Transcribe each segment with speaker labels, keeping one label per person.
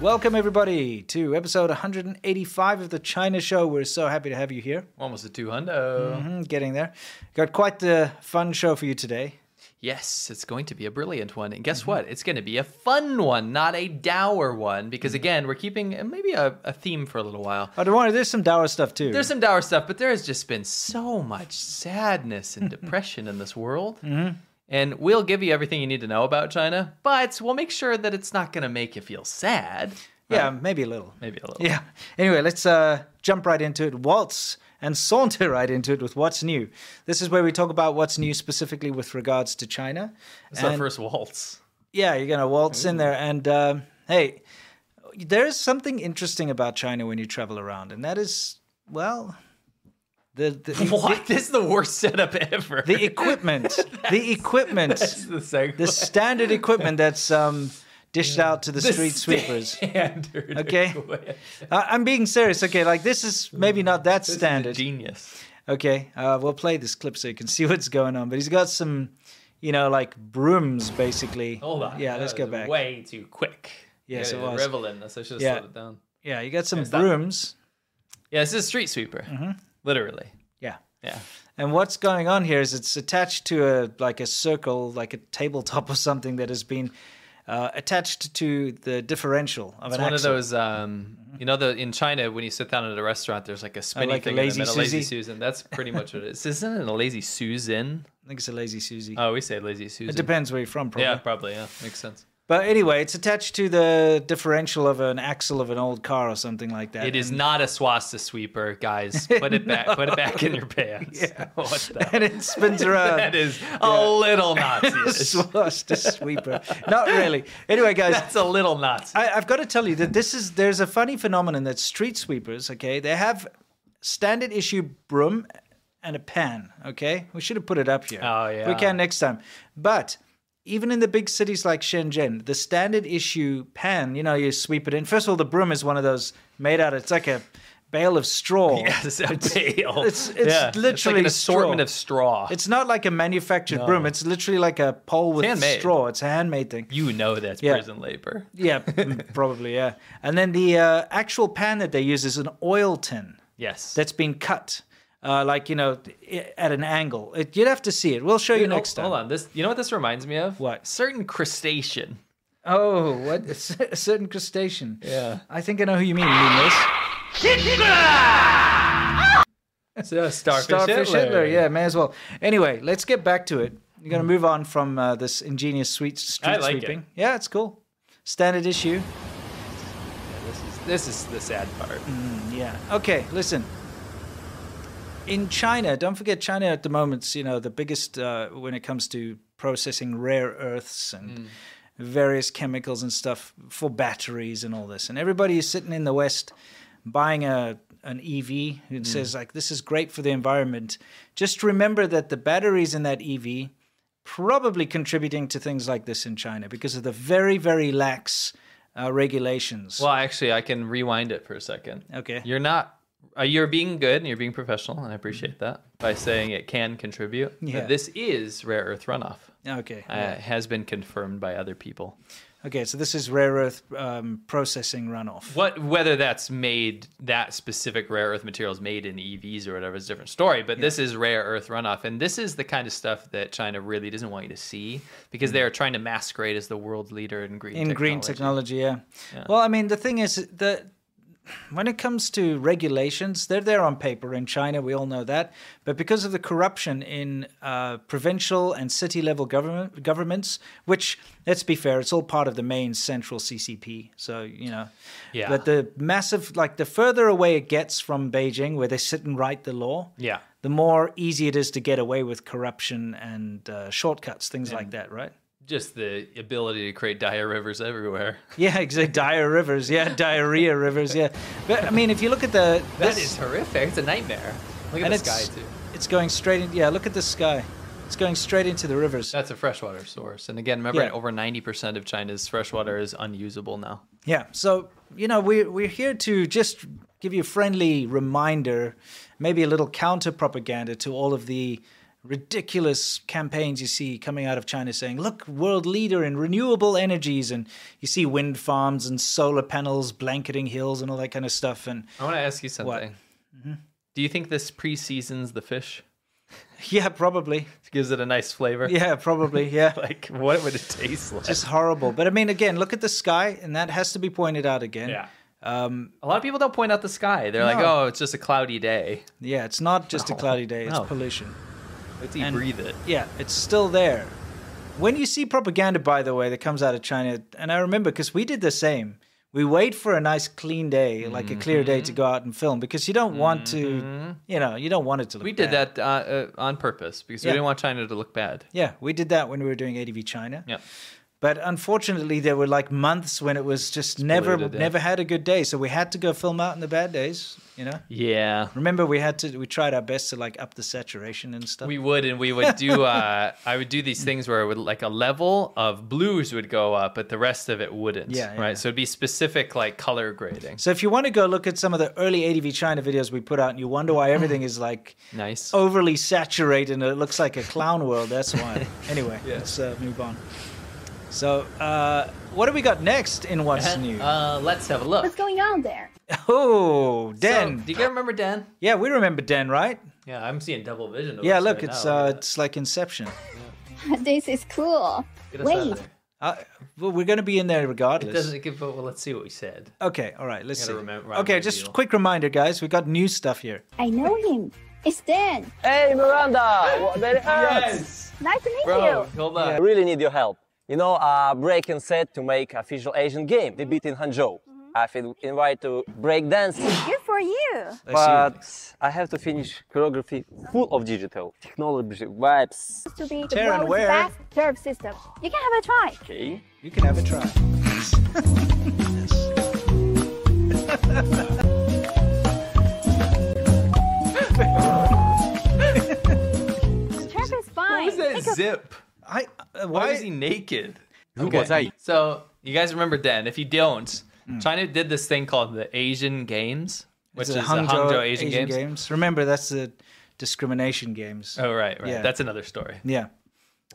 Speaker 1: Welcome, everybody, to episode 185 of The China Show. We're so happy to have you here.
Speaker 2: Almost a 200.
Speaker 1: Mhm, getting there. Got quite the fun show for you today.
Speaker 2: Yes, it's going to be a brilliant one. And
Speaker 1: Mm-hmm.
Speaker 2: guess what? It's going to be a fun one, not a dour one, because
Speaker 1: Mm-hmm.
Speaker 2: again, we're keeping uh, maybe a, a theme for a little while.
Speaker 1: Oh, don't worry, there's some dour stuff too.
Speaker 2: There's some dour stuff, but there has just been so much sadness and depression in this world.
Speaker 1: Mm-hmm.
Speaker 2: And we'll give you everything you need to know about China, but we'll make sure that it's not going to make you feel sad.
Speaker 1: yeah, maybe a little.
Speaker 2: Maybe a little.
Speaker 1: Yeah. Anyway, let's uh, jump right into it. Waltz and saunter right into it with what's new. This is where we talk about what's new specifically with regards to China.
Speaker 2: It's our
Speaker 1: And-
Speaker 2: first waltz.
Speaker 1: yeah, you're gonna waltz in there, and um, hey, there is something interesting about China when you travel around, and that is, well, the the,
Speaker 2: What? This is the worst setup ever.
Speaker 1: the equipment, the
Speaker 2: This
Speaker 1: equipment,
Speaker 2: is the segue.
Speaker 1: the standard equipment that's um, dished out to the,
Speaker 2: The
Speaker 1: street sweepers.
Speaker 2: standard
Speaker 1: Okay.
Speaker 2: equipment.
Speaker 1: I- I'm being serious. Okay, like this is maybe not that
Speaker 2: This is a
Speaker 1: standard.
Speaker 2: Genius.
Speaker 1: Okay, uh, we'll play this clip so you can see what's going on. But he's got some, you know, like brooms basically.
Speaker 2: Hold on.
Speaker 1: Yeah,
Speaker 2: That
Speaker 1: let's go
Speaker 2: was
Speaker 1: back.
Speaker 2: Way too quick.
Speaker 1: Yes,
Speaker 2: yeah,
Speaker 1: it was.
Speaker 2: Revel in this. I should have
Speaker 1: Yeah.
Speaker 2: slowed it down.
Speaker 1: Yeah, you got some
Speaker 2: stop.
Speaker 1: brooms.
Speaker 2: Yeah, this is a street sweeper.
Speaker 1: Mm-hmm.
Speaker 2: Literally.
Speaker 1: Yeah.
Speaker 2: Yeah.
Speaker 1: And what's going on here is it's attached to a like a circle, like a tabletop or something that has been uh, attached to the differential of
Speaker 2: It's
Speaker 1: an
Speaker 2: one of
Speaker 1: axle.
Speaker 2: those, um, you know, the in China when you sit down at a restaurant, there's like a spinny
Speaker 1: Mm-hmm. like a
Speaker 2: thing
Speaker 1: lazy
Speaker 2: in the middle, lazy
Speaker 1: Susie.
Speaker 2: Susan. That's pretty much what it is. Isn't it a lazy Susan?
Speaker 1: I think it's a lazy Susie.
Speaker 2: Oh, we say lazy Susan.
Speaker 1: it depends where you're from, probably.
Speaker 2: Yeah, probably. Yeah, makes sense.
Speaker 1: But anyway, it's attached to the differential of an axle of an old car or something like that.
Speaker 2: It is not a swasta sweeper, guys. Put it back. Put it back in your pants. what the?
Speaker 1: And it spins around.
Speaker 2: That is a little Nazi.
Speaker 1: Swasta sweeper. Not really. Anyway, guys,
Speaker 2: That's a little Nazi.
Speaker 1: I, I've got to tell you that this is there's a funny phenomenon that street sweepers, okay, they have standard issue broom and a pan, okay? We should have put it up here.
Speaker 2: Oh, yeah.
Speaker 1: We can next time. But even in the big cities like Shenzhen, the standard issue pan, you know, you sweep it in. First of all, the broom is one of those made out of it's like a bale of straw.
Speaker 2: Yes, a bale.
Speaker 1: it's- it's
Speaker 2: It's like
Speaker 1: literally
Speaker 2: an assortment
Speaker 1: straw.
Speaker 2: of straw.
Speaker 1: It's not like a manufactured broom. It's literally like a pole with
Speaker 2: handmade.
Speaker 1: straw. It's a handmade thing.
Speaker 2: you know that's
Speaker 1: Yeah.
Speaker 2: prison labor.
Speaker 1: Yeah, probably, yeah. And then the uh, actual pan that they use is an oil tin.
Speaker 2: Yes.
Speaker 1: that's been cut, uh, like you know, i- at an angle. It, you'd have to see it. We'll show you
Speaker 2: Hold-
Speaker 1: next time.
Speaker 2: Hold on. This you know what this reminds me of?
Speaker 1: What?
Speaker 2: Certain crustacean.
Speaker 1: Oh, what a cer- a certain crustacean.
Speaker 2: Yeah.
Speaker 1: I think I know who you mean. Meaningless.
Speaker 2: So starfish,
Speaker 1: Starfish Hitler. Yeah, may as well. Anyway, let's get back to it. You're gonna move on from uh, this ingenious sweet street
Speaker 2: Hmm. I like it.
Speaker 1: sweeping. Yeah, it's cool. Standard issue.
Speaker 2: This is this is the sad part.
Speaker 1: Mm. Yeah. Okay, listen. In China, don't forget China at the moment's, you know, the biggest uh, when it comes to processing rare earths
Speaker 2: Hmm.
Speaker 1: and various chemicals and stuff for batteries and all this. And everybody is sitting in the West buying a an EV and
Speaker 2: Hmm.
Speaker 1: says like this is great for the environment. Just remember that the batteries in that EV probably contributing to things like this in China because of the very very lax uh, regulations.
Speaker 2: Well, actually, I can rewind it for a second.
Speaker 1: okay.
Speaker 2: You're not. Uh, you're being good and you're being professional, and I appreciate that by saying it can contribute. But
Speaker 1: Mm-hmm. Yeah.
Speaker 2: This is rare earth runoff.
Speaker 1: Okay.
Speaker 2: Uh, has been confirmed by other people.
Speaker 1: Okay, so this is rare earth um, processing runoff.
Speaker 2: What whether that's made that specific rare earth materials made in EVs or whatever is a different story. But this is rare earth runoff, and this is the kind of stuff that China really doesn't want you to see because they are trying to masquerade as the world leader in green
Speaker 1: Mm. In green
Speaker 2: technology.
Speaker 1: technology, yeah. Well, I mean, the thing is that when it comes to regulations, they're there on paper in China. We all know that, but because of the corruption in uh, provincial and city level government governments, which let's be fair, it's all part of the main central CCP. So you know,
Speaker 2: Yeah.
Speaker 1: But the massive, like the further away it gets from Beijing, where they sit and write the law,
Speaker 2: Yeah.
Speaker 1: the more easy it is to get away with corruption and uh, shortcuts, things like that, right?
Speaker 2: Just the ability to create dire rivers everywhere.
Speaker 1: Yeah, exactly. Dire rivers, yeah, diarrhea rivers, yeah. But I mean, if you look at the
Speaker 2: That
Speaker 1: this-
Speaker 2: is horrific. It's a nightmare. Look at
Speaker 1: and
Speaker 2: the
Speaker 1: it's
Speaker 2: sky too.
Speaker 1: it's going straight in. Yeah, look at the sky. It's going straight into the rivers.
Speaker 2: That's a freshwater source. And again, remember
Speaker 1: Yeah.
Speaker 2: over 90% of China's freshwater is unusable now.
Speaker 1: Yeah. So you know, we're we're here to just give you a friendly reminder, maybe a little counter propaganda to all of the ridiculous campaigns you see coming out of China saying, look, world leader in renewable energies. And you see wind farms and solar panels blanketing hills and all that kind of stuff. And
Speaker 2: I want to ask you something.
Speaker 1: Mm-hmm.
Speaker 2: Do you think this pre-seasons the fish?
Speaker 1: yeah, probably.
Speaker 2: Gives it a nice flavor.
Speaker 1: Yeah, probably. Yeah.
Speaker 2: Like, what would it taste like?
Speaker 1: It's horrible. But I mean, again, look at the sky, and that has to be pointed out again.
Speaker 2: yeah. Um, a lot of people don't point out the sky. They're like,
Speaker 1: No.
Speaker 2: "Oh, it's just a cloudy day."
Speaker 1: Yeah, it's not just a cloudy day, it's
Speaker 2: no.
Speaker 1: pollution.
Speaker 2: Let's eat,
Speaker 1: And-
Speaker 2: breathe it.
Speaker 1: Yeah, it's still there. When you see propaganda, by the way, that comes out of China, and I remember because we did the same. We wait for a nice clean day, like a clear day
Speaker 2: Mm-hmm.
Speaker 1: to go out and film because you don't want to, you know, you don't want it to look
Speaker 2: We did
Speaker 1: bad.
Speaker 2: that uh, uh, on purpose because
Speaker 1: Yeah.
Speaker 2: we didn't want China to look bad.
Speaker 1: Yeah, we did that when we were doing ADV China.
Speaker 2: Yeah.
Speaker 1: But unfortunately, there were like months when it was just never,
Speaker 2: polluted, yeah.
Speaker 1: never had a good day. So we had to go film out in the bad days, you know?
Speaker 2: Yeah.
Speaker 1: Remember, we had to, we tried our best to like up the saturation and stuff.
Speaker 2: We would, and we would do. Uh, I would do these things where it would like a level of blues would go up, but the rest of it wouldn't.
Speaker 1: Yeah, yeah,
Speaker 2: right.
Speaker 1: yeah.
Speaker 2: So it'd be specific like color grading.
Speaker 1: So if you want to go look at some of the early ADV China videos we put out and you wonder why everything is like
Speaker 2: Nice.
Speaker 1: overly saturated and it looks like a clown world, that's why. Anyway, let's uh, move on. So, uh, what do we got next in What's New?
Speaker 2: Uh, let's have a look.
Speaker 3: What's going on there?
Speaker 1: oh,
Speaker 2: So,
Speaker 1: Den.
Speaker 2: do you guys remember Dan?
Speaker 1: yeah, we remember Den, right?
Speaker 2: Yeah, I'm seeing double vision. Of
Speaker 1: Yeah,
Speaker 2: us
Speaker 1: look,
Speaker 2: right
Speaker 1: it's
Speaker 2: now.
Speaker 1: uh,
Speaker 2: at
Speaker 1: it's like Inception.
Speaker 3: this is cool.
Speaker 2: that. Get us out of
Speaker 3: Wait,
Speaker 2: there.
Speaker 1: Uh, well, we're going to be in there
Speaker 2: It
Speaker 1: regardless.
Speaker 2: doesn't give. Well, let's see what we said.
Speaker 1: Okay, all right, let's see.
Speaker 2: Gotta remem-
Speaker 1: okay,
Speaker 2: remind
Speaker 1: just
Speaker 2: you.
Speaker 1: quick reminder, guys. We got new stuff here.
Speaker 3: I know him. It's Dan.
Speaker 4: Hey Miranda, what the hell?
Speaker 3: Nice to meet
Speaker 2: Bro,
Speaker 3: you.
Speaker 2: Oh, hold on.
Speaker 4: I really need your help. You know, uh, Break and set to make a visual Asian game. They beat in Hangzhou. I've been invited to break dance,
Speaker 3: Good for you.
Speaker 1: I see.
Speaker 4: but I have to finish choreography full of digital technology vibes.
Speaker 3: Used To be the
Speaker 1: Taryn,
Speaker 3: world's
Speaker 1: where?
Speaker 3: best nerve system. You can have a try.
Speaker 4: Okay.
Speaker 1: You can have a try.
Speaker 3: The trap is fine.
Speaker 2: What was that
Speaker 3: Take a-
Speaker 2: zip?
Speaker 1: I uh,
Speaker 2: Why
Speaker 1: why
Speaker 2: is he naked?
Speaker 4: Okay.
Speaker 2: So you guys remember Dan? If you don't, China did this thing called the Asian Games, which
Speaker 1: It's
Speaker 2: Hmm. is
Speaker 1: the
Speaker 2: the Hangzhou Asian, Games.
Speaker 1: Remember, that's the discrimination games.
Speaker 2: Oh right, right.
Speaker 1: Yeah.
Speaker 2: That's another story.
Speaker 1: Yeah.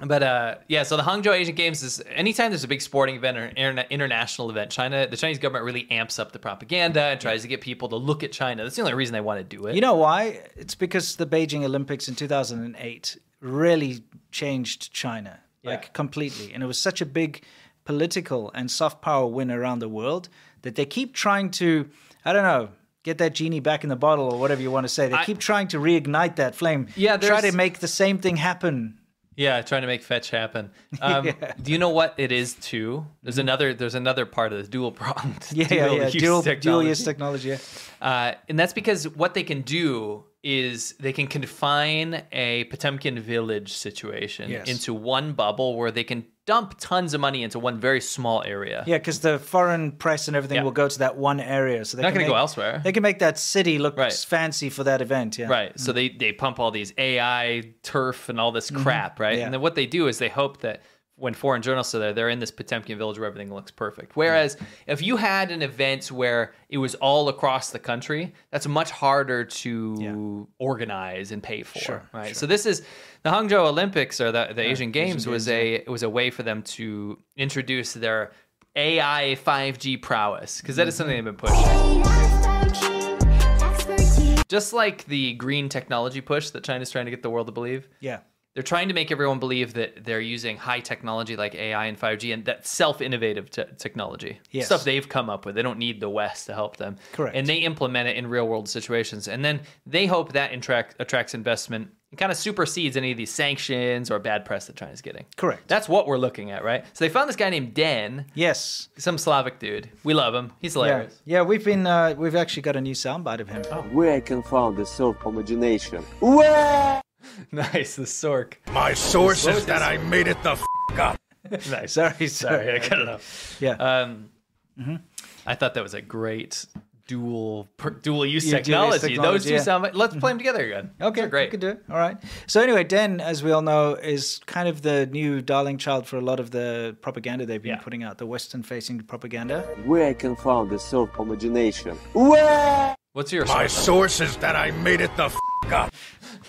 Speaker 2: But uh, yeah, so the Hangzhou Asian Games is anytime there's a big sporting event or interna- international event, China, the Chinese government really amps up the propaganda and tries to get people to look at China. That's the only reason they want to do it.
Speaker 1: You know why? It's because the Beijing Olympics in 2008 really changed China, like completely. And it was such a big political and soft power win around the world that they keep trying to, I don't know, get that genie back in the bottle or whatever you want to say. They
Speaker 2: I-
Speaker 1: keep trying to reignite that flame.
Speaker 2: Yeah,
Speaker 1: Try to
Speaker 2: there's-
Speaker 1: make the same thing happen.
Speaker 2: Yeah, trying to make fetch happen. Um, Do you know what it is too? There's another. There's another part of this dual pronged.
Speaker 1: Mm-hmm. Yeah, yeah, yeah. Dual, dual use technology. yeah.
Speaker 2: Uh, and that's because what they can do is they can confine a Potemkin village situation
Speaker 1: Yes.
Speaker 2: into one bubble where they can dump tons of money into one very small area.
Speaker 1: Yeah, because the foreign press and everything
Speaker 2: Yeah.
Speaker 1: will go to that one area, so they
Speaker 2: Not
Speaker 1: can
Speaker 2: gonna go
Speaker 1: make-
Speaker 2: elsewhere.
Speaker 1: They can make that city look
Speaker 2: Right.
Speaker 1: fancy for that event. Yeah,
Speaker 2: Right. So they, they pump all these AI turf and all this crap, right?
Speaker 1: Mm-hmm. Yeah.
Speaker 2: And then what they do is they hope that when foreign journalists are there, they're in this Potemkin village where everything looks perfect. Whereas if you had an event where it was all across the country, that's much harder to organize and pay for.
Speaker 1: Sure,
Speaker 2: right. So this is the Hangzhou Olympics or the, the Asian Games was a was a way for them to introduce their AI 5G prowess because that is something they've been pushing just like the green technology push that China's trying to get the world to believe,
Speaker 1: Yeah,
Speaker 2: they're trying to make everyone believe that they're using high technology like AI and 5G and that self innovative te- technology.
Speaker 1: Yes.
Speaker 2: Stuff they've come up with. They don't need the West to help them.
Speaker 1: Correct.
Speaker 2: And they implement it in real world situations. And then they hope that attract, attracts investment and kind of supersedes any of these sanctions or bad press that China's getting.
Speaker 1: Correct.
Speaker 2: That's what we're looking at, right? So they found this guy named Den,
Speaker 1: yes,
Speaker 2: some Slavic dude. We love him. He's
Speaker 1: yeah,
Speaker 2: hilarious.
Speaker 1: yeah. We've been uh, we've actually got a new soundbite of him. Oh.
Speaker 5: where I can find the self-imagination.
Speaker 2: nice, the Sork.
Speaker 6: My source is that I made it the f- up.
Speaker 2: Nice.
Speaker 1: Sorry, sorry.
Speaker 2: Sorry, I cut it off.
Speaker 1: Yeah,
Speaker 2: Um,
Speaker 1: Mm-hmm.
Speaker 2: I thought that was a great dual per, dual use
Speaker 1: Yeah, dual use
Speaker 2: technology. Those
Speaker 1: technology,
Speaker 2: two
Speaker 1: yeah. Mm-hmm.
Speaker 2: sound. like- Let's play them together again.
Speaker 1: okay,
Speaker 2: They're great.
Speaker 1: We could do it. All right. So anyway, Den, as we all know, is kind of the new darling child for a lot of the propaganda they've been
Speaker 2: Yeah.
Speaker 1: putting out, the Western-facing propaganda.
Speaker 5: Where I can find the self-imagination.
Speaker 2: What's your
Speaker 6: My source is that I made it the f- up.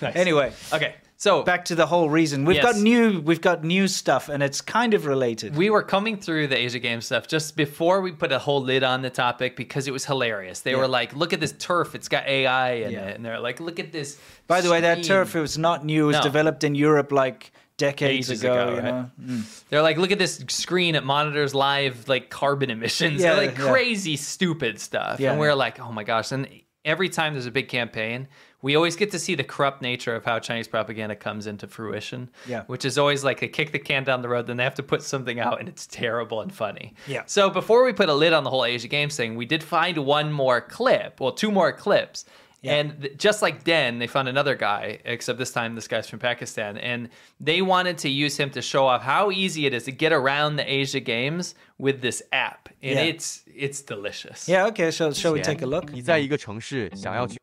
Speaker 2: Nice.
Speaker 1: Anyway,
Speaker 2: Okay, So
Speaker 1: back to the whole reason we've got
Speaker 2: Yes.
Speaker 1: new we've got new stuff and it's kind of related
Speaker 2: we were coming through the Asia Games stuff just before we put a whole lid on the topic because it was hilarious. They were like, "Look at this turf; it's got AI in
Speaker 1: Yeah.
Speaker 2: it," and they're like, "Look at this."
Speaker 1: by the way that
Speaker 2: screen."
Speaker 1: turf it was not new it was
Speaker 2: No.
Speaker 1: developed in europe like decades
Speaker 2: Ages
Speaker 1: ago,
Speaker 2: ago,
Speaker 1: you
Speaker 2: right?
Speaker 1: know
Speaker 2: They're like, "Look at this screen; it monitors live like carbon emissions."
Speaker 1: Yeah,
Speaker 2: they're like
Speaker 1: yeah.
Speaker 2: crazy, stupid stuff,
Speaker 1: Yeah.
Speaker 2: and we're like, "Oh my gosh!" And every time there's a big campaign. We always get to see the corrupt nature of how Chinese propaganda comes into fruition,
Speaker 1: Yeah.
Speaker 2: which is always like they kick the can down the road, then they have to put something out, and it's terrible and funny.
Speaker 1: Yeah.
Speaker 2: So before we put a lid on the whole Asia Games thing, we did find one more clip, well, two more clips. And th- just like Den, they found another guy, except this time this guy's from Pakistan. And they wanted to use him to show off how easy it is to get around the Asia Games with this app. And
Speaker 1: Yeah.
Speaker 2: it's it's delicious.
Speaker 1: yeah okay so shall we take a look
Speaker 7: 你在一个城市想要去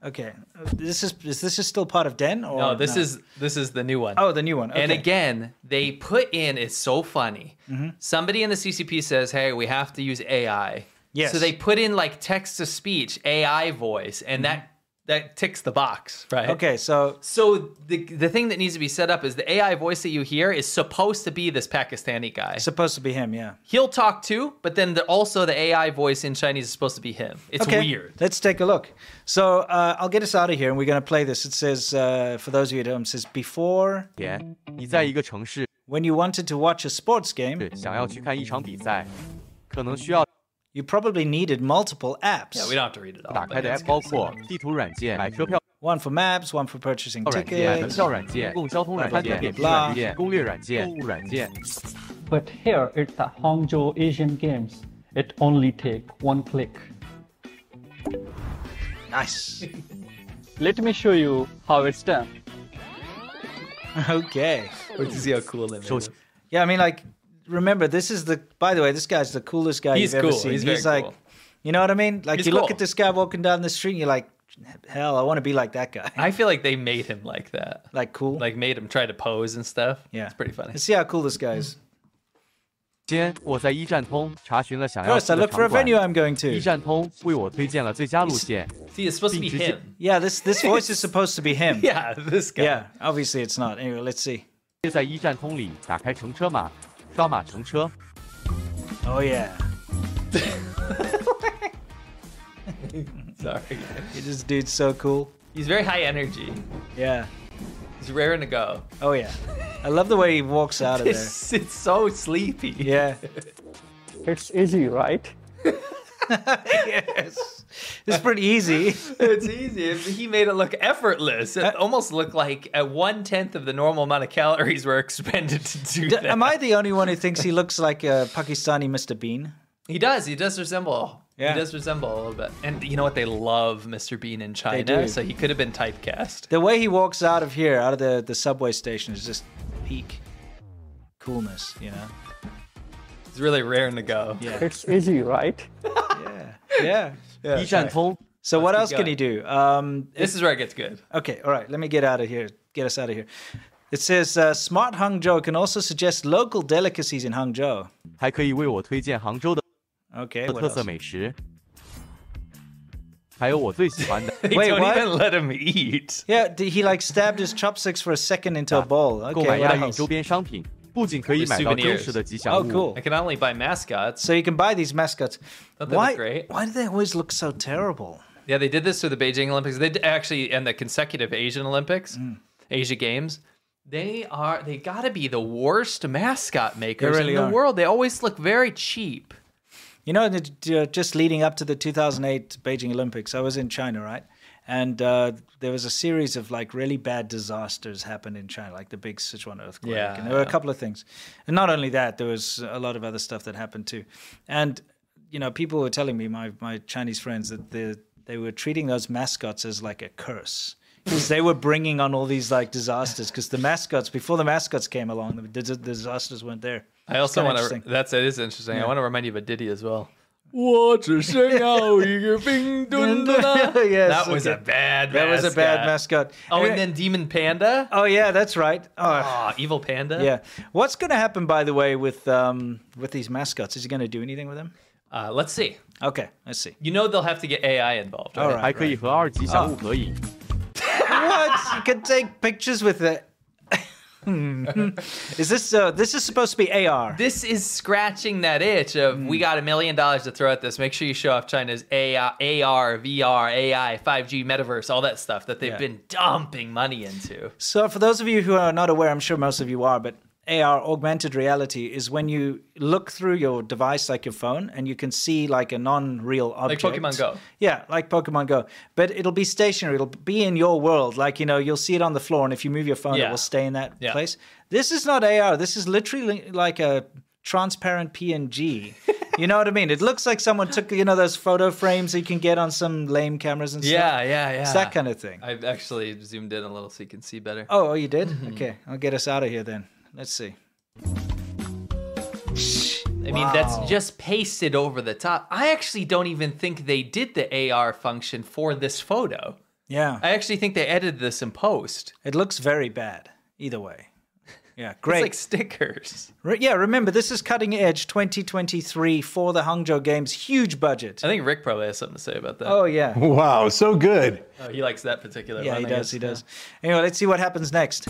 Speaker 1: okay Uh, this is is this is still part of den or
Speaker 2: No, Oh, this is this is the new one.
Speaker 1: oh the new one okay.
Speaker 2: And again, they put in it's so funny. Somebody in the CCP says, "Hey, we have to use AI."
Speaker 1: Yes.
Speaker 2: So they put in like text to speech AI voice, and that that ticks the box, right?
Speaker 1: okay so
Speaker 2: So the the thing that needs to be set up is the AI voice that you hear is supposed to be this Pakistani guy.
Speaker 1: it's supposed to be him yeah
Speaker 2: He'll talk too, but then the, also the AI voice in Chinese is supposed to be him. It's
Speaker 1: okay,
Speaker 2: weird.
Speaker 1: Let's take a look. So uh, I'll get us out of here, and we're going to play this. It says, uh, for those of you at home, it says before
Speaker 7: 田，你在一个城市
Speaker 1: when you wanted to watch a sports game,
Speaker 7: 想要去看一场比赛，可能需要
Speaker 1: you probably needed multiple apps.
Speaker 2: Yeah, we don't have to read it all.
Speaker 7: 打
Speaker 2: but
Speaker 7: 开的
Speaker 2: it's-
Speaker 7: app 包括地图软件、买车票
Speaker 1: One for maps, one for purchasing
Speaker 7: 软件、门
Speaker 1: tickets.
Speaker 7: 票软件、公共交通软件、点评软件、攻略软件、购物软件。
Speaker 8: But here at the Hangzhou Asian Games, it only take one click.
Speaker 1: Nice.
Speaker 8: Let me show you how it's done.
Speaker 1: okay.
Speaker 2: Wait to see how cool that is.
Speaker 1: Yeah, I mean, like, remember, this is the. By the way, this guy's the coolest guy
Speaker 2: He's
Speaker 1: you've ever
Speaker 2: cool.
Speaker 1: seen.
Speaker 2: He's very
Speaker 1: like,
Speaker 2: cool.
Speaker 1: you know what I mean? Like,
Speaker 2: He's
Speaker 1: you look
Speaker 2: cool.
Speaker 1: at this guy walking down the street, and you're like, hell, I want to be like that guy.
Speaker 2: I feel like they made him like that.
Speaker 1: like, cool.
Speaker 2: like made him try to pose and stuff.
Speaker 1: yeah,
Speaker 2: it's pretty funny.
Speaker 1: Let's see how cool this guy is.
Speaker 7: 先，我在一站通查询了想要
Speaker 1: First, I
Speaker 7: 去的
Speaker 1: look for
Speaker 7: 场
Speaker 1: a venue
Speaker 7: 馆。
Speaker 1: I'm going to.
Speaker 7: 一站通为我推荐了最佳路线，
Speaker 2: See, it's supposed to be
Speaker 7: Being just-
Speaker 2: him.
Speaker 1: Yeah, this this voice is supposed to be him.
Speaker 2: Yeah, this guy.
Speaker 1: Yeah, obviously it's not. Anyway, let's see.
Speaker 7: 接在一站通里打开乘车码，刷码乘车。
Speaker 1: Oh yeah,
Speaker 2: sorry.
Speaker 1: this dude's so cool.
Speaker 2: He's very high energy.
Speaker 1: Yeah.
Speaker 2: He's raring to go.
Speaker 1: Oh yeah. I love the way he walks out of there.
Speaker 2: It's, it's so sleepy.
Speaker 1: Yeah.
Speaker 8: It's easy, right?
Speaker 1: yes. It's pretty easy.
Speaker 2: it's easy. He made it look effortless. It almost looked like at one tenth of the normal amount of calories were expended to do
Speaker 1: D-
Speaker 2: that.
Speaker 1: Am I the only one who thinks he looks like a Pakistani Mr. Bean?
Speaker 2: He does. He does resemble.
Speaker 1: Yeah.
Speaker 2: He does resemble a little bit. And you know what? They love Mr. Bean in China,
Speaker 1: do.
Speaker 2: so he could have been typecast.
Speaker 1: The way he walks out of here, out of the, the subway station, is just peak coolness. You know.
Speaker 2: He's really raring to go.
Speaker 1: Yeah.
Speaker 8: It's easy, right?
Speaker 1: Yeah. Yeah.
Speaker 7: 一站通
Speaker 1: So what else
Speaker 2: Let's keep
Speaker 1: can he do? Um,
Speaker 2: This is where it gets good.
Speaker 1: Okay, all right. Let me get out of here. Get us out of here. It says uh, Smart Hangzhou can also suggest local delicacies in Hangzhou.
Speaker 7: 还可以为我推荐杭州的
Speaker 1: Okay,
Speaker 7: 特
Speaker 1: what
Speaker 7: 色
Speaker 1: else?
Speaker 7: 美食，还有我最喜欢的
Speaker 2: They
Speaker 1: Wait,
Speaker 2: don't
Speaker 1: what?
Speaker 2: even let him eat.
Speaker 1: Yeah, d- he like stabbed his chopsticks for a second into a bowl.
Speaker 7: 购
Speaker 1: Okay,
Speaker 7: 买
Speaker 1: what
Speaker 7: 亚运
Speaker 1: else?
Speaker 7: 周边商品，不仅可以买到
Speaker 2: With souvenirs.
Speaker 7: 真实的吉祥
Speaker 1: Oh,
Speaker 7: 物，
Speaker 1: cool.
Speaker 2: I can only buy mascots.
Speaker 1: So you can buy these mascots.
Speaker 2: Don't they look
Speaker 1: Why?
Speaker 2: great?
Speaker 1: Why do they always look so terrible?
Speaker 2: Yeah, they did this through the Beijing Olympics. They d- actually and the consecutive Asian Olympics,
Speaker 1: Mm.
Speaker 2: Asia Games. They are they got to be the worst mascot makers
Speaker 1: really
Speaker 2: in the
Speaker 1: are.
Speaker 2: world. They always look very cheap.
Speaker 1: You know, the- uh, just leading up to the 2008 Beijing Olympics, I was in China, right? And uh, there was a series of like really bad disasters happened in China, like the big Sichuan earthquake,
Speaker 2: Yeah,
Speaker 1: and there were a
Speaker 2: yeah.
Speaker 1: couple of things. And not only that, there was a lot of other stuff that happened too. And you know, people were telling me, my my Chinese friends, that they they were treating those mascots as like a curse. 'Cause they were bringing on all these like disasters because the mascots before the mascots came along the, dis- disasters weren't there
Speaker 2: I also
Speaker 1: kinda
Speaker 2: want to.
Speaker 1: interesting.
Speaker 2: That's it is interesting. I want to remind you of a ditty as well. 我只剩要一个冰墩墩啊。
Speaker 1: Yes,
Speaker 2: that was a
Speaker 1: okay.
Speaker 2: bad.
Speaker 1: that was a bad mascot
Speaker 2: Oh,
Speaker 1: Anyway-
Speaker 2: and then Demon Panda.
Speaker 1: Oh yeah, that's right. Oh,
Speaker 2: Ah, evil panda.
Speaker 1: yeah. What's going to happen, by the way, with um with these mascots? Is he going to do anything with them?
Speaker 2: Uh, let's see.
Speaker 1: Okay, let's see. Oh, 啊
Speaker 2: You know they'll have to get AI involved. Right?
Speaker 1: All right.
Speaker 7: 还可以和二吉祥物合影。
Speaker 1: What? you can take pictures with it. Hmm. is this uh, this is supposed to be AR?
Speaker 2: This is scratching that itch of
Speaker 1: Mm.
Speaker 2: we got a million dollars to throw at this. Make sure you show off China's AI, AR, VR, AI, 5G, metaverse, all that stuff that they've
Speaker 1: Yeah.
Speaker 2: been dumping money into.
Speaker 1: So, for those of you who are not aware, I'm sure most of you are, but AR augmented reality is when you look through your device, like your phone, and you can see like a non-real object,
Speaker 2: Pokemon Go.
Speaker 1: Yeah, like Pokemon Go, but it'll be stationary. It'll be in your world. Like you know, you'll see it on the floor, and if you move your phone, it
Speaker 2: Yeah.
Speaker 1: will stay in that
Speaker 2: Yeah.
Speaker 1: place. This is not AR. This is literally like a transparent PNG. you know what I mean? It looks like someone took you know those photo frames that you can get on some lame cameras and stuff.
Speaker 2: Yeah, yeah, yeah.
Speaker 1: It's that kind of thing.
Speaker 2: I've actually zoomed in a little so you can see better.
Speaker 1: Oh, oh, you did?
Speaker 2: Mm-hmm.
Speaker 1: Okay, I'll get us out of here then. Let's see.
Speaker 2: I mean, that's just pasted over the top. I actually don't even think they did the AR function for this photo.
Speaker 1: Yeah,
Speaker 2: I actually think they edited this in post.
Speaker 1: Uh, it looks very bad either way. Yeah, great.
Speaker 2: It's like stickers.
Speaker 1: Re- yeah, remember, this is cutting edge 2023 for the Hangzhou Games. Huge budget.
Speaker 2: I think Rick probably has something to say about that.
Speaker 1: Oh, yeah.
Speaker 9: Wow, so good.
Speaker 2: Oh, he likes that particular
Speaker 1: Yeah,
Speaker 2: one.
Speaker 1: he
Speaker 2: I
Speaker 1: does.
Speaker 2: guess.
Speaker 1: He does. Anyway, let's see what happens next.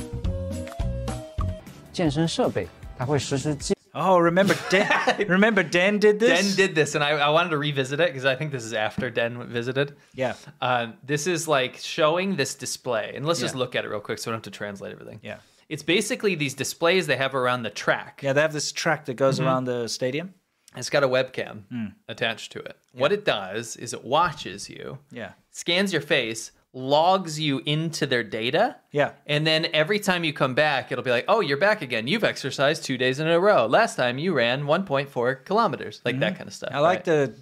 Speaker 10: 健身设备，它会实时记
Speaker 1: Oh, remember Dan? remember Dan did this?
Speaker 2: Den did this, and I, I wanted to revisit it because I think this is after Den visited.
Speaker 1: Yeah.
Speaker 2: Um, this is like showing this display, and let's just
Speaker 1: Yeah.
Speaker 2: look at it real quick so I don't have to translate everything.
Speaker 1: Yeah.
Speaker 2: It's basically these displays they have around the track.
Speaker 1: Yeah, they have this track that
Speaker 2: Mm-hmm.
Speaker 1: goes around the stadium.
Speaker 2: It's got a webcam
Speaker 1: Hmm.
Speaker 2: attached to it. What it does is it watches you,
Speaker 1: Yeah.
Speaker 2: scans your face, logs you into their data.
Speaker 1: Yeah.
Speaker 2: And then every time you come back, it'll be like, oh, you're back again. You've exercised two days in a row. Last time you ran 1.4 kilometers, like that kind of stuff.
Speaker 1: Mm-hmm. I like
Speaker 2: right?
Speaker 1: the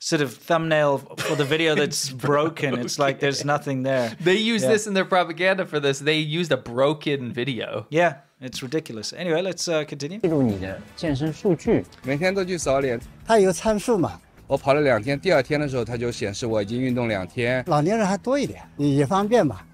Speaker 1: sort of thumbnail for the video that's broken. It's like there's nothing there.
Speaker 2: They use
Speaker 1: Yeah.
Speaker 2: this in their propaganda for this. They used a broken video.
Speaker 1: Yeah, it's ridiculous. Anyway, let's uh, continue.
Speaker 10: 录你的健身数据，
Speaker 6: 每天都去扫脸，
Speaker 10: 它有个参数嘛，
Speaker 6: 我跑了两天，第二天的时候它就显示我已经运动两天。
Speaker 10: 老年人还多一点，也方便吧。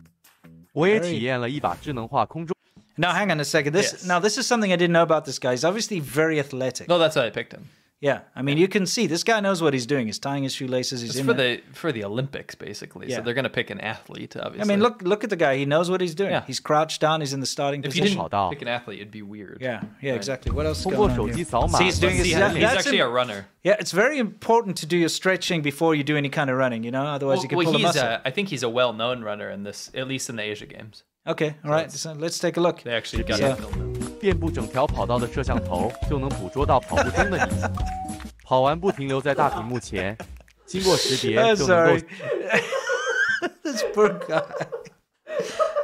Speaker 7: 我也体验了一把智能化空中
Speaker 1: Now, hang on a second. This
Speaker 2: Yes.
Speaker 1: now, this is something I didn't know about this guy. He's obviously very athletic.
Speaker 2: No, that's why I picked him.
Speaker 1: yeah, I mean, you can see this guy knows what he's doing. He's tying his shoelaces. He's
Speaker 2: It's
Speaker 1: in
Speaker 2: for
Speaker 1: there.
Speaker 2: the for the Olympics, basically.
Speaker 1: Yeah.
Speaker 2: So they're going to pick an athlete, obviously.
Speaker 1: I mean, look, look at the guy. He knows what he's doing.
Speaker 2: Yeah.
Speaker 1: He's crouched down. He's in the starting
Speaker 2: If you
Speaker 1: position.
Speaker 2: didn't
Speaker 7: 跑道
Speaker 2: pick an athlete, it'd be weird.
Speaker 1: yeah, yeah, exactly. What else? Is
Speaker 7: 通
Speaker 1: going
Speaker 7: 过
Speaker 1: on
Speaker 7: 手
Speaker 1: here?
Speaker 7: 机扫码
Speaker 1: See, he's
Speaker 7: 和
Speaker 1: doing his.
Speaker 2: He's,
Speaker 1: that-
Speaker 2: he's
Speaker 1: that's
Speaker 2: actually
Speaker 1: im-
Speaker 2: a runner.
Speaker 1: Yeah, it's very important to do your stretching before you do any kind of running. You know, otherwise you can pull a
Speaker 2: he's
Speaker 1: muscle.
Speaker 2: a, I think he's a well-known runner in this, at least in the Asia Games.
Speaker 1: Okay, all right. So let's take a look.
Speaker 2: They actually got
Speaker 1: Yeah.
Speaker 2: it filmed.
Speaker 7: 遍布整条跑道的摄像头 就能捕捉到跑步中的你。跑完不停留在大屏幕前，经过识别
Speaker 1: I'm
Speaker 7: 就能
Speaker 1: sorry.
Speaker 7: 够
Speaker 1: this poor guy.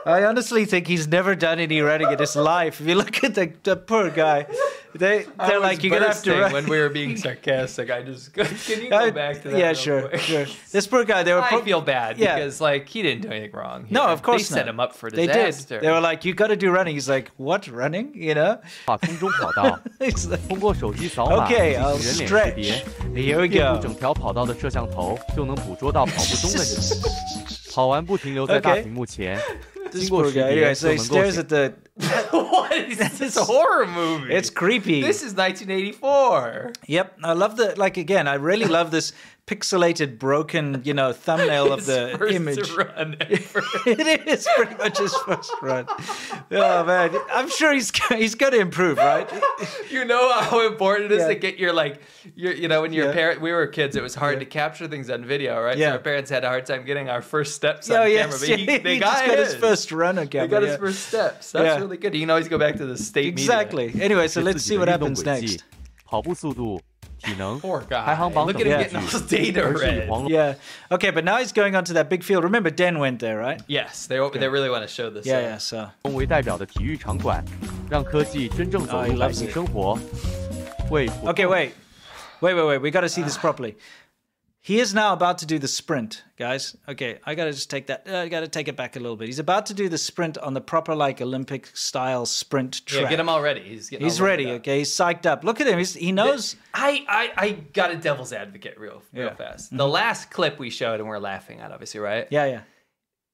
Speaker 1: I honestly think he's never done any running in his life. If you look at the, the poor guy, they
Speaker 2: I
Speaker 1: they're
Speaker 2: was
Speaker 1: like you're gonna have to
Speaker 2: bursting
Speaker 1: run.
Speaker 2: when we were being sarcastic. I just can you go
Speaker 1: I-
Speaker 2: back to that?
Speaker 1: yeah,
Speaker 2: real
Speaker 1: sure,
Speaker 2: quick?
Speaker 1: sure. This poor guy. They were.
Speaker 2: I
Speaker 1: pro-
Speaker 2: feel bad
Speaker 1: Yeah.
Speaker 2: because like he didn't do anything wrong.
Speaker 1: no,
Speaker 2: here.
Speaker 1: of course
Speaker 2: they set
Speaker 1: not.
Speaker 2: him up for
Speaker 1: They
Speaker 2: disaster.
Speaker 1: did. They were like, you got to do running. He's like, what running? You know?
Speaker 7: 把空中跑道
Speaker 1: He's like,
Speaker 7: 通过手机扫码进
Speaker 1: okay,
Speaker 7: 行
Speaker 1: I'll
Speaker 7: 人脸识
Speaker 1: stretch.
Speaker 7: 别。
Speaker 1: Here we
Speaker 7: 遍布
Speaker 1: go.
Speaker 7: 整条跑道的摄像头就能捕捉到跑步中的你。 跑完不停留在大
Speaker 1: Okay.
Speaker 7: 屏幕前，
Speaker 1: This
Speaker 7: 经过
Speaker 1: poor
Speaker 7: 识
Speaker 1: guy.
Speaker 7: 别
Speaker 1: Anyway, so
Speaker 7: 就
Speaker 1: he
Speaker 7: 能够
Speaker 1: stares at the.
Speaker 2: what is this? It's a horror movie.
Speaker 1: It's creepy.
Speaker 2: this is 1984.
Speaker 1: Yep, I love the like again. I really love this pixelated, broken, you know, thumbnail of
Speaker 2: His
Speaker 1: the
Speaker 2: first
Speaker 1: image.
Speaker 2: run ever.
Speaker 1: it is pretty much his first run. Oh man, I'm sure he's he's going to improve, right? Oh,
Speaker 2: you know how important it
Speaker 1: Yeah.
Speaker 2: is to get your like your you know when your
Speaker 1: Yeah.
Speaker 2: parent we were kids it was hard to capture things on video right
Speaker 1: Yeah.
Speaker 2: so our parents had a hard time getting our first steps
Speaker 1: Oh
Speaker 2: on
Speaker 1: yes,
Speaker 2: camera but he,
Speaker 1: yeah,
Speaker 2: they
Speaker 1: he
Speaker 2: got,
Speaker 1: just got his
Speaker 2: his.
Speaker 1: first run on
Speaker 2: they
Speaker 1: camera.
Speaker 2: got his
Speaker 1: yeah.
Speaker 2: first steps that's
Speaker 1: Yeah.
Speaker 2: really good you can always go back to the state media.
Speaker 1: Exactly. Anyway, so
Speaker 7: 是
Speaker 1: let's
Speaker 7: 自
Speaker 1: see
Speaker 7: 己
Speaker 1: what
Speaker 7: 的运动
Speaker 1: happens
Speaker 7: 轨
Speaker 1: next.
Speaker 7: 迹、跑步速度、体能
Speaker 2: Poor、guy.
Speaker 7: 排行榜
Speaker 2: Look
Speaker 7: 等
Speaker 2: at him
Speaker 7: 数
Speaker 2: getting all his data
Speaker 7: 据，而是以
Speaker 2: read.
Speaker 7: 黄龙
Speaker 1: Yeah. Okay, but now he's going on to that big field. Remember, Dan went there, right?
Speaker 2: yes they they really want to show this
Speaker 1: Yeah,
Speaker 2: uh,
Speaker 1: yeah. So
Speaker 7: 为代表的体育场馆，让科技真正走
Speaker 1: Oh, he
Speaker 7: 入百
Speaker 1: loves
Speaker 7: 姓
Speaker 1: it.
Speaker 7: 生活，为普
Speaker 1: okay, wait, wait, wait, wait. We got to see
Speaker 2: Ah.
Speaker 1: this properly. He is now about to do the sprint, guys. Okay, I gotta just take that. uh, I gotta take it back a little bit. He's about to do the sprint on the proper, like Olympic style sprint
Speaker 2: yeah,
Speaker 1: track.
Speaker 2: get him all ready he's getting
Speaker 1: He's
Speaker 2: all
Speaker 1: ready.
Speaker 2: loaded up.
Speaker 1: Okay, he's psyched up. Look at him. He's, he knows.
Speaker 2: I, I I got a devil's advocate real real
Speaker 1: Yeah. Mm-hmm.
Speaker 2: fast the last clip we showed and we're laughing at obviously right
Speaker 1: Yeah, yeah,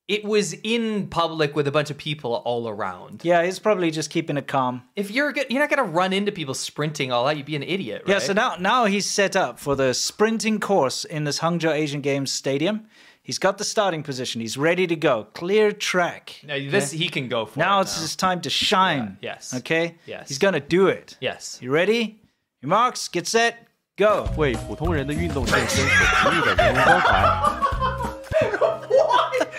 Speaker 2: it was in public with a bunch of people all around
Speaker 1: yeah. He's probably just keeping it calm.
Speaker 2: if you're good, you're not gonna run into people sprinting all out. You'd be an idiot, right?
Speaker 1: Yeah. So now, now he's set up for the sprinting course in this Hangzhou Asian Games stadium. He's got the starting position. He's ready to go. Clear track.
Speaker 2: Now, this he can go for.
Speaker 1: Now
Speaker 2: it
Speaker 1: it's his time to shine.
Speaker 2: Yeah, yes.
Speaker 1: Okay?
Speaker 2: Yes.
Speaker 1: He's going to do it.
Speaker 2: yes.
Speaker 1: You ready? Your marks, get set, go.
Speaker 7: 为普通人的运动健身所不易的人文关怀，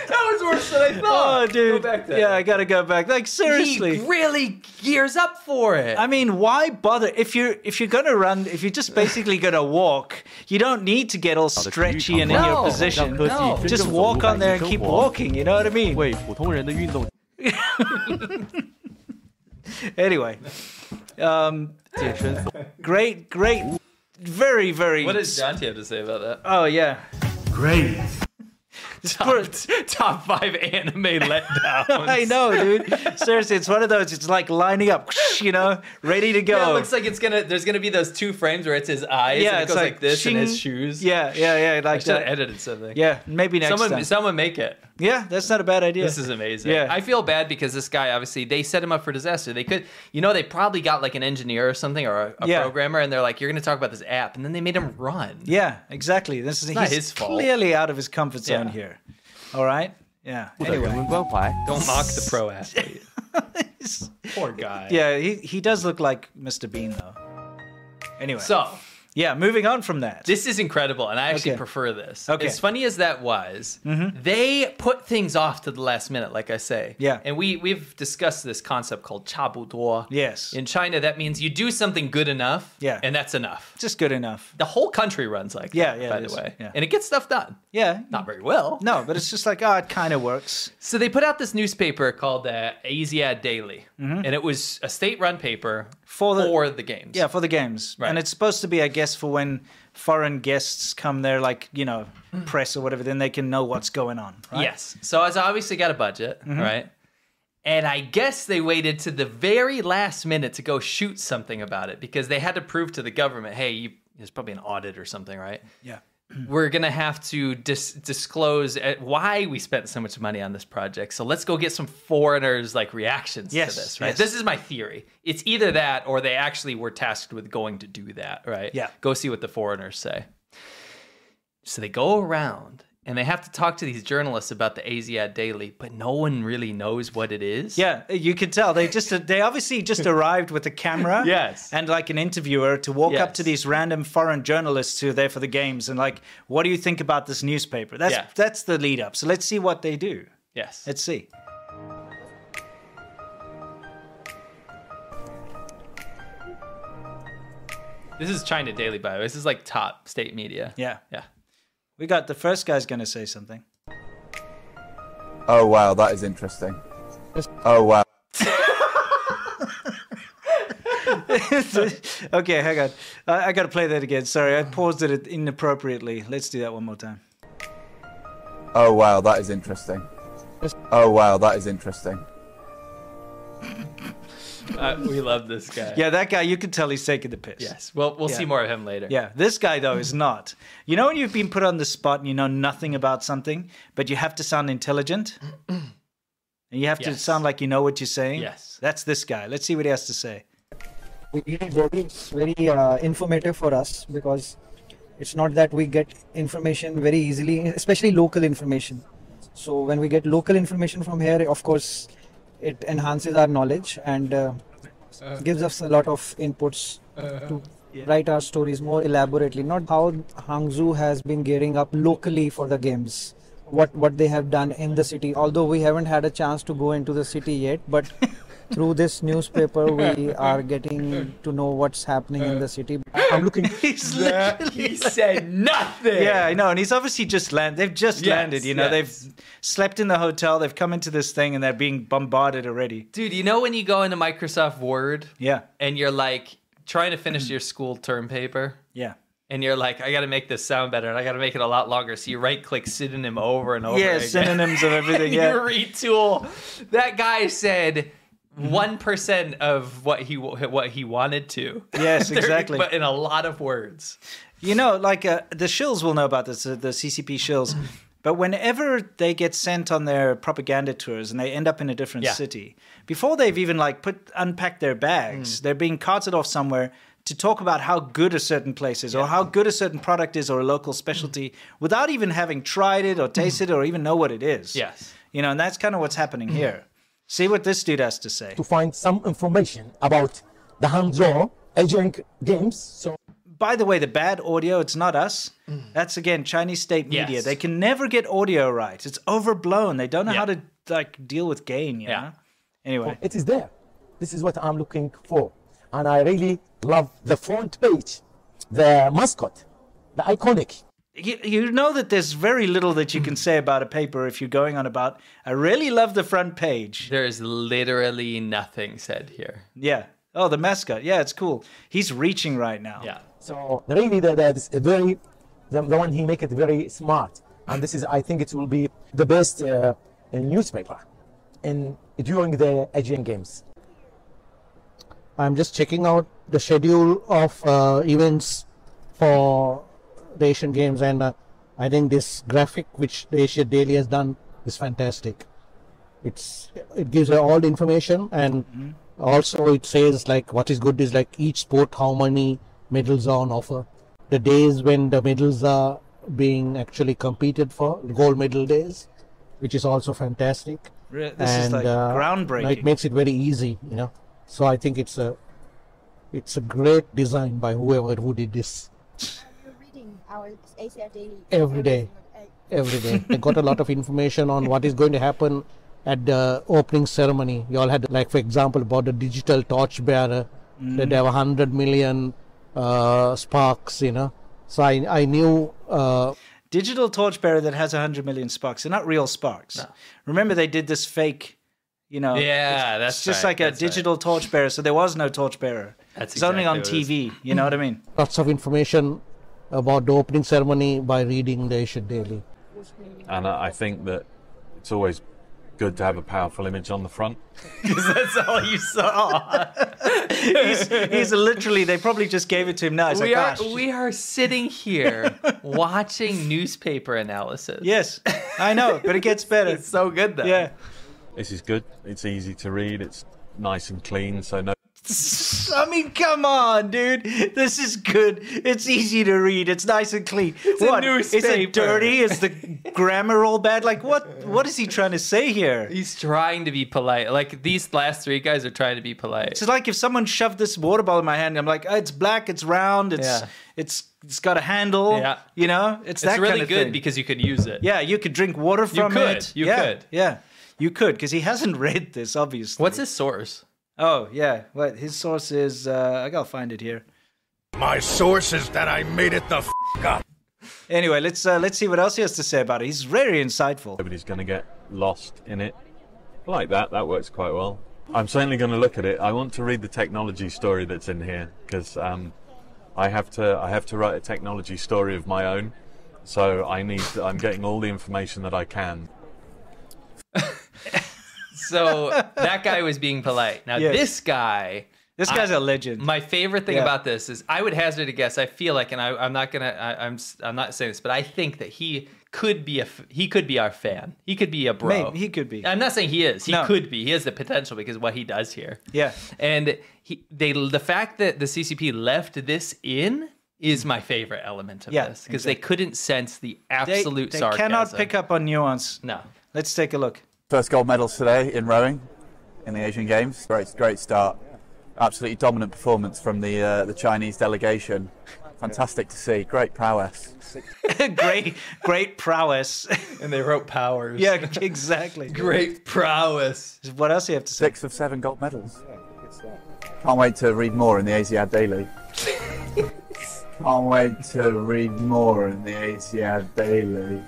Speaker 2: That was worse than I
Speaker 1: Oh, dude.
Speaker 2: back to that.
Speaker 1: yeah, I got to go back. Like, seriously.
Speaker 2: He really gears up for it.
Speaker 1: I mean, why bother if you're if you're gonna run? If you're just basically gonna walk, you don't need to get all stretchy and in your
Speaker 2: No,
Speaker 1: position.
Speaker 7: no, no.
Speaker 1: Just walk on there and keep walking. You know what I mean?
Speaker 7: 为普通人的运动
Speaker 1: Anyway, um,
Speaker 7: 健身所
Speaker 1: great, great, very, very.
Speaker 2: what does John T have to say about that?
Speaker 1: Oh yeah. Great.
Speaker 2: top, top five anime letdowns.
Speaker 1: I know, dude. Seriously, it's one of those. It's like lining up, you know, ready to go.
Speaker 2: Yeah, it looks like it's gonna. There's gonna be those two frames where it's his eyes.
Speaker 1: Yeah,
Speaker 2: and it
Speaker 1: it's
Speaker 2: goes like,
Speaker 1: like
Speaker 2: this and his
Speaker 1: shing.
Speaker 2: shoes.
Speaker 1: yeah, yeah, yeah,
Speaker 2: I
Speaker 1: like
Speaker 2: should have
Speaker 1: that.
Speaker 2: edited something.
Speaker 1: Yeah, maybe next
Speaker 2: someone,
Speaker 1: time.
Speaker 2: someone make it.
Speaker 1: yeah, that's not a bad idea.
Speaker 2: This is amazing.
Speaker 1: Yeah.
Speaker 2: I feel bad because this guy obviously they set him up for disaster. They could, you know, they probably got like an engineer or something or a, a
Speaker 1: Yeah.
Speaker 2: programmer, and they're like, "You're gonna talk about this app," and then they made him run.
Speaker 1: Yeah, exactly. This is
Speaker 2: not
Speaker 1: he's
Speaker 2: his fault.
Speaker 1: clearly out of his comfort zone
Speaker 2: Yeah.
Speaker 1: here. All right. Yeah.
Speaker 7: 的人
Speaker 1: Anyway.
Speaker 7: 文关怀，
Speaker 2: Don't mock the pro athlete. Poor guy.
Speaker 1: yeah, he, he does look like Mr. Bean though. Anyway.
Speaker 2: So
Speaker 1: yeah, moving on from that.
Speaker 2: This is incredible, and I actually
Speaker 1: Okay.
Speaker 2: prefer this.
Speaker 1: Okay. Mm-hmm.
Speaker 2: As funny as that was, they put things off to the last minute, like I say.
Speaker 1: Yeah.
Speaker 2: And we we've discussed this concept called chabuduo.
Speaker 1: Yes.
Speaker 2: In China, that means you do something good enough.
Speaker 1: Yeah.
Speaker 2: And that's enough.
Speaker 1: just good enough.
Speaker 2: The whole country runs like
Speaker 1: Yeah,
Speaker 2: that.
Speaker 1: yeah,
Speaker 2: By
Speaker 1: it
Speaker 2: the
Speaker 1: is.
Speaker 2: way,
Speaker 1: Yeah.
Speaker 2: and it gets stuff done.
Speaker 1: Yeah.
Speaker 2: Not very well.
Speaker 1: No, but it's just like, oh, it kind of works.
Speaker 2: So they put out this newspaper called the Asiad Daily, and it was a state-run paper
Speaker 1: Mm-hmm. For the-
Speaker 2: for the games.
Speaker 1: Yeah, for the games.
Speaker 2: Right.
Speaker 1: And it's supposed to be, I guess, for when foreign guests come there, like, you know,
Speaker 2: Hmm.
Speaker 1: press or whatever, then they can know what's going on. Right? Mm-hmm.
Speaker 2: Yes. So it's obviously got a budget, right? And I guess they waited to the very last minute to go shoot something about it because they had to prove to the government, hey, you, there's probably an audit or something, right?
Speaker 1: Yeah.
Speaker 2: We're gonna have to dis- disclose uh, why we spent so much money on this project. So let's go get some foreigners' like reactions
Speaker 1: Yes,
Speaker 2: to this, right?
Speaker 1: yes.
Speaker 2: This is my theory. It's either that or they actually were tasked with going to do that, right?
Speaker 1: Yeah.
Speaker 2: Go see what the foreigners say. So they go around and they have to talk to these journalists about the Asiad Daily, but no one really knows what it is.
Speaker 1: Yeah, you could tell they just they obviously just arrived with a camera,
Speaker 2: Yes.
Speaker 1: and like an interviewer to walk up
Speaker 2: Yes.
Speaker 1: to these random foreign journalists who are there for the games and like, what do you think about this newspaper? That's
Speaker 2: Yeah.
Speaker 1: that's the lead up. So let's see what they do.
Speaker 2: Yes.
Speaker 1: Let's see.
Speaker 2: this is China Daily, by the way. This is like top state media.
Speaker 1: Yeah,
Speaker 2: Yeah.
Speaker 1: we got the first guy's going to say something.
Speaker 9: Oh wow, that is interesting. Oh wow.
Speaker 1: okay, hang on. I, I got to play that again. Sorry, I paused it inappropriately. Let's do that one more time.
Speaker 9: Oh wow, that is interesting. Oh wow, that is interesting.
Speaker 2: Uh, we love this guy.
Speaker 1: Yeah, that guy, you could tell he's taking the piss.
Speaker 2: Yes. Well, we'll see more of him later.
Speaker 1: Yeah, this guy though is not. You know when you've been put on the spot and you know nothing about something, but you have to sound intelligent, and you have to
Speaker 2: Yes.
Speaker 1: sound like you know what you're saying.
Speaker 2: Yes.
Speaker 1: that's this guy. Let's see what he has to say.
Speaker 10: Really very, very uh, informative for us because it's not that we get information very easily, especially local information. So when we get local information from here, of course, it enhances our knowledge and uh, gives us a lot of inputs to write our stories more elaborately. Not how Hangzhou has been gearing up locally for the games, what what they have done in the city. Although we haven't had a chance to go into the city yet, but through this newspaper, we are getting to know what's happening in the city. I'm looking
Speaker 1: He's
Speaker 2: He said nothing.
Speaker 1: yeah, I know, and he's obviously just land. They've just
Speaker 2: Yes,
Speaker 1: landed. You know,
Speaker 2: yes.
Speaker 1: they've slept in the hotel. They've come into this thing and they're being bombarded already.
Speaker 2: Dude, you know when you go into Microsoft Word
Speaker 1: Yeah,
Speaker 2: and you're like trying to finish
Speaker 1: Mm.
Speaker 2: your school term paper?
Speaker 1: yeah.
Speaker 2: And you're like, I got to make this sound better, and I got to make it a lot longer. So you right-click synonym over and over.
Speaker 1: Yeah,
Speaker 2: again.
Speaker 1: synonyms of everything.
Speaker 2: you
Speaker 1: Yeah,
Speaker 2: retool. That guy said
Speaker 1: Mm-hmm.
Speaker 2: one percent of what he what he wanted to.
Speaker 1: Yes,
Speaker 2: There-
Speaker 1: exactly.
Speaker 2: but in a lot of words.
Speaker 1: You know, like uh, the shills will know about this, uh, the CCP shills.
Speaker 2: Mm.
Speaker 1: But whenever they get sent on their propaganda tours and they end up in a different
Speaker 2: Yeah. Mm.
Speaker 1: city, before they've even like put unpacked their bags, they're being carted off somewhere to talk about how good a certain place is or how good a certain product is or a local
Speaker 2: Mm.
Speaker 1: specialty without even having tried it or tasted it or even know what it is.
Speaker 2: Yes. Mm.
Speaker 1: You know, and that's kind of what's happening here. See what this dude has to say.
Speaker 11: to find some information about the Hangzhou Asian Games. So
Speaker 1: By the way, the bad audio, it's not us. That's again Chinese state media.
Speaker 2: Mm. Yes.
Speaker 1: They can never get audio right. It's overblown. They don't know how to like deal with gain, you yeah. know? Anyway.
Speaker 11: it is there. This is what I'm looking for. And I really love the front page, the mascot, the iconic.
Speaker 1: you, you know that there's very little that
Speaker 2: Mm.
Speaker 1: you can say about a paper if you're going on about i really love the front page
Speaker 2: There is literally nothing said here.
Speaker 1: yeah oh the mascot yeah it's cool he's reaching right now
Speaker 2: Yeah.
Speaker 11: So really, the, the, this very, the, the one he make it very smart. And this is, I think it will be the best uh, newspaper in during the Asian Games.
Speaker 12: I'm just checking out the schedule of uh, events for the Asian Games, and uh, I think this graphic which the Asia Daily has done is fantastic. It's it gives you all the information, and
Speaker 11: Mm-hmm.
Speaker 12: also it says like what is good is like each sport how many medals are on offer, the days when the medals are being actually competed for, gold medal days, which is also fantastic
Speaker 1: Re- this is like
Speaker 12: uh, know, It
Speaker 1: groundbreaking
Speaker 12: makes it very easy, you know. So I think it's a it's a great design by whoever who did this
Speaker 13: reading our ACR daily
Speaker 12: every day. Every day. they got a lot of information on what is going to happen at the opening ceremony. You all had like for example about the digital torch bearer that they have hundred million uh, sparks, you know. So I I knew uh,
Speaker 1: digital torchbearer that has 100 million sparks they're not real sparks remember they did this fake you know
Speaker 2: Yeah,
Speaker 1: it's,
Speaker 2: that's
Speaker 1: it's just
Speaker 2: right,
Speaker 1: like a
Speaker 2: that's right.
Speaker 1: digital torchbearer so there was no torchbearer
Speaker 2: That's
Speaker 1: it's only on
Speaker 2: exactly what it
Speaker 1: tv you know what i mean
Speaker 12: lots of information about the opening ceremony by reading the Asia Daily.
Speaker 14: and I I think that it's always good to have a powerful image on the front.
Speaker 2: That's all you saw.
Speaker 1: he's, he's literally they probably just gave it to him now He's
Speaker 2: we are
Speaker 1: like, "Gosh."
Speaker 2: we are sitting here watching newspaper analysis.
Speaker 1: yes i know but it gets better
Speaker 2: it's so good though
Speaker 1: yeah
Speaker 14: This is good. It's easy to read. It's nice and clean, so no
Speaker 1: I mean, come on, dude. This is good. It's easy to read. It's nice and clean.
Speaker 2: a
Speaker 1: what is
Speaker 2: newspaper.
Speaker 1: it dirty? Is the grammar all bad? Like, what? What is he trying to say here?
Speaker 2: He's trying to be polite. Like these last three guys are trying to be polite.
Speaker 1: It's like if someone shoved this water bottle in my hand. I'm like, "Oh, it's black. It's round. It's
Speaker 2: Yeah.
Speaker 1: it's it's got a handle.
Speaker 2: Yeah.
Speaker 1: you know, it's,
Speaker 2: It's,
Speaker 1: that
Speaker 2: really
Speaker 1: kind of
Speaker 2: good
Speaker 1: thing.
Speaker 2: because you could use it.
Speaker 1: yeah, you could drink water from
Speaker 2: could.
Speaker 1: it.
Speaker 2: You
Speaker 1: yeah,
Speaker 2: could.
Speaker 1: Yeah, you could because he hasn't read this obviously.
Speaker 2: What's his source?
Speaker 1: Oh yeah, what his source is? Uh, I gotta find it here.
Speaker 15: My source is that I made it the f up.
Speaker 1: Anyway, let's uh, let's see what else he has to say about it. He's very insightful.
Speaker 14: nobody's going to get lost in it. I like that. That works quite well. I'm certainly going to look at it. I want to read the technology story that's in here because um, I have to. I have to write a technology story of my own. So I need. I'm getting all the information that I can.
Speaker 2: So that guy was being polite. Now
Speaker 1: Yes.
Speaker 2: this guy.
Speaker 1: This guy's
Speaker 2: a
Speaker 1: a legend.
Speaker 2: My favorite thing
Speaker 1: Yeah.
Speaker 2: about this is I would hazard a guess. I feel like, and I, I'm not gonna, I, I'm, s- I'm not saying this, but I think that he could be a, f- he could be our fan. He could be a bro.
Speaker 1: Maybe he could be.
Speaker 2: I'm not saying he is. He
Speaker 1: No.
Speaker 2: could be. He has the potential because what he does here.
Speaker 1: Yeah.
Speaker 2: And he, they, the fact that the CCP left this in is my favorite element of
Speaker 1: Yeah,
Speaker 2: this because they couldn't sense the absolute
Speaker 1: they, they
Speaker 2: sarcasm.
Speaker 1: cannot pick up on nuance.
Speaker 2: No.
Speaker 1: Let's take a look.
Speaker 9: First gold medals today in rowing in the Asian Games. Great, great start. Absolutely dominant performance from the uh, the Chinese delegation. Fantastic to see. Great prowess.
Speaker 1: great, great prowess.
Speaker 2: And they wrote powers.
Speaker 1: Yeah, exactly.
Speaker 2: Great prowess.
Speaker 1: What else do you have to say?
Speaker 9: Six of seven gold medals. Can't wait to read more in the ASIAD Daily. Can't wait to read more in the ASIAD Daily.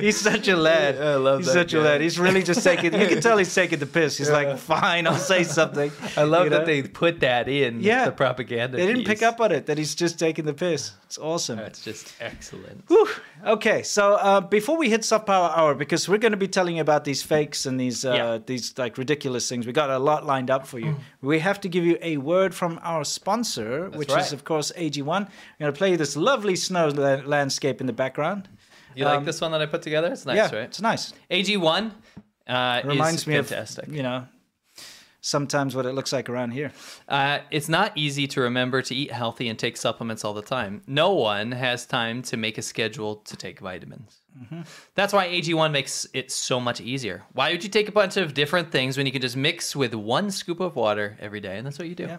Speaker 1: He's such a lad. I love he's
Speaker 2: that
Speaker 1: such a
Speaker 2: guy.
Speaker 1: lad. He's really just taking. You can tell he's taking the piss. He's like, fine, I'll say something.
Speaker 2: I love
Speaker 1: You
Speaker 2: that
Speaker 1: know?
Speaker 2: they put that in.
Speaker 1: Yeah.
Speaker 2: The propaganda.
Speaker 1: They didn't
Speaker 2: piece.
Speaker 1: pick up on it that he's just taking the piss. It's awesome.
Speaker 2: That's just excellent.
Speaker 1: Whew. Okay, so uh, before we hit soft power hour, because we're going to be telling you about these fakes and these uh, these like ridiculous things, we got a lot lined up for you.
Speaker 2: Mm-hmm.
Speaker 1: we have to give you a word from our sponsor, which is
Speaker 2: right.
Speaker 1: of course AG1. I'm going to play you this lovely snow la- landscape in the background.
Speaker 2: You
Speaker 1: Um,
Speaker 2: like this one that I put together? It's nice,
Speaker 1: yeah,
Speaker 2: right?
Speaker 1: It's nice.
Speaker 2: AG1 uh,
Speaker 1: It reminds
Speaker 2: is
Speaker 1: me
Speaker 2: fantastic.
Speaker 1: of you know. sometimes what it looks like around here.
Speaker 2: Uh, it's not easy to remember to eat healthy and take supplements all the time. No one has time to make a schedule to take vitamins.
Speaker 1: Mm-hmm.
Speaker 2: That's why AG1 makes it so much easier. Why would you take a bunch of different things when you can just mix with one scoop of water every day? And that's what you do. Yeah,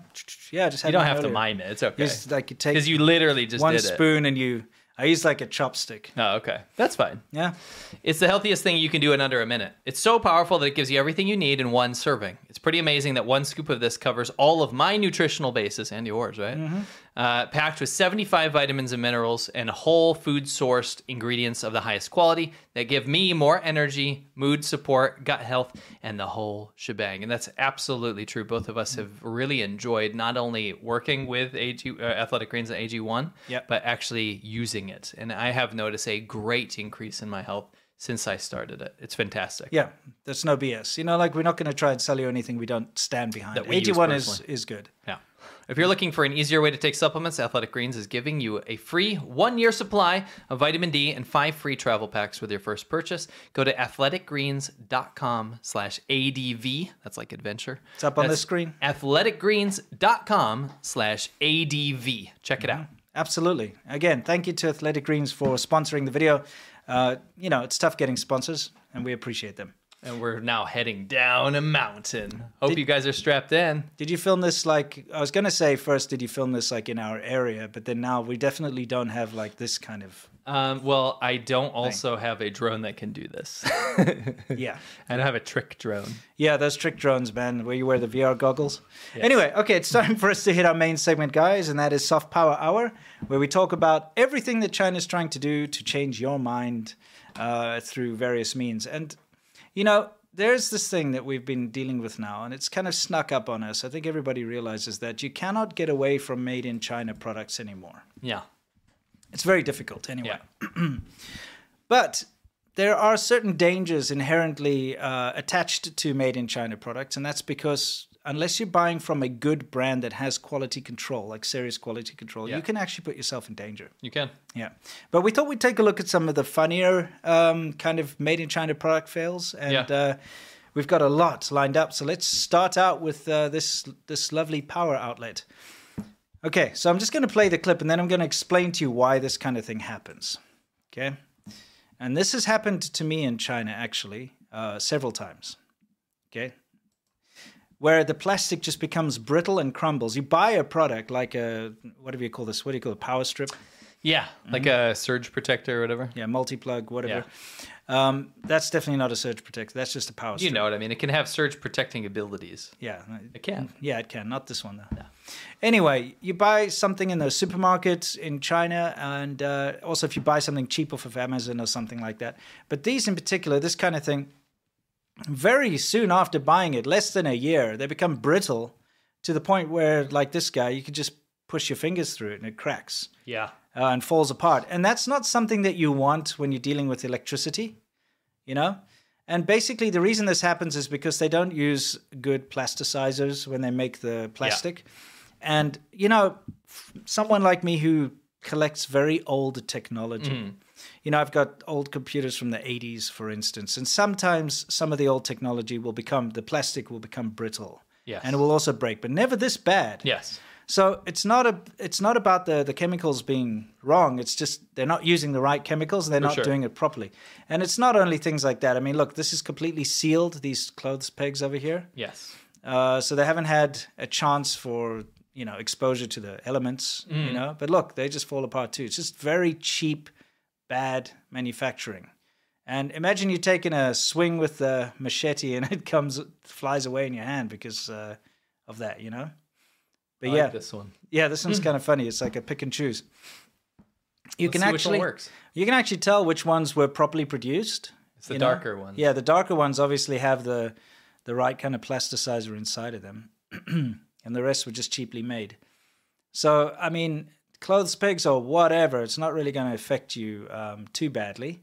Speaker 1: yeah I just had
Speaker 2: you don't
Speaker 1: mine
Speaker 2: have to
Speaker 1: earlier.
Speaker 2: mime it. It's
Speaker 1: You
Speaker 2: okay.
Speaker 1: just, like, you take
Speaker 2: because you literally just
Speaker 1: one
Speaker 2: did it.
Speaker 1: spoon and you. I use like a chopstick.
Speaker 2: Oh, okay. That's fine.
Speaker 1: Yeah.
Speaker 2: It's the healthiest thing you can do in under a minute. It's so powerful that it gives you everything you need in one serving. It's pretty amazing that one scoop of this covers all of my nutritional basis and yours, right?
Speaker 16: Mhm.
Speaker 2: Uh, packed with 75 vitamins and minerals and whole food sourced ingredients of the highest quality that give me more energy, mood support, gut health, and the whole shebang. And that's absolutely true. Both of us have really enjoyed not only working with AG, uh, Athletic Greens and AG1,
Speaker 1: Yep.
Speaker 2: but actually using it. And I have noticed a great increase in my health since I started it. It's fantastic.
Speaker 1: Yeah, that's no BS. You know, like we're not going to try and sell you anything we don't stand behind.
Speaker 2: That we use
Speaker 1: 81 is
Speaker 2: personally.
Speaker 1: is good.
Speaker 2: Yeah. If you're looking for an easier way to take supplements, Athletic Greens is giving you a free one year supply of vitamin D and five free travel packs with your first purchase. Go to athleticgreens.com slash ADV. That's like adventure.
Speaker 1: It's up on the
Speaker 2: That's
Speaker 1: screen.
Speaker 2: Athleticgreens.com slash ADV. Check
Speaker 1: Mm-hmm.
Speaker 2: it out.
Speaker 1: Absolutely. Again, thank you to Athletic Greens for sponsoring the video. Uh, you know, it's tough getting sponsors, and we appreciate them.
Speaker 2: And we're now heading down a mountain. Hope you guys are strapped in.
Speaker 1: Did you film this like I was gonna say first? Did you film this like in our area? But then now we definitely don't have like this kind of
Speaker 2: Um, well, I don't also have a drone that can do this.
Speaker 1: yeah.
Speaker 2: I don't have a trick drone.
Speaker 1: Yeah, those trick drones, man, where you wear the VR goggles.
Speaker 2: Yes.
Speaker 1: Anyway, okay, it's time for us to hit our main segment, guys, and that is Soft Power Hour, where we talk about everything that China's trying to do to change your mind uh, through various means. And, you know, there's this thing that we've been dealing with now, and it's kind of snuck up on us. I think everybody realizes that you cannot get away from made in China products anymore.
Speaker 2: Yeah.
Speaker 1: It's very difficult anyway. but there are certain dangers inherently uh, attached to made in China products, and that's because unless you're buying from a good brand that has quality control, like serious quality control,
Speaker 2: Yeah.
Speaker 1: you can actually put yourself in danger.
Speaker 2: You can.
Speaker 1: Yeah. But we thought we'd take a look at some of the funnier um, kind of made in China product fails, and
Speaker 2: Yeah.
Speaker 1: uh, we've got a lot lined up. So let's start out with uh, this this lovely power outlet. Okay, so I'm just going to play the clip, and then I'm going to explain to you why this kind of thing happens. Okay, and this has happened to me in China actually uh, several times. Okay, where the plastic just becomes brittle and crumbles. You buy a product like a whatever you call this, what do you call it, power strip?
Speaker 2: Yeah, like a surge protector or whatever.
Speaker 1: Yeah, multi-plug, whatever. Um, that's definitely not a surge protector. That's just a power strip.
Speaker 2: You know what I mean? It can have surge protecting abilities.
Speaker 1: Yeah,
Speaker 2: It can.
Speaker 1: Yeah, it can. Not this one though. Anyway, you buy something in those supermarkets in China, and uh, also if you buy something cheap off of Amazon or something like that. But these in particular, this kind of thing, very soon after buying it, less than a year, they become brittle to the point where, like this guy, you could just push your fingers through it and it cracks
Speaker 2: Yeah.
Speaker 1: uh, and falls apart. And that's not something that you want when you're dealing with electricity, you know? And basically, the reason this happens is because they don't use good plasticizers when they make the plastic. And, you know, f- someone like me who collects very old technology,
Speaker 2: Mhm.
Speaker 1: you know, I've got old computers from the 80s, for instance, and sometimes some of the old technology will become, the plastic will become brittle.
Speaker 2: Yes.
Speaker 1: And it will also break, but never this bad.
Speaker 2: Yes.
Speaker 1: So it's not a it's not about the the chemicals being wrong. It's just they're not using the right chemicals and they're
Speaker 2: For
Speaker 1: not
Speaker 2: sure.
Speaker 1: doing it properly. And it's not only things like that. I mean, look, this is completely sealed. These clothes pegs over here.
Speaker 2: Yes.
Speaker 1: Uh, so they haven't had a chance for you know exposure to the elements. You
Speaker 2: Mm.
Speaker 1: know, but look, they just fall apart too. It's just very cheap, bad manufacturing. And imagine you taking a swing with the machete and it comes flies away in your hand because uh, of that. You know. But
Speaker 2: I like
Speaker 1: yeah,
Speaker 2: this one.
Speaker 1: Yeah, this one's kind of funny. It's like a pick and choose. You can
Speaker 2: Hmm. Let's see which one
Speaker 1: actually
Speaker 2: works.
Speaker 1: you can actually tell which ones were properly produced. It's
Speaker 2: the darker ones.
Speaker 1: Yeah, the darker ones obviously have the the right kind of plasticizer inside of them, and the rest were just cheaply made. So I mean, clothes pegs or whatever, it's not really going to affect you um, too badly.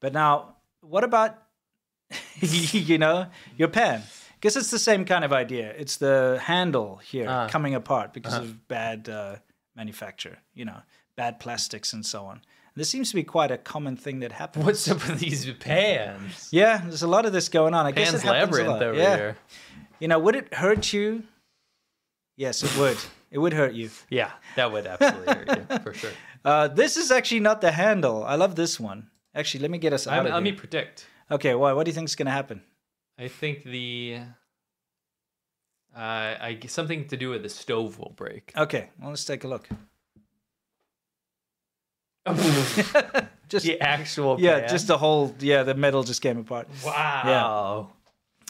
Speaker 1: But now, what about you know your pen? Because it's the same kind of idea. It's the handle here
Speaker 2: Ah.
Speaker 1: coming apart because
Speaker 2: Uh-huh.
Speaker 1: of bad uh, manufacture. You know, bad plastics and so on. This seems to be quite a common thing that happens.
Speaker 2: What's up with these pans?
Speaker 1: Yeah, there's a lot of this going on. I guess
Speaker 2: Pan's
Speaker 1: it happens a
Speaker 2: Labyrinth
Speaker 1: lot.
Speaker 2: over
Speaker 1: yeah.
Speaker 2: here.
Speaker 1: You know, would it hurt you? Yes, it would. it would hurt you.
Speaker 2: Yeah, that would absolutely hurt you for sure.
Speaker 1: Uh, this is actually not the handle. I love this one. Actually, let me get us out
Speaker 2: I'm- e
Speaker 1: of
Speaker 2: let me
Speaker 1: here.
Speaker 2: predict.
Speaker 1: Okay, why? What do you think is going to happen?
Speaker 2: I think the uh, I something to do with the stove will break.
Speaker 1: Okay, well, let's take a look. just
Speaker 2: the actual
Speaker 1: yeah,
Speaker 2: pan?
Speaker 1: just the whole yeah, the metal just came apart.
Speaker 2: Wow.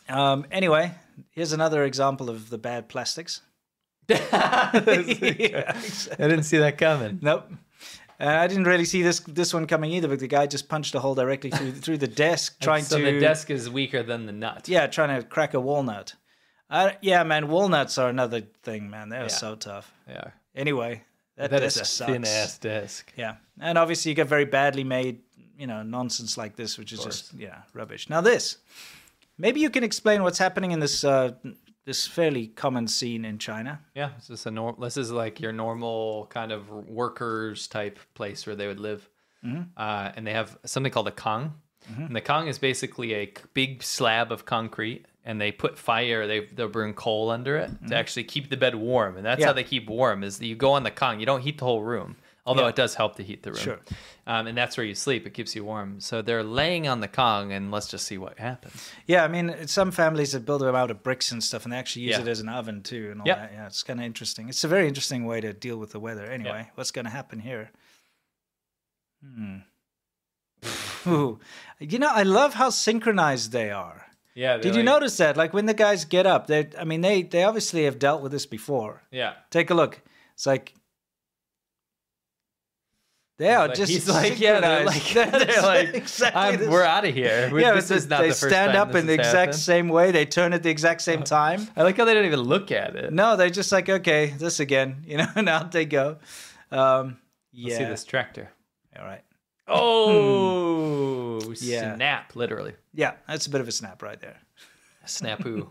Speaker 1: Yeah. Um, anyway, here's another example of the bad plastics.
Speaker 2: I didn't see that coming.
Speaker 1: Nope. Uh, I didn't really see this this one coming either, but the guy just punched a hole directly through through the desk, trying
Speaker 2: so
Speaker 1: to
Speaker 2: the desk is weaker than the nut.
Speaker 1: yeah, trying to crack a walnut. Uh, yeah, man, walnuts are another thing, man. They're so tough.
Speaker 2: Yeah.
Speaker 1: Anyway, that,
Speaker 2: That is
Speaker 1: desk
Speaker 2: a
Speaker 1: sucks.
Speaker 2: thin-ass desk.
Speaker 1: Yeah, and obviously you get very badly made, you know, nonsense like this, which is just yeah, rubbish. Now this, maybe you can explain what's happening in this uh, this fairly common scene in China.
Speaker 2: Yeah, it's just a norm. This is like your normal kind of workers type place where they would live,
Speaker 1: Mhm.
Speaker 2: uh, and they have something called a kong.
Speaker 1: Mhm.
Speaker 2: And the kong is basically a c- big slab of concrete, and they put fire. They they'll burn coal under it
Speaker 1: Mhm.
Speaker 2: to actually keep the bed warm, and that's
Speaker 1: Yeah.
Speaker 2: how they keep warm. Is that you go on the kong, you don't heat the whole room, although
Speaker 1: Yeah.
Speaker 2: it does help to heat the room.
Speaker 1: Sure.
Speaker 2: Um, and that's where you sleep. It keeps you warm. So they're laying on the kong, and let's just see what happens.
Speaker 1: Yeah, I mean, some families that build them out of bricks and stuff, and they actually use
Speaker 2: Yeah.
Speaker 1: it as an oven too, and all
Speaker 2: Yeah.
Speaker 1: that. Yeah, it's kind of interesting. It's a very interesting way to deal with the weather. Anyway, what's going to happen here? Hmm. Ooh. You know, I love how synchronized they are.
Speaker 2: Yeah.
Speaker 1: Did you notice that? Like when the guys get up, they I mean they they obviously have dealt with this before.
Speaker 2: Yeah.
Speaker 1: Take a look. It's like they are
Speaker 2: like-
Speaker 1: just
Speaker 2: he's like, yeah, they're
Speaker 1: synchronized.
Speaker 2: like-
Speaker 1: That's
Speaker 2: they're like,
Speaker 1: exactly
Speaker 2: I'm-
Speaker 1: this-
Speaker 2: we're outta here. We-
Speaker 1: yeah,
Speaker 2: this
Speaker 1: but
Speaker 2: is not
Speaker 1: they
Speaker 2: the first
Speaker 1: stand
Speaker 2: time
Speaker 1: up
Speaker 2: this
Speaker 1: in the
Speaker 2: has
Speaker 1: exact
Speaker 2: happened. Oh.
Speaker 1: same way. They turn at the exact same time.
Speaker 2: I like how they don't even look at it.
Speaker 1: No, they're just like, okay, this again, you know, and out they go. Um, yeah,
Speaker 2: Let's see this tractor.
Speaker 1: All right.
Speaker 2: Oh,
Speaker 1: Yeah.
Speaker 2: snap! Literally,
Speaker 1: Yeah, that's a bit of a snap right there.
Speaker 2: snapu.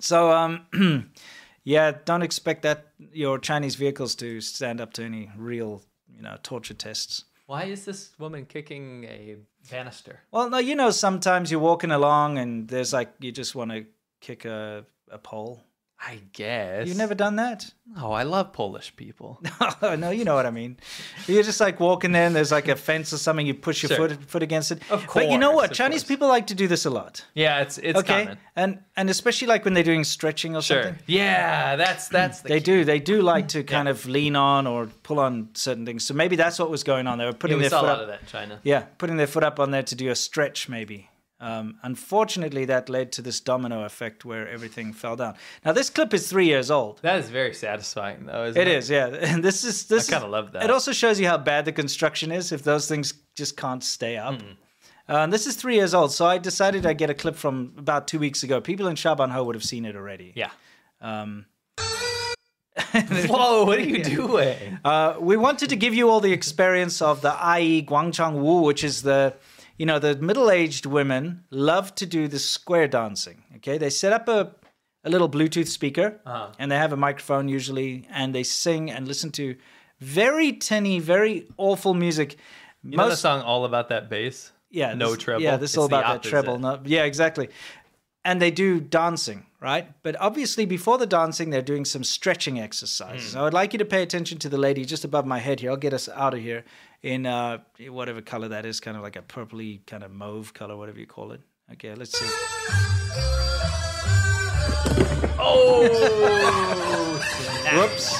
Speaker 1: So, um, yeah, don't expect that your Chinese vehicles to stand up to any real, you know, torture tests.
Speaker 2: Why is this woman kicking a banister?
Speaker 1: Well, no, you know, sometimes you're walking along and there's like you just want to kick a a pole.
Speaker 2: I guess
Speaker 1: You've never done that?
Speaker 2: Oh, I love Polish people.
Speaker 1: no, you know what I mean. You're just like walking there and there's like a fence or something. You push your
Speaker 2: Sure.
Speaker 1: foot foot against it.
Speaker 2: Of
Speaker 1: but you know
Speaker 2: course,
Speaker 1: what?
Speaker 2: of
Speaker 1: Chinese people like to do this a lot.
Speaker 2: Yeah, it's it's
Speaker 1: okay,
Speaker 2: common.
Speaker 1: and and especially like when they're doing stretching or
Speaker 2: Sure.
Speaker 1: something.
Speaker 2: Yeah, that's that's the
Speaker 1: they do. They do like to kind of lean on or pull on certain things. So maybe that's what was going on. They were putting
Speaker 2: yeah, we
Speaker 1: their
Speaker 2: saw a
Speaker 1: foot up.
Speaker 2: lot of that in China.
Speaker 1: Yeah, putting their foot up on there to do a stretch, maybe. Um, unfortunately, that led to this domino effect where everything fell down. Now, this clip is three years old.
Speaker 2: That is very satisfying, though. Isn't
Speaker 1: It
Speaker 2: it
Speaker 1: is, yeah. And this is this.
Speaker 2: I kinda love that.
Speaker 1: It also shows you how bad the construction is if those things just can't stay up.
Speaker 2: Mm-hmm.
Speaker 1: Um, this is three years old, so I decided I'd get a clip from about two weeks ago. People in Shabanho would have seen it already.
Speaker 2: Yeah.
Speaker 1: Um,
Speaker 2: Whoa, what are you doing?
Speaker 1: Uh, we wanted to give you all the experience of the Ai Guangchang Wu, which is the, you know, the middle-aged women love to do the square dancing. Okay, they set up a, a little Bluetooth speaker,
Speaker 2: Uh-huh.
Speaker 1: and they have a microphone usually, and they sing and listen to very tinny, very awful music.
Speaker 2: You know the song all about that bass?
Speaker 1: yeah,
Speaker 2: no
Speaker 1: this-
Speaker 2: treble.
Speaker 1: Yeah, this is
Speaker 2: It's
Speaker 1: all
Speaker 2: the
Speaker 1: about that
Speaker 2: opposite.
Speaker 1: treble. Not, yeah, exactly. And they do dancing, right? But obviously, before the dancing, they're doing some stretching exercises.
Speaker 2: Mm.
Speaker 1: I would like you to pay attention to the lady just above my head here. I'll get us out of here in uh, whatever color that is, kind of like a purpley, kind of mauve color, whatever you call it. Okay, let's see.
Speaker 2: Oh,
Speaker 1: whoops!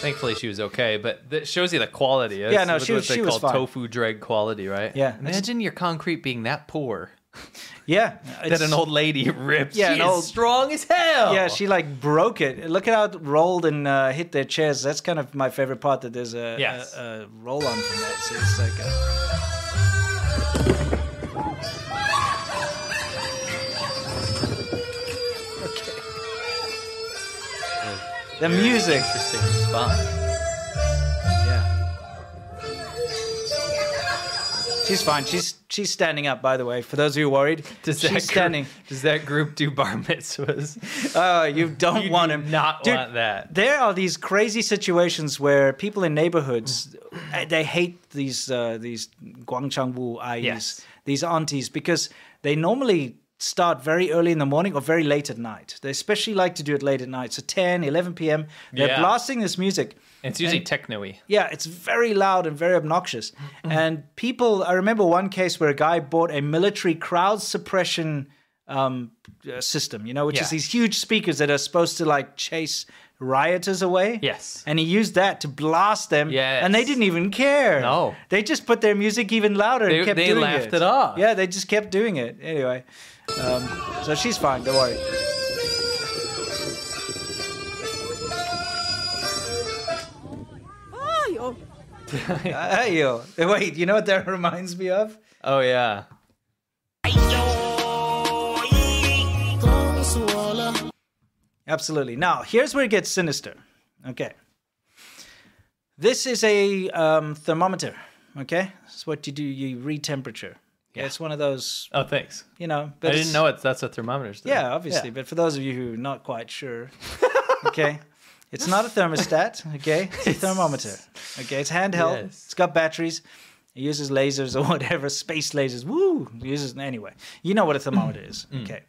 Speaker 2: Thankfully, she was okay, but that shows you the quality.
Speaker 1: Yeah, no,
Speaker 2: That's
Speaker 1: she
Speaker 2: what
Speaker 1: was-
Speaker 2: they
Speaker 1: she was
Speaker 2: call
Speaker 1: fine.
Speaker 2: tofu dread quality, right?
Speaker 1: Yeah, that's-
Speaker 2: Imagine your concrete being that poor
Speaker 1: Yeah,
Speaker 2: that an old lady rips.
Speaker 1: Yeah,
Speaker 2: Yeah,
Speaker 1: an old-
Speaker 2: strong as hell.
Speaker 1: Yeah, she like broke it. Look at how it rolled and uh, hit their chairs. That's kind of my favorite part. That there's a,
Speaker 2: Yes.
Speaker 1: a, a roll on from that. So it's like a, the
Speaker 2: Very
Speaker 1: music.
Speaker 2: Interesting response.
Speaker 1: Yeah. She's fine. She's she's standing up. By the way, for those who are worried,
Speaker 2: Does that
Speaker 1: she's
Speaker 2: group,
Speaker 1: standing.
Speaker 2: Does that group do bar mitzvahs?
Speaker 1: Oh, you don't want him.
Speaker 2: Not
Speaker 1: Dude,
Speaker 2: want that.
Speaker 1: There are these crazy situations where people in neighborhoods
Speaker 2: Mm.
Speaker 1: uh, they hate these uh, these Guangchang Wu IEs,
Speaker 2: Yes.
Speaker 1: these aunties, because they normally start very early in the morning or very late at night. They especially like to do it late at night. So 10, 11 p.m. They're
Speaker 2: Yeah.
Speaker 1: blasting this music.
Speaker 2: It's usually
Speaker 1: And-
Speaker 2: techno-y.
Speaker 1: yeah, it's very loud and very obnoxious.
Speaker 2: Mm-hmm.
Speaker 1: and people, I remember one case where a guy bought a military crowd suppression um, uh, system, you know, which
Speaker 2: Yeah.
Speaker 1: is these huge speakers that are supposed to like chase rioters away.
Speaker 2: Yes.
Speaker 1: And he used that to blast them. Yeah. And they didn't even care. No. They just put their music even louder
Speaker 2: They-
Speaker 1: and kept
Speaker 2: they
Speaker 1: doing
Speaker 2: laughed
Speaker 1: it.
Speaker 2: it off.
Speaker 1: Yeah, they just kept doing it. Anyway, um, so she's fine, don't worry.
Speaker 16: Oh,
Speaker 1: Hey, yo. Wait, you know what that reminds me of?
Speaker 2: Oh yeah.
Speaker 1: Absolutely. Now, here's where it gets sinister. Okay. This is a um, thermometer. Okay. It's what you do. You read temperature. Yeah. It's one of those.
Speaker 2: Oh, thanks.
Speaker 1: You know,
Speaker 2: I didn't
Speaker 1: it's-
Speaker 2: know it's that's a thermometer. Thing.
Speaker 1: Yeah, obviously. But for those of you who are not quite sure, okay, it's not a thermostat. Okay, it's a thermometer. Okay, it's handheld.
Speaker 2: Yes.
Speaker 1: It's got batteries. It uses lasers or whatever, space lasers. Woo! It uses anyway. You know what a thermometer is.
Speaker 2: Mm.
Speaker 1: Okay.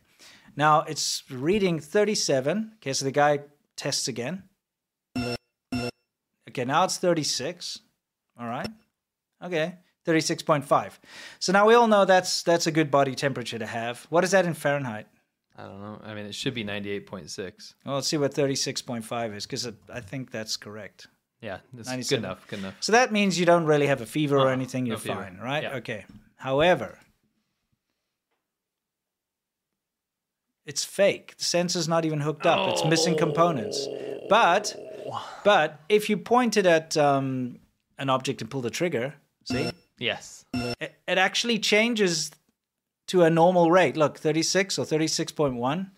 Speaker 1: Now it's reading 37. Okay, so the guy tests again. Okay, now it's 36. All right. Okay. 36.5. So now we all know that's that's a good body temperature to have. What is that in Fahrenheit?
Speaker 2: I don't know. I mean, it should be ninety-eight point six.
Speaker 1: Well, let's see what 36.5 is because I think that's correct.
Speaker 2: Yeah, that's good
Speaker 1: 97.
Speaker 2: enough. Good enough.
Speaker 1: So that means you don't really have a fever or anything. You're
Speaker 2: Uh-huh. no fever.
Speaker 1: fine, right? Okay. However, it's fake. The sensor's not even hooked up. It's missing components. But, but if you point it at um, an object and pull the trigger, see,
Speaker 2: Yes.
Speaker 1: it, it actually changes to a normal rate. Look, 36 or 36.1,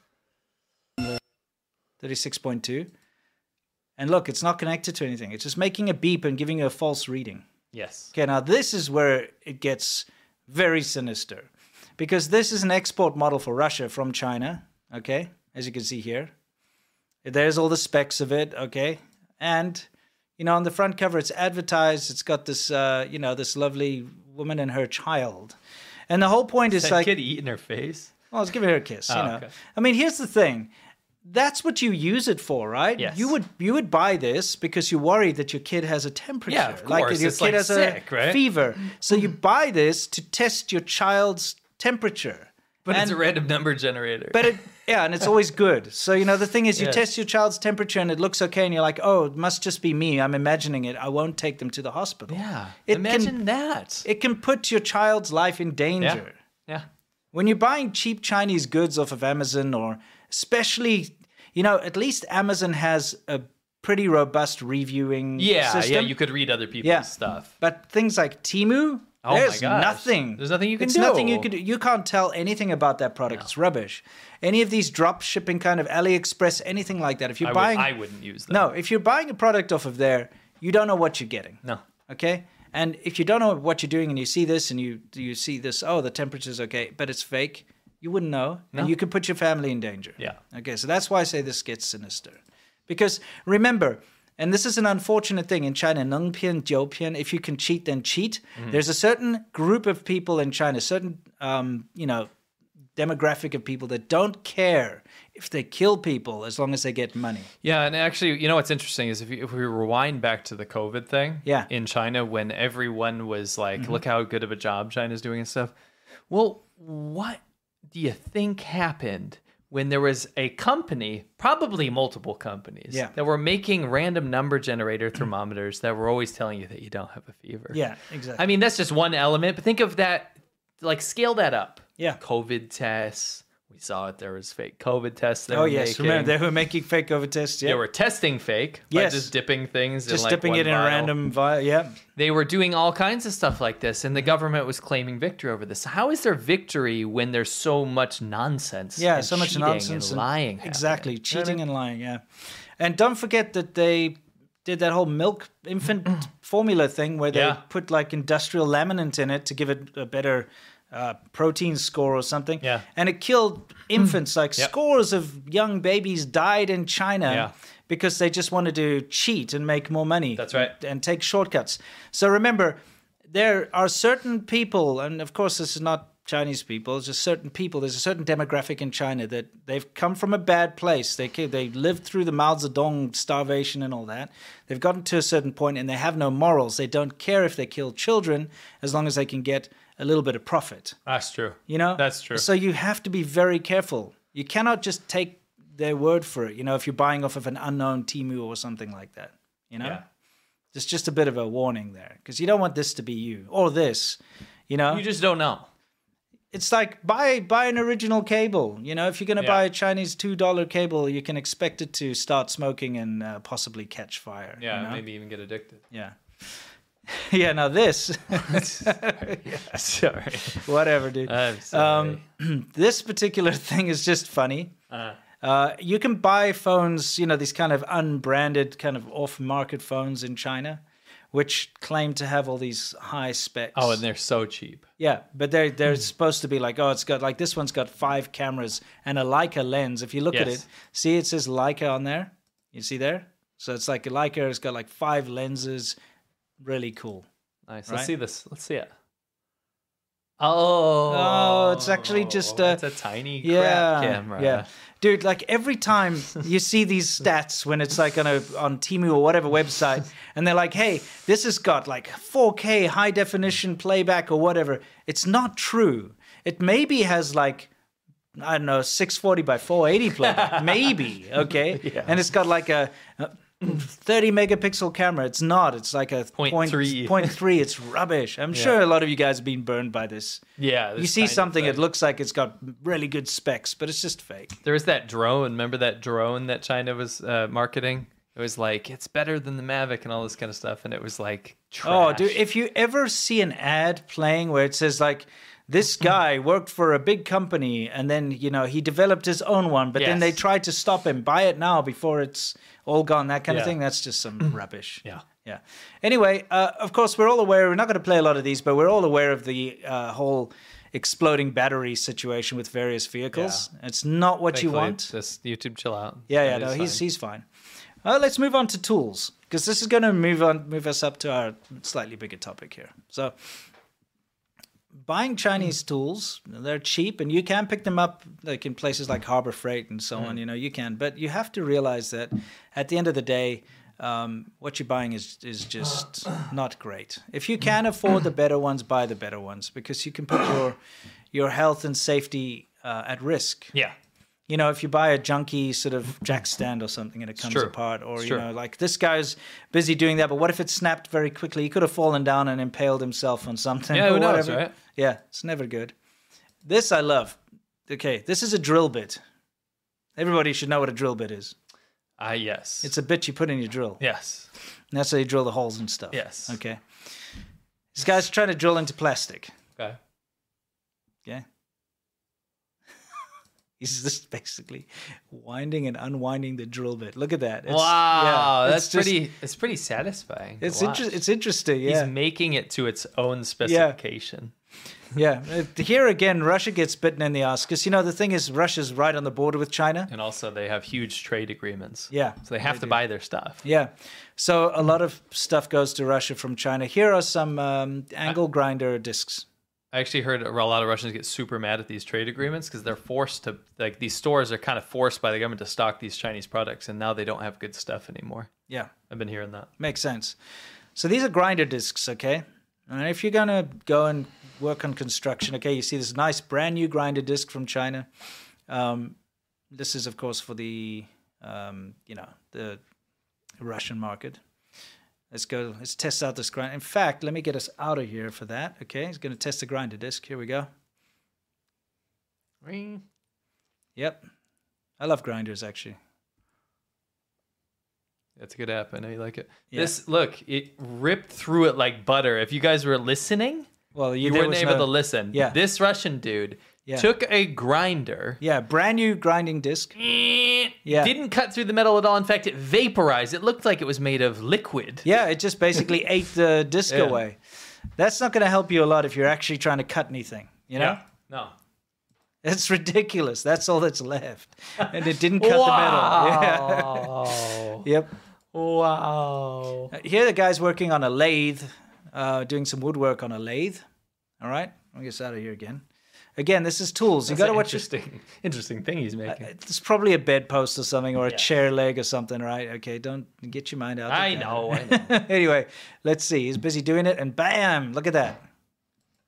Speaker 1: 36.2. And look, it's not connected to anything. It's just making a beep and giving you a false reading.
Speaker 2: Yes.
Speaker 1: Okay, now this is where it gets very sinister because this is an export model for Russia from China, okay, as you can see here. There's all the specs of it, okay? And, you know, on the front cover, it's advertised, it's got this, uh, you know, this lovely woman and her child. And the whole point is
Speaker 2: that
Speaker 1: like,
Speaker 2: kid eating her face.
Speaker 1: well, it's giving her a kiss, you
Speaker 2: Oh,
Speaker 1: know.
Speaker 2: okay.
Speaker 1: I mean, here's the thing. That's what you use it for, right?
Speaker 2: Yes.
Speaker 1: You would you would buy this because you're worried that your kid has a temperature.
Speaker 2: Yeah, of
Speaker 1: Like
Speaker 2: course.
Speaker 1: your
Speaker 2: It's,
Speaker 1: kid
Speaker 2: like,
Speaker 1: has
Speaker 2: sick,
Speaker 1: a
Speaker 2: right? Mm-hmm.
Speaker 1: fever. So you buy this to test your child's temperature.
Speaker 2: But
Speaker 1: And-
Speaker 2: it's a random number generator.
Speaker 1: but it, yeah, and it's always good. So you know, the thing is, you
Speaker 2: Yes.
Speaker 1: test your child's temperature and it looks okay, and you're like, oh, it must just be me. I'm imagining it. I won't take them to the hospital. Yeah,
Speaker 2: imagine that.
Speaker 1: It can put your child's life in danger.
Speaker 2: Yeah.
Speaker 1: When you're buying cheap Chinese goods off of Amazon, or especially, you know, at least Amazon has a pretty robust reviewing
Speaker 2: Yeah.
Speaker 1: system.
Speaker 2: Yeah. You could read other people's
Speaker 1: Yeah.
Speaker 2: stuff.
Speaker 1: But things like Timu,
Speaker 2: Oh my
Speaker 1: there's
Speaker 2: gosh.
Speaker 1: nothing.
Speaker 2: There's nothing you can
Speaker 1: it's
Speaker 2: do.
Speaker 1: nothing you could do. You can't tell anything about that product. It's rubbish. Any of these drop shipping kind of AliExpress, anything like that. If you're
Speaker 2: I,
Speaker 1: buying,
Speaker 2: would, I wouldn't use that.
Speaker 1: no, if you're buying a product off of there, you don't know what you're getting.
Speaker 2: No.
Speaker 1: Okay. And if you don't know what you're doing and you see this and you you see this, oh, the temperature's okay, but it's fake, you wouldn't know.
Speaker 2: No.
Speaker 1: And you could put your family in danger.
Speaker 2: Yeah.
Speaker 1: Okay. So that's why I say this gets sinister. Because remember, and this is an unfortunate thing in China, Nengpian, Jiupian, if you can cheat, then cheat.
Speaker 2: Mhm.
Speaker 1: There's a certain group of people in China, certain, um, you know, demographic of people that don't care if they kill people as long as they get money.
Speaker 2: Yeah, and actually, you know what's interesting is if, you, if we rewind back to the COVID thing,
Speaker 1: Yeah.
Speaker 2: in China when everyone was like,
Speaker 1: Mhm.
Speaker 2: "Look how good of a job China's doing and stuff." Well, what do you think happened when there was a company, probably multiple companies,
Speaker 1: Yeah.
Speaker 2: that were making random number generator thermometers that were always telling you that you don't have a fever?
Speaker 1: Yeah, exactly.
Speaker 2: I mean, that's just one element, but think of that, like scale that up.
Speaker 1: Yeah.
Speaker 2: COVID tests. We saw it. There was fake COVID tests. They
Speaker 1: oh
Speaker 2: were
Speaker 1: yes,
Speaker 2: making.
Speaker 1: remember they were making fake over tests. Yeah,
Speaker 2: They were testing fake
Speaker 1: Yes.
Speaker 2: by just dipping things. in
Speaker 1: just
Speaker 2: like
Speaker 1: dipping
Speaker 2: one
Speaker 1: it in
Speaker 2: vial.
Speaker 1: a random vial. Yeah,
Speaker 2: They were doing all kinds of stuff like this, and the government was claiming victory over this. How is there victory when there's so much nonsense?
Speaker 1: yeah,
Speaker 2: and
Speaker 1: so much
Speaker 2: cheating
Speaker 1: nonsense
Speaker 2: and lying.
Speaker 1: exactly,
Speaker 2: what I
Speaker 1: cheating and lying. Yeah, and don't forget that they did that whole milk infant formula thing where they
Speaker 2: Yeah.
Speaker 1: put like industrial laminate in it to give it a better. Uh, protein score or something, yeah, and it killed infants. Like
Speaker 2: Yep.
Speaker 1: scores of young babies died in China
Speaker 2: Yeah.
Speaker 1: because they just wanted to cheat and make more money. That's
Speaker 2: right.
Speaker 1: And, take shortcuts. So remember, there are certain people, and of course, this is not Chinese people, just certain people. There's a certain demographic in China that they've come from a bad place. They ca- they lived through the Mao Zedong starvation and all that. They've gotten to a certain point and they have no morals. They don't care if they kill children as long as they can get a little bit of profit.
Speaker 2: That's true.
Speaker 1: You know,
Speaker 2: That's true.
Speaker 1: So you have to be very careful. You cannot just take their word for it. You know, if you're buying off of an unknown Timu or something like that. You know,
Speaker 2: Yeah.
Speaker 1: there's just a bit of a warning there because you don't want this to be you or this. You know,
Speaker 2: You just don't know.
Speaker 1: it's like buy buy an original cable. You know, if you're going to
Speaker 2: Yeah.
Speaker 1: buy a Chinese two dollar cable, you can expect it to start smoking and uh, possibly catch fire.
Speaker 2: Yeah,
Speaker 1: you know?
Speaker 2: maybe even get addicted.
Speaker 1: Yeah. yeah. Now this.
Speaker 2: sorry.
Speaker 1: Whatever, dude.
Speaker 2: I'm
Speaker 1: Um, this particular thing is just funny.
Speaker 2: Uh-huh.
Speaker 1: Uh, you can buy phones, you know, these kind of unbranded, kind of off-market phones in China, which claim to have all these high specs.
Speaker 2: Oh, and they're so cheap.
Speaker 1: Yeah, but they're they're supposed to be like, oh, it's got like this one's got five cameras and a Leica lens. If you look at
Speaker 2: Yes.
Speaker 1: it, see it says Leica on there. You see there? So it's like a Leica. It's got like five lenses. Really cool.
Speaker 2: Nice.
Speaker 1: Right?
Speaker 2: Let's see this. Let's see it. Oh,
Speaker 1: Oh, it's actually just a,
Speaker 2: it's a tiny crap
Speaker 1: yeah,
Speaker 2: camera.
Speaker 1: Yeah, dude, like every time you see these stats when it's like on a on Timu or whatever website, and they're like, "Hey, this has got like 4K high definition playback or whatever." It's not true. It maybe has like I don't know 640 by 480 playback, maybe okay, and it's got like a. a 30 megapixel camera. It's not. It's like a point,
Speaker 2: three.
Speaker 1: point three. It's rubbish. I'm
Speaker 2: Yeah.
Speaker 1: sure a lot of you guys have been burned by this.
Speaker 2: Yeah,
Speaker 1: You
Speaker 2: this
Speaker 1: see
Speaker 2: tiny
Speaker 1: something, it
Speaker 2: thing.
Speaker 1: looks like it's got really good specs, but it's just fake.
Speaker 2: There was that drone. Remember that drone that China was uh, marketing? It was like it's better than the Mavic and all this kind of stuff, and it was like
Speaker 1: Oh, dude, if you ever see an ad playing where it says, like, this guy worked for a big company and then, you know, he developed his own one, but then they
Speaker 2: Yes.
Speaker 1: tried to stop him, buy it now before it's all gone, that kind of
Speaker 2: Yeah. Mm.
Speaker 1: thing, that's just some rubbish.
Speaker 2: Yeah.
Speaker 1: Yeah. Anyway, uh, of course, we're all aware, we're not going to play a lot of these, but we're all aware of the uh, whole exploding battery situation with various vehicles. It's not what you
Speaker 2: Thankfully,
Speaker 1: want.
Speaker 2: This YouTube, chill out.
Speaker 1: Yeah, yeah,
Speaker 2: It
Speaker 1: no, he's
Speaker 2: is fine.
Speaker 1: he's fine. Uh, let's move on to tools because this is going to move on move us up to our slightly bigger topic here. So, buying Chinese tools, they're cheap, and you can pick them up like in places like Harbor Freight and so on. You know, you can, but you have to realize that at the end of the day. Um, what you're buying is is just not great. If you can afford the better ones, buy the better ones because you can put your your health and safety uh, at risk.
Speaker 2: Yeah.
Speaker 1: You know, if you buy a junky sort of jack stand or something and it comes
Speaker 2: true.
Speaker 1: apart, or
Speaker 2: It's
Speaker 1: you
Speaker 2: true.
Speaker 1: know, like this guy's busy doing that, but what if it snapped very quickly? He could have fallen down and impaled himself on something.
Speaker 2: Yeah,
Speaker 1: or
Speaker 2: who knows,
Speaker 1: whatever.
Speaker 2: right?
Speaker 1: Yeah, it's never good. This I love. Okay, this is a drill bit. Everybody should know what a drill bit is.
Speaker 2: Ah, yes.
Speaker 1: It's a bit you put in your drill.
Speaker 2: Yes.
Speaker 1: And that's how you drill the holes and stuff.
Speaker 2: Yes.
Speaker 1: Okay. This guy's trying to drill into plastic.
Speaker 2: Okay.
Speaker 1: Yeah. He's just basically winding and unwinding the drill bit. Look at that. It's-
Speaker 2: wow,
Speaker 1: yeah,
Speaker 2: that's
Speaker 1: it's just-
Speaker 2: pretty. It's pretty satisfying. to
Speaker 1: It's
Speaker 2: watch.
Speaker 1: inter- it's interesting.
Speaker 2: He's
Speaker 1: Yeah,
Speaker 2: making it to its own specification.
Speaker 1: yeah. Uh, Here again, Russia gets bitten in the ass because you know the thing is, Russia's right on the border with China.
Speaker 2: And also, they have huge trade agreements.
Speaker 1: Yeah,
Speaker 2: So they have to buy their stuff.
Speaker 1: Yeah, so a lot of stuff goes to Russia from China. Here are some um, angle grinder discs.
Speaker 2: I actually heard a lot of Russians get super mad at these trade agreements because they're forced to, like, these stores are kind of forced by the government to stock these Chinese products, and now they don't have good stuff anymore.
Speaker 1: Yeah.
Speaker 2: I've been hearing that.
Speaker 1: Makes sense. So these are grinder discs, okay? And if you're gonna go and work on construction, okay, you see this nice brand new grinder disc from China. Um, this is of course for the um, you know the Russian market. Let's go. Let's test out this grind. In fact, let me get us out of here for that. Okay, he's gonna test the grinder disc. Here we go.
Speaker 2: Ring.
Speaker 1: Yep, I love grinders actually.
Speaker 2: That's a good app. I know you like it.
Speaker 1: Yeah.
Speaker 2: This look, it ripped through it like butter. If you guys were listening,
Speaker 1: well,
Speaker 2: you,
Speaker 1: there
Speaker 2: weren't
Speaker 1: was
Speaker 2: able
Speaker 1: no-
Speaker 2: to listen.
Speaker 1: Yeah.
Speaker 2: This Russian dude
Speaker 1: Yeah.
Speaker 2: took a grinder.
Speaker 1: Yeah, brand new grinding disc. Yeah.
Speaker 2: Didn't cut through the metal at all. In fact, it vaporized. It looked like it was made of liquid.
Speaker 1: Yeah, it just basically ate the disc
Speaker 2: Yeah.
Speaker 1: away. That's not going to help you a lot if you're actually trying to cut anything. You know,
Speaker 2: No.
Speaker 1: it's ridiculous. That's all that's left, and it didn't cut the metal. Yeah. yep.
Speaker 2: Wow.
Speaker 1: Uh, Here, the guy's working on a lathe, uh, doing some woodwork on a lathe. All right, I'll get us out of here again. Again, this is tools. You
Speaker 2: That's
Speaker 1: got to
Speaker 2: an
Speaker 1: watch
Speaker 2: interesting, interesting thing
Speaker 1: Uh,
Speaker 2: he's making.
Speaker 1: It's probably a bedpost or something, or a chair leg or something, right? Okay, don't get your mind out. of
Speaker 2: I
Speaker 1: that.
Speaker 2: know, I
Speaker 1: anyway, let's see. He's busy doing it, and bam! Look at that.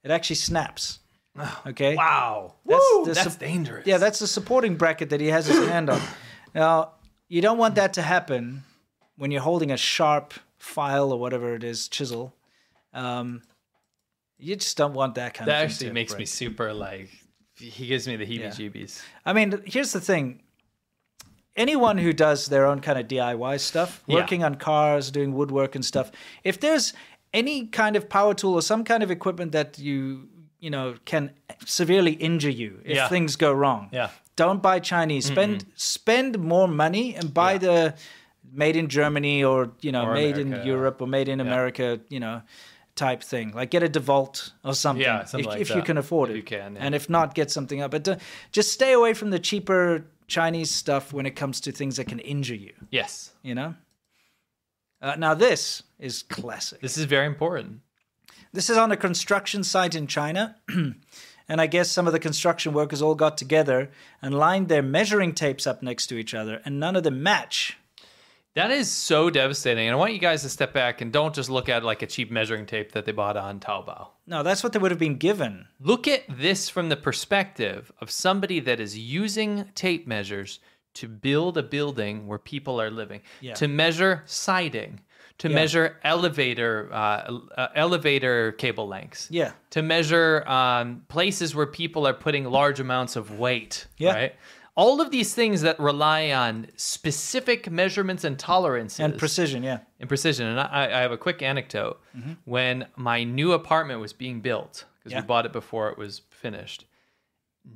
Speaker 1: It actually snaps. Okay.
Speaker 2: Wow.
Speaker 1: That's,
Speaker 2: Woo, that's dangerous.
Speaker 1: Yeah, that's the supporting bracket that he has his hand on. Now, you don't want that to happen when you're holding a sharp file or whatever it is, chisel. Um, you just don't want that kind
Speaker 2: that
Speaker 1: of thing.
Speaker 2: actually
Speaker 1: to
Speaker 2: makes me
Speaker 1: break.
Speaker 2: super like. He gives me the heebie-jeebies.
Speaker 1: I mean, here's the thing. Anyone who does their own kind of DIY stuff,
Speaker 2: Yeah.
Speaker 1: working on cars, doing woodwork and stuff, if there's any kind of power tool or some kind of equipment that you, you know, can severely injure you if
Speaker 2: Yeah.
Speaker 1: things go wrong.
Speaker 2: Yeah.
Speaker 1: Don't buy Chinese. Spend spend more money and buy the made in Germany or, you know,
Speaker 2: Or
Speaker 1: made in
Speaker 2: America.
Speaker 1: Europe or made in America, you know, type thing. Like get a DeWalt or something.
Speaker 2: Yeah, something
Speaker 1: if,
Speaker 2: like
Speaker 1: if you
Speaker 2: that.
Speaker 1: can afford it.
Speaker 2: You can, yeah.
Speaker 1: And if not, get something up. But don't- just stay away from the cheaper Chinese stuff when it comes to things that can injure you.
Speaker 2: Yes.
Speaker 1: You know. Uh, now this is classic.
Speaker 2: This is very important.
Speaker 1: This is on a construction site in China. And I guess some of the construction workers all got together and lined their measuring tapes up next to each other, and none of them match.
Speaker 2: That is so devastating. And I want you guys to step back and don't just look at like a cheap measuring tape that they bought on Taobao.
Speaker 1: No, that's what they would have been given.
Speaker 2: Look at this from the perspective of somebody that is using tape measures to build a building where people are living,
Speaker 1: Yeah.
Speaker 2: to measure siding, to
Speaker 1: Yeah.
Speaker 2: measure elevator uh, uh, elevator cable lengths,
Speaker 1: Yeah.
Speaker 2: to measure um, places where people are putting large amounts of weight.
Speaker 1: Yeah.
Speaker 2: Right? All of these things that rely on specific measurements and tolerances
Speaker 1: And precision, yeah.
Speaker 2: in precision. And I, I have a quick anecdote.
Speaker 1: Mhm.
Speaker 2: When my new apartment was being built, because
Speaker 1: Yeah.
Speaker 2: we bought it before it was finished,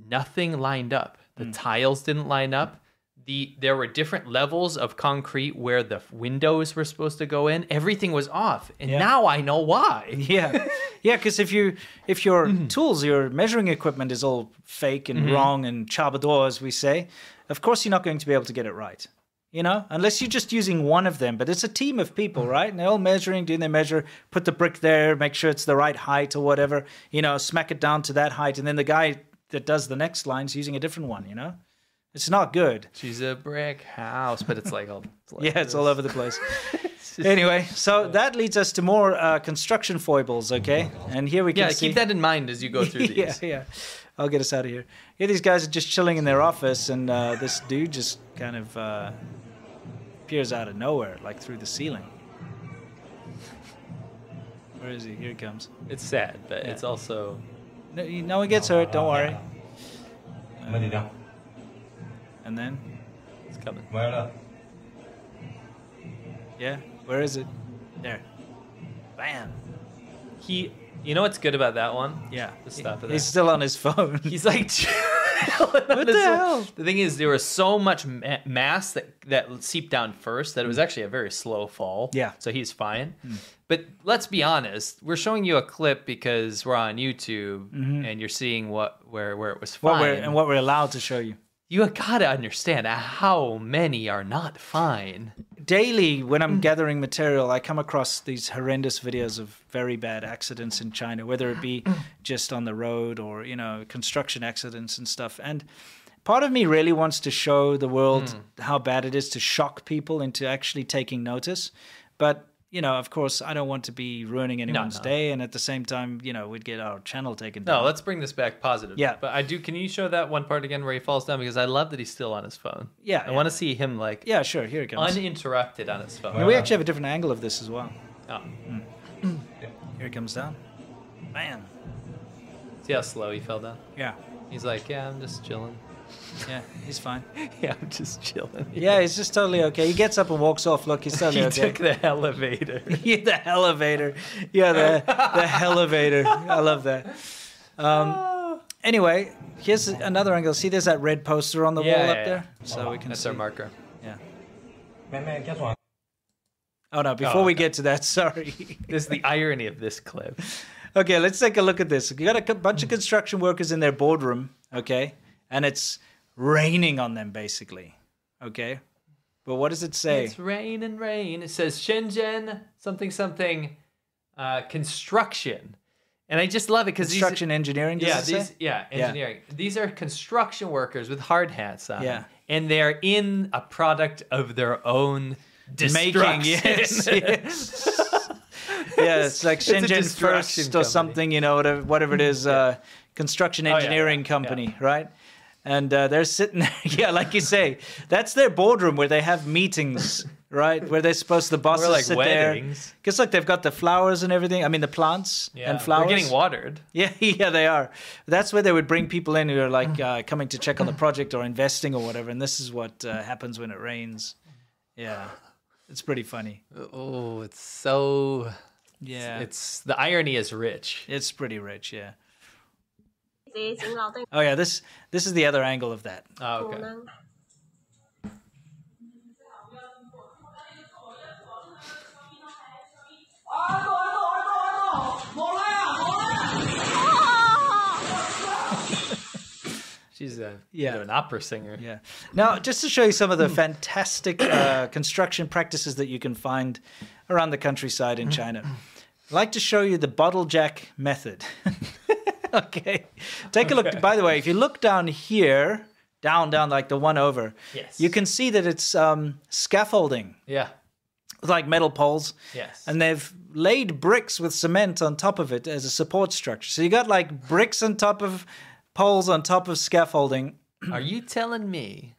Speaker 2: nothing lined up. The
Speaker 1: Mm.
Speaker 2: tiles didn't line up. The there were different levels of concrete where the windows were supposed to go in. Everything was off, and now I know why.
Speaker 1: Yeah, yeah. Because if you if your
Speaker 2: Mm-hmm.
Speaker 1: tools, your measuring equipment is all fake and
Speaker 2: Mhm.
Speaker 1: wrong and chabador, as we say, of course you're not going to be able to get it right. You know, unless you're just using one of them. But it's a team of people,
Speaker 2: Mm-hmm.
Speaker 1: right? And they're all measuring, doing their measure, put the brick there, make sure it's the right height or whatever. You know, smack it down to that height, and then the guy that does the next line's using a different one. You know, it's not good.
Speaker 2: She's a brick house, but it's like, all, it's like
Speaker 1: yeah, it's all over the place. anyway, so that leads us to more uh, construction foibles, okay? And here we can
Speaker 2: yeah.
Speaker 1: see.
Speaker 2: Keep that in mind as you go through these.
Speaker 1: yeah, yeah. I'll get us out of here. Yeah, these guys are just chilling in their office, and uh, this dude just kind of uh, appears out of nowhere, like through the ceiling. Where is he? Here he comes.
Speaker 2: It's sad, but it's also
Speaker 1: No, you- no one gets hurt. Don't worry.
Speaker 2: Manila.
Speaker 1: Uh, And then
Speaker 2: it's coming.
Speaker 1: Yeah, where is it? There. Bam.
Speaker 2: He, you know what's good about that one?
Speaker 1: Yeah,
Speaker 2: the stuff.
Speaker 1: He's still on his phone.
Speaker 2: He's like, what
Speaker 1: the hell?
Speaker 2: The thing is, there was so much ma- mass that that seeped down first that it was actually a very slow fall.
Speaker 1: Mm. Yeah.
Speaker 2: So he's fine.
Speaker 1: Mm.
Speaker 2: But let's be honest. We're showing you a clip because we're on YouTube
Speaker 1: Mhm.
Speaker 2: and you're seeing what where where it was
Speaker 1: What
Speaker 2: fine.
Speaker 1: we're, and what we're allowed to show you.
Speaker 2: you gotta understand how many are not fine.
Speaker 1: daily when
Speaker 2: Mm.
Speaker 1: I'm gathering material, I come across these horrendous videos of very bad accidents in China, whether it be
Speaker 2: Mm.
Speaker 1: just on the road or you know construction accidents and stuff. And part of me really wants to show the world
Speaker 2: Mm.
Speaker 1: how bad it is to shock people into actually taking notice, but. You know, of course, I don't want to be ruining anyone's
Speaker 2: no.
Speaker 1: day, and at the same time, you know, we'd get our channel taken down.
Speaker 2: No, let's bring this back positive.
Speaker 1: Yeah.
Speaker 2: But I do. Can you show that one part again where he falls down? Because I love that he's still on his phone.
Speaker 1: Yeah,
Speaker 2: I
Speaker 1: yeah.
Speaker 2: want to see him like
Speaker 1: yeah, sure. Here it comes.
Speaker 2: uninterrupted on his phone.
Speaker 1: And we actually have a different angle of this as well.
Speaker 2: Oh.
Speaker 1: Mm. Here it comes down. Man.
Speaker 2: See how slow he fell down?
Speaker 1: Yeah.
Speaker 2: He's like, yeah, I'm just chilling.
Speaker 1: Yeah, he's fine.
Speaker 2: yeah, I'm just chilling.
Speaker 1: Yeah, he's just totally okay. He gets up and walks off. Look, he's totally
Speaker 2: he
Speaker 1: okay.
Speaker 2: took the elevator.
Speaker 1: yeah, the elevator. Yeah, the the elevator. I love that. Um, anyway, here's another angle. See, there's that red poster on the
Speaker 2: Yeah,
Speaker 1: wall
Speaker 2: yeah,
Speaker 1: up there,
Speaker 2: yeah.
Speaker 1: so we can.
Speaker 2: That's
Speaker 1: see.
Speaker 2: our marker.
Speaker 1: Yeah. Oh no! Before we get to that, sorry.
Speaker 2: This is the irony of this clip.
Speaker 1: Okay, let's take a look at this. You got a co- bunch of construction workers in their boardroom, okay, and it's raining on them basically, okay. But what does it say?
Speaker 2: It's rain and rain. It says Shenzhen something something uh, construction. And I just love it because
Speaker 1: Construction engineering, does
Speaker 2: yeah,
Speaker 1: it say?
Speaker 2: these, yeah,
Speaker 1: Yeah.
Speaker 2: engineering. These are construction workers with hard hats on.
Speaker 1: Yeah.
Speaker 2: and they're in a product of their own
Speaker 1: Making,
Speaker 2: destruction.
Speaker 1: yes, yes. yeah, it's like
Speaker 2: It's a
Speaker 1: Shenzhen First
Speaker 2: destruction
Speaker 1: or
Speaker 2: company. Oh,
Speaker 1: something, you know, whatever, whatever it is, uh, construction engineering company, right? And uh, they're sitting there, yeah, like you say, that's their boardroom where they have meetings, right? Where they're supposed the bosses
Speaker 2: like
Speaker 1: sit
Speaker 2: weddings.
Speaker 1: there. Because look, they've got the flowers and everything. I mean, the plants
Speaker 2: Yeah,
Speaker 1: and flowers.
Speaker 2: They're getting watered.
Speaker 1: Yeah, yeah, they are. That's where they would bring people in who are like uh, coming to check on the project or investing or whatever. And this is what uh, happens when it rains. Yeah, it's pretty funny.
Speaker 2: Oh, it's so.
Speaker 1: Yeah,
Speaker 2: it's the irony is rich.
Speaker 1: It's pretty rich, yeah.
Speaker 16: 直整落的
Speaker 1: Oh yeah, this this is the other angle of that. Oh,
Speaker 2: Oh,
Speaker 16: 可能。
Speaker 2: She's a
Speaker 1: Yeah.
Speaker 2: you know, an opera singer.
Speaker 1: Yeah. Now, just to show you some of the fantastic uh, construction practices that you can find around the countryside in China, I'd like to show you the bottle jack method. okay. Take a look. By the way, if you look down here, down, down, like the one over,
Speaker 2: Yes.
Speaker 1: you can see that it's um, scaffolding,
Speaker 2: Yeah.
Speaker 1: like metal poles.
Speaker 2: Yes.
Speaker 1: And they've laid bricks with cement on top of it as a support structure. So you got like bricks on top of poles on top of scaffolding.
Speaker 2: Are you telling me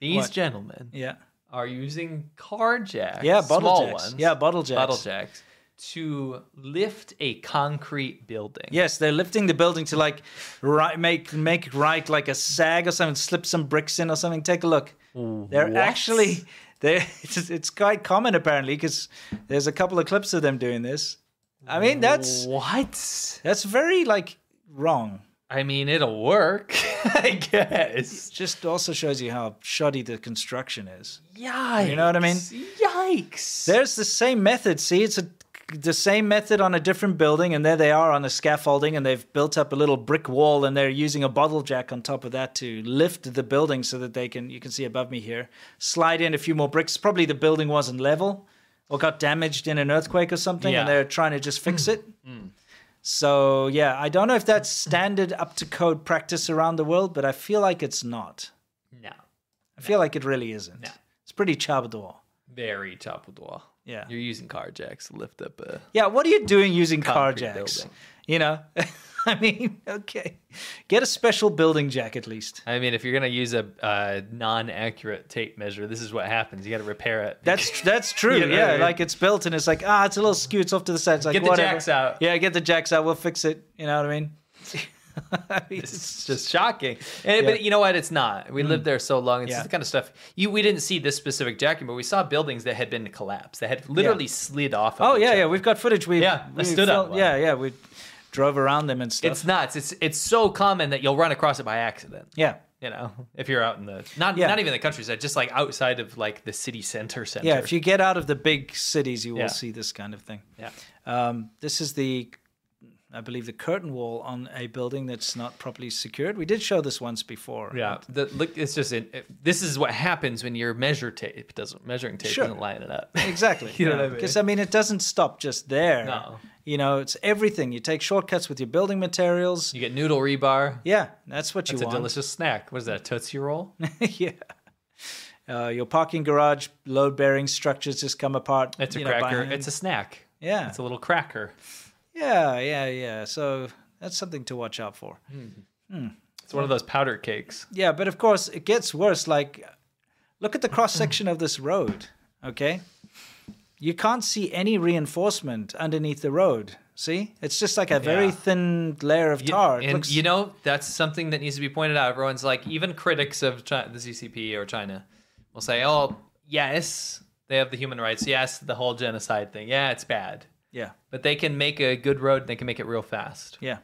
Speaker 2: these
Speaker 1: What?
Speaker 2: gentlemen
Speaker 1: Yeah.
Speaker 2: are using car jacks?
Speaker 1: Yeah, bottle
Speaker 2: small
Speaker 1: jacks.
Speaker 2: ones.
Speaker 1: Yeah, bottle jacks.
Speaker 2: Bottle jacks to lift a concrete building.
Speaker 1: Yes, they're lifting the building to like right, make make right like a sag or something, slip some bricks in or something. Take a look. They're
Speaker 2: what?
Speaker 1: actually they it's, it's quite common apparently because there's a couple of clips of them doing this. I mean that's
Speaker 2: what
Speaker 1: that's very like wrong.
Speaker 2: I mean it'll work, I guess. It
Speaker 1: just also shows you how shoddy the construction is.
Speaker 2: Yikes.
Speaker 1: You know what I mean?
Speaker 2: Yikes.
Speaker 1: There's the same method. See, it's a, the same method on a different building, and there they are on the scaffolding, and they've built up a little brick wall, and they're using a bottle jack on top of that to lift the building so that they can, you can see above me here, slide in a few more bricks. Probably the building wasn't level or got damaged in an earthquake or something,
Speaker 2: Yeah.
Speaker 1: and they're trying to just fix it. So, yeah, I don't know if that's standard up to code practice around the world, but I feel like it's not.
Speaker 2: No.
Speaker 1: I feel like it really isn't. It's pretty chabadour.
Speaker 2: Very top of the wall.
Speaker 1: Yeah.
Speaker 2: You're using car jacks to lift up a
Speaker 1: Yeah, what are you doing using car
Speaker 2: Concrete
Speaker 1: jacks?
Speaker 2: building.
Speaker 1: You know, I mean, okay, get a special building jack at least.
Speaker 2: I mean, if you're gonna use a uh, non-accurate tape measure, this is what happens. You got to repair it.
Speaker 1: That's that's true.
Speaker 2: You know what
Speaker 1: yeah,
Speaker 2: I mean?
Speaker 1: like it's built and it's like ah, it's a little skewed. It's off to the side. It's like
Speaker 2: Get the
Speaker 1: whatever.
Speaker 2: jacks out.
Speaker 1: Yeah, get the jacks out. We'll fix it. You know what I mean?
Speaker 2: it's just shocking. And, But you know what? It's not. We lived there so long. It's
Speaker 1: Mm. Yeah.
Speaker 2: the kind of stuff you we didn't see this specific jacking, but we saw buildings that had been collapsed that had literally slid off. Of
Speaker 1: Oh
Speaker 2: each
Speaker 1: yeah,
Speaker 2: other.
Speaker 1: yeah. We've got footage. We yeah,
Speaker 2: I stood up one.
Speaker 1: Yeah, yeah. We drove around them and stuff.
Speaker 2: It's nuts. It's it's so common that you'll run across it by accident.
Speaker 1: yeah,
Speaker 2: You know, if you're out in the not
Speaker 1: Yeah.
Speaker 2: not even the countryside, just like outside of like the city center center.
Speaker 1: yeah. If you get out of the big cities, you will
Speaker 2: Yeah.
Speaker 1: see this kind of thing.
Speaker 2: yeah.
Speaker 1: Um, this is the, I believe, the curtain wall on a building that's not properly secured. We did show this once before.
Speaker 2: Yeah, the, look, it's just in, if- this is what happens when your measure tape doesn't measuring tape
Speaker 1: Sure.
Speaker 2: doesn't line it up.
Speaker 1: Exactly.
Speaker 2: You know what I mean?
Speaker 1: Because I mean, it doesn't stop just there.
Speaker 2: No.
Speaker 1: You know, it's everything. You take shortcuts with your building materials.
Speaker 2: You get noodle rebar.
Speaker 1: Yeah, that's what you
Speaker 2: That's a
Speaker 1: want.
Speaker 2: delicious snack. What is that? A tootsie roll?
Speaker 1: yeah. Uh, your parking garage load bearing structures just come apart.
Speaker 2: It's a
Speaker 1: you know, by
Speaker 2: cracker.
Speaker 1: hand.
Speaker 2: It's a snack.
Speaker 1: Yeah.
Speaker 2: it's a little cracker.
Speaker 1: yeah, yeah, yeah. So that's something to watch out for. Hmm.
Speaker 2: It's one of those powder cakes.
Speaker 1: Yeah, but of course it gets worse. Like, look at the
Speaker 2: Hmm.
Speaker 1: cross section of this road. Okay, you can't see any reinforcement underneath the road. See, it's just like a very
Speaker 2: Yeah.
Speaker 1: thin layer of tar. It
Speaker 2: And
Speaker 1: looks-
Speaker 2: you know that's something that needs to be pointed out. Everyone's like, even critics of China, the CCP or China will say, "Oh, yes, they have the human rights. Yes, the whole genocide thing. Yeah, it's bad.
Speaker 1: yeah,
Speaker 2: But they can make a good road. and They can make it real fast."
Speaker 1: yeah,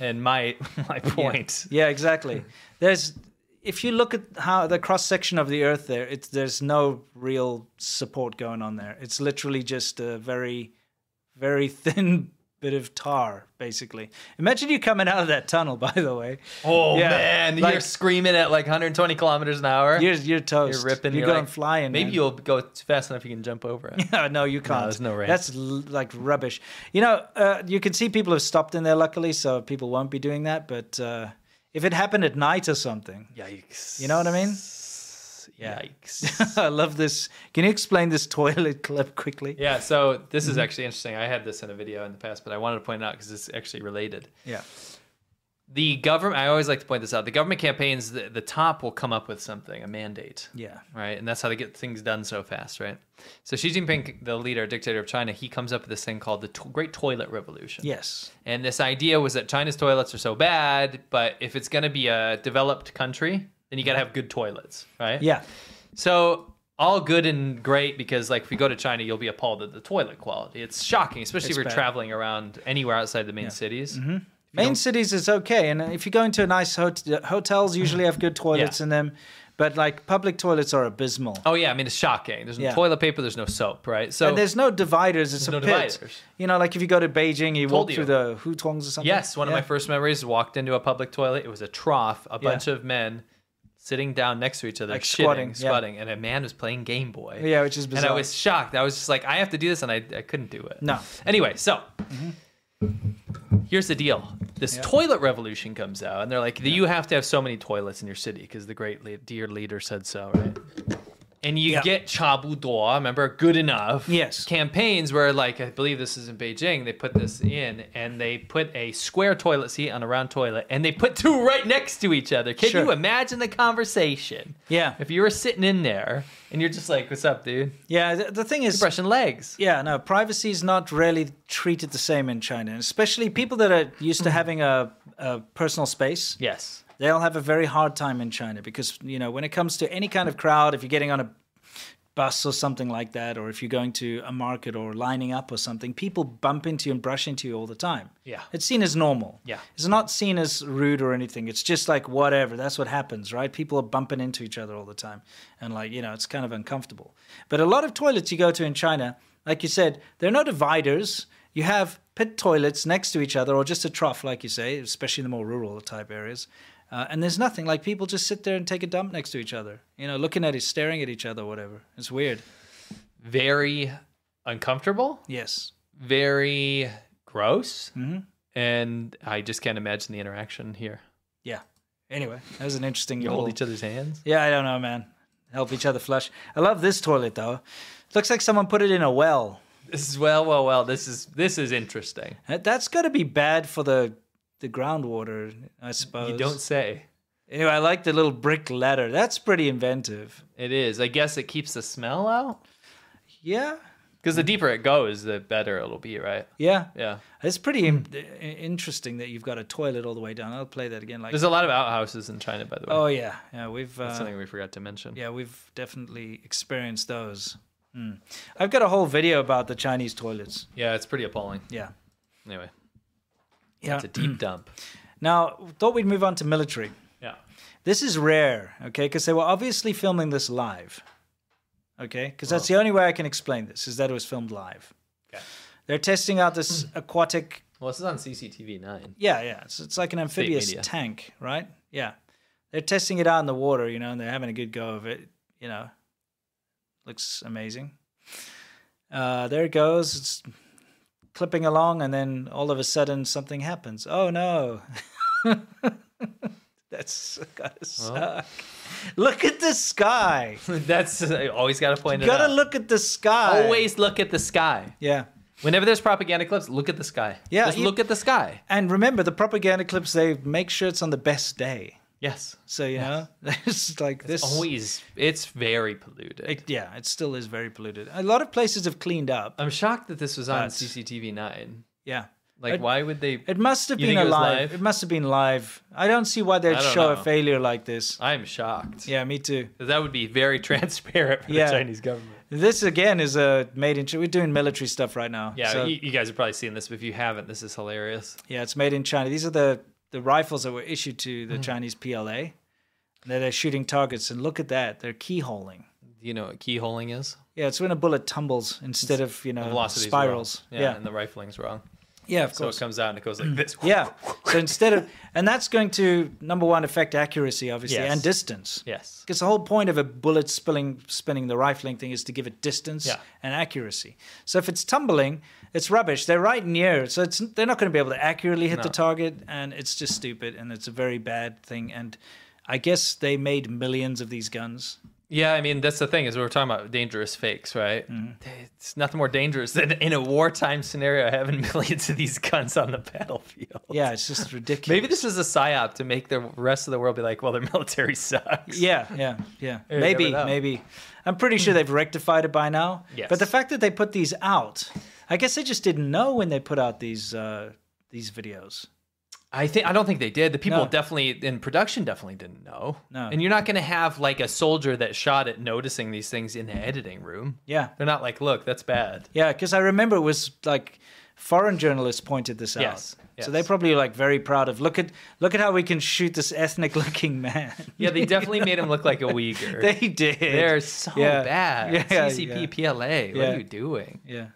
Speaker 2: And my my point.
Speaker 1: yeah, exactly.
Speaker 2: Hmm.
Speaker 1: There's if you look at how the cross section of the earth there, it's there's no real support going on there. It's literally just a very, very thin bit of tar, basically. Imagine you coming out of that tunnel, by the way.
Speaker 2: Oh
Speaker 1: Yeah,
Speaker 2: man,
Speaker 1: like-
Speaker 2: you're screaming at like 120 kilometers an hour.
Speaker 1: You're you're toast.
Speaker 2: You're ripping.
Speaker 1: You're
Speaker 2: like,
Speaker 1: going flying,
Speaker 2: Maybe
Speaker 1: man.
Speaker 2: you'll go fast enough you can jump over it.
Speaker 1: Yeah, no, you
Speaker 2: No,
Speaker 1: can't.
Speaker 2: there's no ramp.
Speaker 1: That's l- like rubbish. You know, uh, you can see people have stopped in there, luckily, so people won't be doing that. But uh, if it happened at night or something,
Speaker 2: yikes!
Speaker 1: You know what I mean?
Speaker 2: Yikes!
Speaker 1: I love this. Can you explain this toilet clip quickly?
Speaker 2: Yeah, so this is
Speaker 1: Mhm.
Speaker 2: actually interesting. I had this in a video in the past, but I wanted to point it out because it's actually related.
Speaker 1: Yeah.
Speaker 2: The government, I always like to point this out, the government campaigns, the, the top will come up with something, a mandate.
Speaker 1: Yeah.
Speaker 2: Right. And that's how they get things done so fast, right? So Xi Jinping, the leader, dictator of China, he comes up with this thing called the to- Great Toilet Revolution.
Speaker 1: Yes.
Speaker 2: And this idea was that China's toilets are so bad, but if it's going to be a developed country, then you got to have good toilets, right?
Speaker 1: Yeah.
Speaker 2: So all good and great because like if you go to China, you'll be appalled at the toilet quality. It's shocking, especially
Speaker 1: It's
Speaker 2: if you're
Speaker 1: bad.
Speaker 2: traveling around anywhere outside the main cities.
Speaker 1: hmm Main cities is okay, and if you go into a nice hotel, hotels usually have good toilets in them, but like public toilets are abysmal.
Speaker 2: Oh yeah, I mean it's shocking. There's no
Speaker 1: Yeah.
Speaker 2: toilet paper, there's no soap, right? So
Speaker 1: and there's no dividers. It's a
Speaker 2: no
Speaker 1: pit.
Speaker 2: dividers.
Speaker 1: You know, like if you go to Beijing, you
Speaker 2: Told
Speaker 1: walk
Speaker 2: you.
Speaker 1: through the hutongs or something.
Speaker 2: Yes, one
Speaker 1: Yeah.
Speaker 2: of my first memories walked into a public toilet. It was a trough, a
Speaker 1: Yeah.
Speaker 2: bunch of men sitting down next to each other,
Speaker 1: Like
Speaker 2: shitting,
Speaker 1: squatting, yeah.
Speaker 2: squatting, and a man was playing Game Boy.
Speaker 1: Yeah, which is
Speaker 2: And I
Speaker 1: bizarre.
Speaker 2: was shocked. I was just like, I have to do this, and I, I couldn't do it.
Speaker 1: No. Mm-hmm.
Speaker 2: Anyway, so here's the deal. This
Speaker 1: Yeah.
Speaker 2: toilet revolution comes out, and they're like, you have to have so many toilets in your city because the great le- dear leader said so, right? And you get Chabu Dua, remember, good enough. Yes. Campaigns where, like, I believe this is in Beijing, they put this in and they put a square toilet seat on a round toilet and they put two right next to each other. Can
Speaker 1: Sure.
Speaker 2: you imagine the conversation?
Speaker 1: Yeah.
Speaker 2: If you were sitting in there and you're just like, what's up, dude?
Speaker 1: Yeah, the, the thing is,
Speaker 2: brushing legs.
Speaker 1: Yeah, no, privacy is not really treated the same in China, especially people that are used
Speaker 2: Mm.
Speaker 1: to having a, a personal space.
Speaker 2: Yes,
Speaker 1: they'll have a very hard time in China because you know when it comes to any kind of crowd, if you're getting on a bus or something like that, or if you're going to a market or lining up or something, people bump into you and brush into you all the time.
Speaker 2: Yeah.
Speaker 1: It's seen as normal.
Speaker 2: Yeah.
Speaker 1: It's not seen as rude or anything. It's just like whatever. That's what happens, right? People are bumping into each other all the time. And like, you know, it's kind of uncomfortable. But a lot of toilets you go to in China, like you said, there are no dividers. You have pit toilets next to each other or just a trough, like you say, especially in the more rural type areas. Uh, and there's nothing like people just sit there and take a dump next to each other, you know, looking at it, staring at each other, whatever. It's weird.
Speaker 2: Very uncomfortable.
Speaker 1: Yes.
Speaker 2: Very gross.
Speaker 1: Mhm.
Speaker 2: And I just can't imagine the interaction here.
Speaker 1: Yeah. Anyway, that was an interesting.
Speaker 2: You hold
Speaker 1: little-
Speaker 2: each other's hands.
Speaker 1: Yeah, I don't know, man. Help each other flush. I love this toilet though. Looks like someone put it in a well.
Speaker 2: This is well, well, well. This is this is interesting.
Speaker 1: That- That's got to be bad for the the groundwater, I suppose.
Speaker 2: don't say.
Speaker 1: Anyway, I like the little brick ladder. That's pretty inventive.
Speaker 2: It is. I guess it keeps the smell out.
Speaker 1: Yeah.
Speaker 2: Because the deeper it goes, the better it'll be, right?
Speaker 1: Yeah.
Speaker 2: Yeah.
Speaker 1: It's pretty in-
Speaker 2: Hmm.
Speaker 1: i- interesting that you've got a toilet all the way down. I'll play that again. Like
Speaker 2: There's a lot of outhouses in China, by the way.
Speaker 1: Oh yeah, yeah. We've uh,
Speaker 2: That's something we forgot to mention.
Speaker 1: Yeah, we've definitely experienced those. Hmm. I've got a whole video about the Chinese toilets.
Speaker 2: Yeah, it's pretty appalling.
Speaker 1: Yeah.
Speaker 2: Anyway.
Speaker 1: Yeah.
Speaker 2: It's a deep dump.
Speaker 1: Now, thought we'd move on to military.
Speaker 2: Yeah.
Speaker 1: This is rare, okay? Because they were obviously filming this live, okay? Because that's the only way I can explain this is that it was filmed live.
Speaker 2: Okay.
Speaker 1: They're testing out this aquatic.
Speaker 2: Well, this is on CCTV nine.
Speaker 1: Yeah, yeah. It's, it's like an amphibious
Speaker 2: media.
Speaker 1: tank, right? Yeah. They're testing it out in the water, you know, and they're having a good go of it. You know, looks amazing. Uh, there it goes. It's clipping along, and then all of a sudden something happens. Oh no! That's gotta suck. Look at the sky.
Speaker 2: That's I always got to point
Speaker 1: You
Speaker 2: it out.
Speaker 1: gotta look at the sky.
Speaker 2: Always look at the sky.
Speaker 1: Yeah.
Speaker 2: Whenever there's propaganda clips, look at the sky.
Speaker 1: Yeah,
Speaker 2: Just
Speaker 1: you-
Speaker 2: look at the sky.
Speaker 1: And remember, the propaganda clips they make sure it's on the best day.
Speaker 2: Yes.
Speaker 1: So you know, it's like this.
Speaker 2: Always. It's very polluted.
Speaker 1: It- yeah, it still is very polluted. A lot of places have cleaned up.
Speaker 2: I'm shocked that this was on
Speaker 1: But-
Speaker 2: CCTV nine.
Speaker 1: Yeah.
Speaker 2: Like,
Speaker 1: It-
Speaker 2: why would they?
Speaker 1: It must have
Speaker 2: You
Speaker 1: been
Speaker 2: think it
Speaker 1: a
Speaker 2: was
Speaker 1: live.
Speaker 2: live?
Speaker 1: It must have been live. I don't see why they'd
Speaker 2: I don't
Speaker 1: show
Speaker 2: know.
Speaker 1: a failure like this.
Speaker 2: I'm shocked.
Speaker 1: Yeah, me too.
Speaker 2: That would be very transparent for
Speaker 1: Yeah.
Speaker 2: the Chinese government.
Speaker 1: This again is a made in. Chi- We're doing military stuff right now.
Speaker 2: Yeah,
Speaker 1: so-
Speaker 2: you, you guys have probably seen this, but if you haven't, this is hilarious.
Speaker 1: yeah, it's made in China. These are the the rifles that were issued to
Speaker 2: Mm-hmm.
Speaker 1: the Chinese PLA. They're, they're shooting targets, and look at that. They're keyholing.
Speaker 2: Do you know what keyholing is?
Speaker 1: Yeah, it's when a bullet tumbles instead of you know
Speaker 2: Velocity's
Speaker 1: Uh, spirals.
Speaker 2: Wrong. Yeah,
Speaker 1: yeah.
Speaker 2: and the rifling's wrong.
Speaker 1: Yeah, of
Speaker 2: so
Speaker 1: course.
Speaker 2: it comes out and it goes like this.
Speaker 1: Yeah. So instead of, and that's going to number one affect accuracy, obviously,
Speaker 2: Yes.
Speaker 1: and distance.
Speaker 2: Yes.
Speaker 1: Because the whole point of a bullet spilling, spinning the rifling thing is to give it distance
Speaker 2: Yeah.
Speaker 1: and accuracy. So if it's tumbling, it's rubbish. They're right near, so it's they're not going to be able to accurately hit the
Speaker 2: No.
Speaker 1: target, and it's just stupid, and it's a very bad thing. And I guess they made millions of these guns.
Speaker 2: Yeah, I mean that's the thing is we we're talking about dangerous fakes, right?
Speaker 1: Mm-hmm.
Speaker 2: It's nothing more dangerous than in a wartime scenario having millions of these guns on the battlefield.
Speaker 1: Yeah, it's just ridiculous.
Speaker 2: Maybe this was a psyop to make the rest of the world be like, well, their military sucks.
Speaker 1: Yeah, yeah, yeah.
Speaker 2: You never
Speaker 1: maybe,
Speaker 2: know.
Speaker 1: maybe. I'm pretty sure they've rectified it by now.
Speaker 2: Yes.
Speaker 1: But the fact that they put these out, I guess they just didn't know when they put out these uh, these videos.
Speaker 2: I think I don't think they did. The people
Speaker 1: No.
Speaker 2: definitely in production definitely didn't know.
Speaker 1: No.
Speaker 2: And you're not going to have like a soldier that shot it noticing these things in the editing room.
Speaker 1: Yeah.
Speaker 2: They're not like, look, that's bad.
Speaker 1: Yeah, because I remember it was like foreign journalists pointed this out.
Speaker 2: Yes,
Speaker 1: So they're probably like very proud of look at look at how we can shoot this ethnic looking man.
Speaker 2: Yeah, they definitely made him look like a Uyghur.
Speaker 1: They did.
Speaker 2: They're so
Speaker 1: Yeah.
Speaker 2: bad.
Speaker 1: Yeah,
Speaker 2: CCP
Speaker 1: yeah.
Speaker 2: PLA. What
Speaker 1: Yeah.
Speaker 2: are you doing?
Speaker 1: Yeah.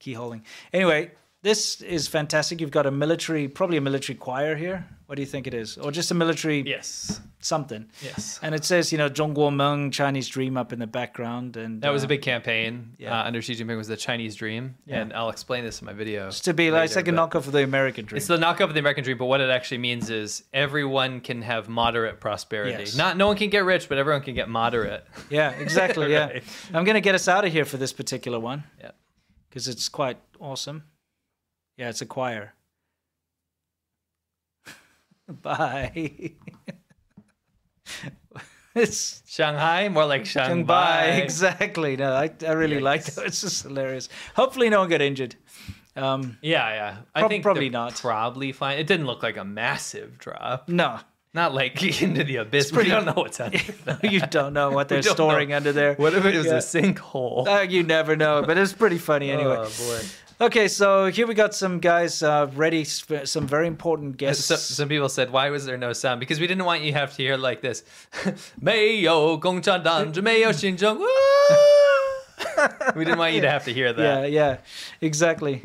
Speaker 1: Keyholing. Anyway, this is fantastic. You've got a military, probably a military choir here. What do you think it is? Or just a military
Speaker 2: yes
Speaker 1: something.
Speaker 2: Yes.
Speaker 1: And it says, you know, Zhongguomeng, Chinese dream up in the background and
Speaker 2: That was
Speaker 1: uh,
Speaker 2: a big campaign uh, under Xi Jinping was the Chinese dream,
Speaker 1: Yeah.
Speaker 2: and I'll explain this in my video.
Speaker 1: just to be like it's like
Speaker 2: later,
Speaker 1: a
Speaker 2: but-
Speaker 1: knockoff of the American dream.
Speaker 2: It's the knockoff of the American dream, but what it actually means is everyone can have moderate prosperity.
Speaker 1: Yes.
Speaker 2: Not no one can get rich, but everyone can get moderate.
Speaker 1: Yeah, exactly. Yeah.
Speaker 2: Right.
Speaker 1: I'm going to get us out of here for this particular one.
Speaker 2: Yeah.
Speaker 1: Because it's quite awesome. Yeah, it's a choir. Bye. it's
Speaker 2: Shanghai, more like Shanghai.
Speaker 1: Shanghai, Exactly. No, I, I really liked it. It's just hilarious. Hopefully, no one got injured. Um,
Speaker 2: Yeah, yeah. I
Speaker 1: Prob-
Speaker 2: think
Speaker 1: probably
Speaker 2: they're
Speaker 1: not.
Speaker 2: Probably fine. It didn't look like a massive drop.
Speaker 1: No.
Speaker 2: Not like into the abyss.
Speaker 1: pretty-
Speaker 2: we don't know what's under that.
Speaker 1: you don't know what
Speaker 2: We
Speaker 1: they're
Speaker 2: don't
Speaker 1: storing
Speaker 2: know.
Speaker 1: under there.
Speaker 2: What if it was
Speaker 1: Yeah.
Speaker 2: a sinkhole?
Speaker 1: Uh, you never know, but it's pretty funny anyway.
Speaker 2: Oh, boy.
Speaker 1: Okay, so here we got some guys uh, ready, sp- some very important guests.
Speaker 2: So, some people said, "Why was there no sound?" Because we didn't want you to have to hear like this. 没有共产党，只没有新中国。we didn't want you to have to hear
Speaker 1: Yeah,
Speaker 2: that.
Speaker 1: yeah, exactly.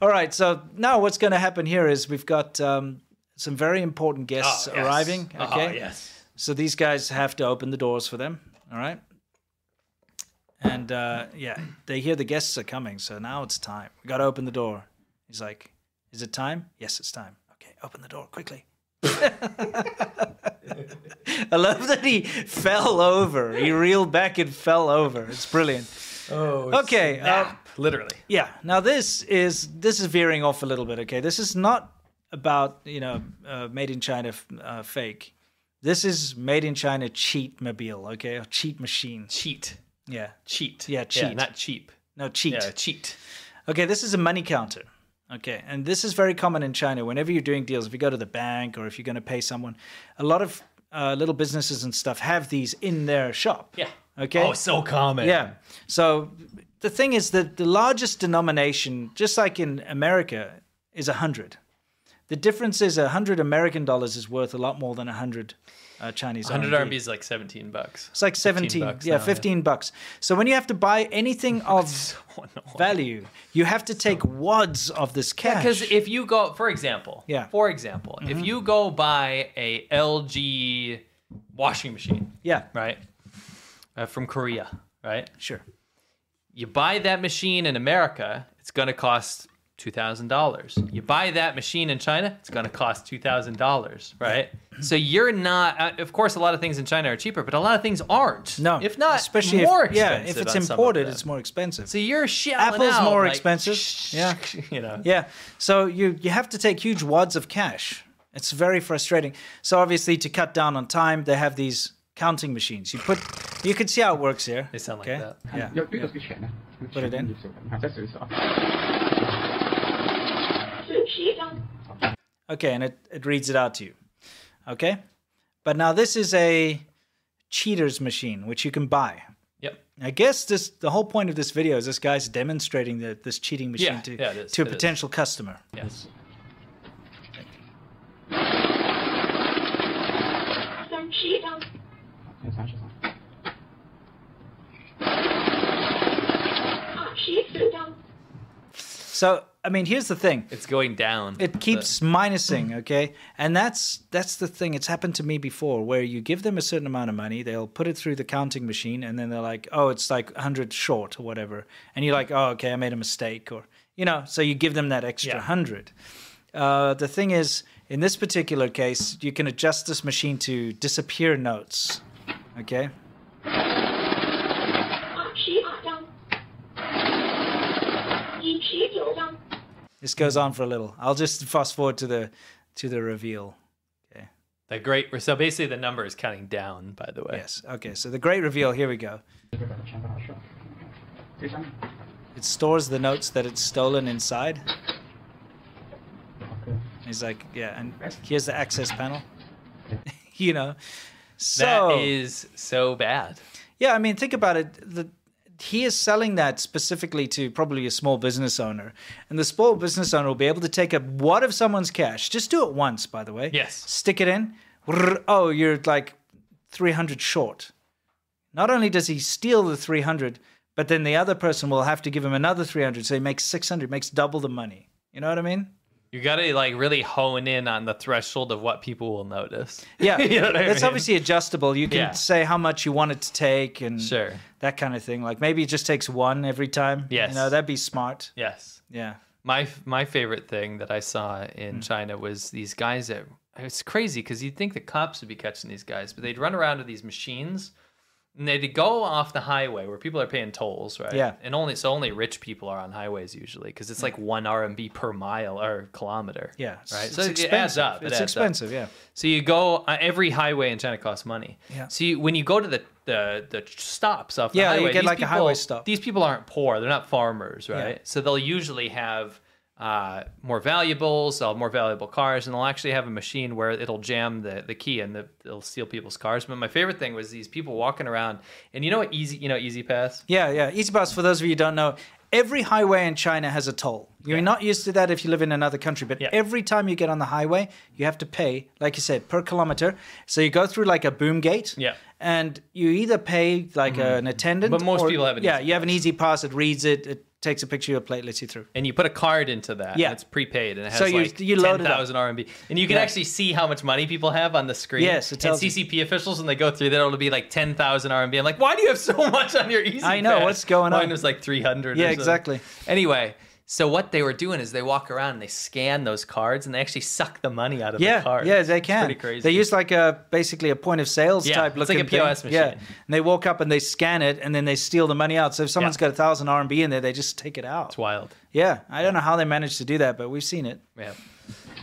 Speaker 1: All right, so now what's going to happen here is we've got um, some very important guests
Speaker 2: Oh, yes.
Speaker 1: arriving.
Speaker 2: Oh,
Speaker 1: Okay,
Speaker 2: yes.
Speaker 1: So these guys have to open the doors for them. All right, and uh, yeah, they hear the guests are coming, so now it's time. We got to open the door. He's like, "Is it time? Yes, it's time. Okay, open the door quickly." I love that he fell over. He reeled back and fell over. It's brilliant.
Speaker 2: Oh,
Speaker 1: okay. uh,
Speaker 2: literally.
Speaker 1: yeah. Now this is this is veering off a little bit. Okay, this is not about you know uh, made in China f- uh, fake. This is made in China cheat mobile. Okay, or cheat machine.
Speaker 2: Cheat.
Speaker 1: Yeah.
Speaker 2: Cheat.
Speaker 1: Yeah. Cheat.
Speaker 2: not cheap.
Speaker 1: No cheat.
Speaker 2: Yeah, cheat.
Speaker 1: Okay, this is a money counter. Okay, and this is very common in China. Whenever you're doing deals, if you go to the bank or if you're going to pay someone, a lot of uh, little businesses and stuff have these in their shop.
Speaker 2: Yeah.
Speaker 1: Okay.
Speaker 2: Oh, so common.
Speaker 1: Yeah. So the thing is that the largest denomination, just like in America, is 100. The difference is 100 American dollars is worth a lot more than 100 uh, Chinese
Speaker 2: 100
Speaker 1: RMB.
Speaker 2: RMB is like 17 bucks.
Speaker 1: It's like 17,
Speaker 2: bucks
Speaker 1: yeah,
Speaker 2: now,
Speaker 1: 15 bucks. So when you have to buy anything of value, you have to take wads of this cash.
Speaker 2: Because if you go, for example,
Speaker 1: Yeah. Mm-hmm.
Speaker 2: for example, if you go buy a LG washing machine,
Speaker 1: Yeah.
Speaker 2: right, uh, from Korea, right,
Speaker 1: sure,
Speaker 2: you buy that machine in America, it's gonna cost two thousand dollars. You buy that machine in China, it's gonna cost two thousand dollars, right? So you're not, uh, of course, a lot of things in China are cheaper, but a lot of things aren't.
Speaker 1: No,
Speaker 2: if not,
Speaker 1: especially
Speaker 2: more
Speaker 1: if, yeah, if
Speaker 2: expensive
Speaker 1: it's
Speaker 2: on some of
Speaker 1: imported,
Speaker 2: them.
Speaker 1: it's more expensive.
Speaker 2: So you're shelling
Speaker 1: Apple's
Speaker 2: out,
Speaker 1: more
Speaker 2: like,
Speaker 1: expensive. yeah,
Speaker 2: you know.
Speaker 1: yeah. So you you have to take huge wads of cash. It's very frustrating. So obviously, to cut down on time, they have these counting machines. You put, you can see how it works here. They
Speaker 2: sound like that.
Speaker 1: Yeah. Put it in. Okay, and it, it reads it out to you. Okay? But now this is a cheater's machine, which you can buy.
Speaker 2: Yep.
Speaker 1: I guess this the whole point of this video is this guy's demonstrating the, this cheating machine
Speaker 2: Yeah,
Speaker 1: to,
Speaker 2: yeah, it is,
Speaker 1: to a
Speaker 2: it is.
Speaker 1: potential customer.
Speaker 2: Yes.
Speaker 1: So I mean, here's the thing.
Speaker 2: It's going down.
Speaker 1: It keeps minusing, okay? And that's that's the thing. It's happened to me before where you give them a certain amount of money, they'll put it through the counting machine and then they're like, "Oh, it's like 100 short or whatever." And you're like, "Oh, okay, I made a mistake." Or, you know, so you give them that extra 100. Uh, the thing is, in this particular case, you can adjust this machine to disappear notes. Okay? This goes on for a little. I'll just fast forward to the to the reveal.
Speaker 2: The great. So basically, the number is counting down. By the way.
Speaker 1: Yes. Okay. So the great reveal. Here we go. It stores the notes that it's stolen inside. He's like, yeah, and here's the access panel. you know, so
Speaker 2: that is so bad.
Speaker 1: yeah, I mean, think about it. The, he is selling that specifically to probably a small business owner, and the small business owner will be able to take a wad of someone's cash. Just do it once, by the way.
Speaker 2: Yes.
Speaker 1: Stick it in. Brrr, Oh, you're like 300 short. Not only does he steal the 300, but then the other person will have to give him another 300, so he makes 600, makes double the money. You know what I mean?
Speaker 2: You got to like really hone in on the threshold of what people will notice.
Speaker 1: Yeah,
Speaker 2: you know what I
Speaker 1: it's
Speaker 2: mean?
Speaker 1: obviously adjustable. You can
Speaker 2: Yeah.
Speaker 1: say how much you want it to take and that kind of thing. Like maybe it just takes one every time.
Speaker 2: Yes.
Speaker 1: you know that'd be smart.
Speaker 2: Yes.
Speaker 1: Yeah.
Speaker 2: My my favorite thing that I saw
Speaker 1: Mm.
Speaker 2: in China was these guys that it's crazy because you'd think the cops would be catching these guys, but they'd run around to these machines and they'd go off the highway where people are paying tolls, right?
Speaker 1: Yeah. Mm.
Speaker 2: And only so only rich people are on highways usually because it's like one RMB per mile or kilometer.
Speaker 1: Yeah,
Speaker 2: Right.
Speaker 1: it's-
Speaker 2: so
Speaker 1: it's
Speaker 2: it adds
Speaker 1: expensive.
Speaker 2: up. It
Speaker 1: It's
Speaker 2: adds up.
Speaker 1: expensive, yeah.
Speaker 2: So you go uh, every highway in China costs money.
Speaker 1: Yeah.
Speaker 2: So you, when you go to the the, the stops off the
Speaker 1: Yeah, you
Speaker 2: highway,
Speaker 1: get
Speaker 2: these
Speaker 1: like a highway
Speaker 2: people-
Speaker 1: stop.
Speaker 2: These people aren't poor; they're not farmers,
Speaker 1: Yeah.
Speaker 2: right? So they'll usually have uh, more valuables, they'll have more valuable cars, and they'll actually have a machine where it'll jam the, the key and the, it'll steal people's cars. But my favorite thing was these people walking around, and you know what easy, you know, Easy Pass.
Speaker 1: Yeah, yeah. Easy Pass, for those of you who don't know, every highway in China has a toll. You're not used to that if you live in another country, but every time you get on the highway, you have to pay, like you said, per kilometer. So you go through like a boom gate.
Speaker 2: Yeah. Mm-hmm.
Speaker 1: And you either pay like an attendant.
Speaker 2: But most
Speaker 1: or-
Speaker 2: people have an
Speaker 1: Yeah,
Speaker 2: Easy
Speaker 1: you have an easy pass. It reads it, it takes a picture of your plate, lets you through.
Speaker 2: And you put a card into that.
Speaker 1: Yeah.
Speaker 2: and it's prepaid, and it has
Speaker 1: So you-
Speaker 2: like
Speaker 1: you load
Speaker 2: ten
Speaker 1: it up.
Speaker 2: thousand RMB, and you can
Speaker 1: Yeah.
Speaker 2: actually see how much money people have on the screen.
Speaker 1: Yes, it
Speaker 2: it
Speaker 1: tells you.
Speaker 2: and CCP officials when they go through that, it'll be like ten thousand RMB. I'm like, why do you have so much on your Easy?
Speaker 1: I know,
Speaker 2: Pass?
Speaker 1: what's going on?
Speaker 2: Mine was like three hundred.
Speaker 1: Yeah, exactly.
Speaker 2: Anyway, so what they were doing is they walk around and they scan those cards, and they actually suck the money out of
Speaker 1: yeah,
Speaker 2: the cards.
Speaker 1: Yeah, they
Speaker 2: It's
Speaker 1: can.
Speaker 2: pretty crazy.
Speaker 1: They use like a basically a point of sales
Speaker 2: Yeah,
Speaker 1: type
Speaker 2: it's like a
Speaker 1: looking thing.
Speaker 2: POS machine.
Speaker 1: Yeah, and they walk up and they scan it and then they steal the money out. So if someone's got a thousand RMB in there, they just take it out. It's
Speaker 2: wild.
Speaker 1: Yeah, I don't know how they managed to do that, but we've seen it.
Speaker 2: Yeah.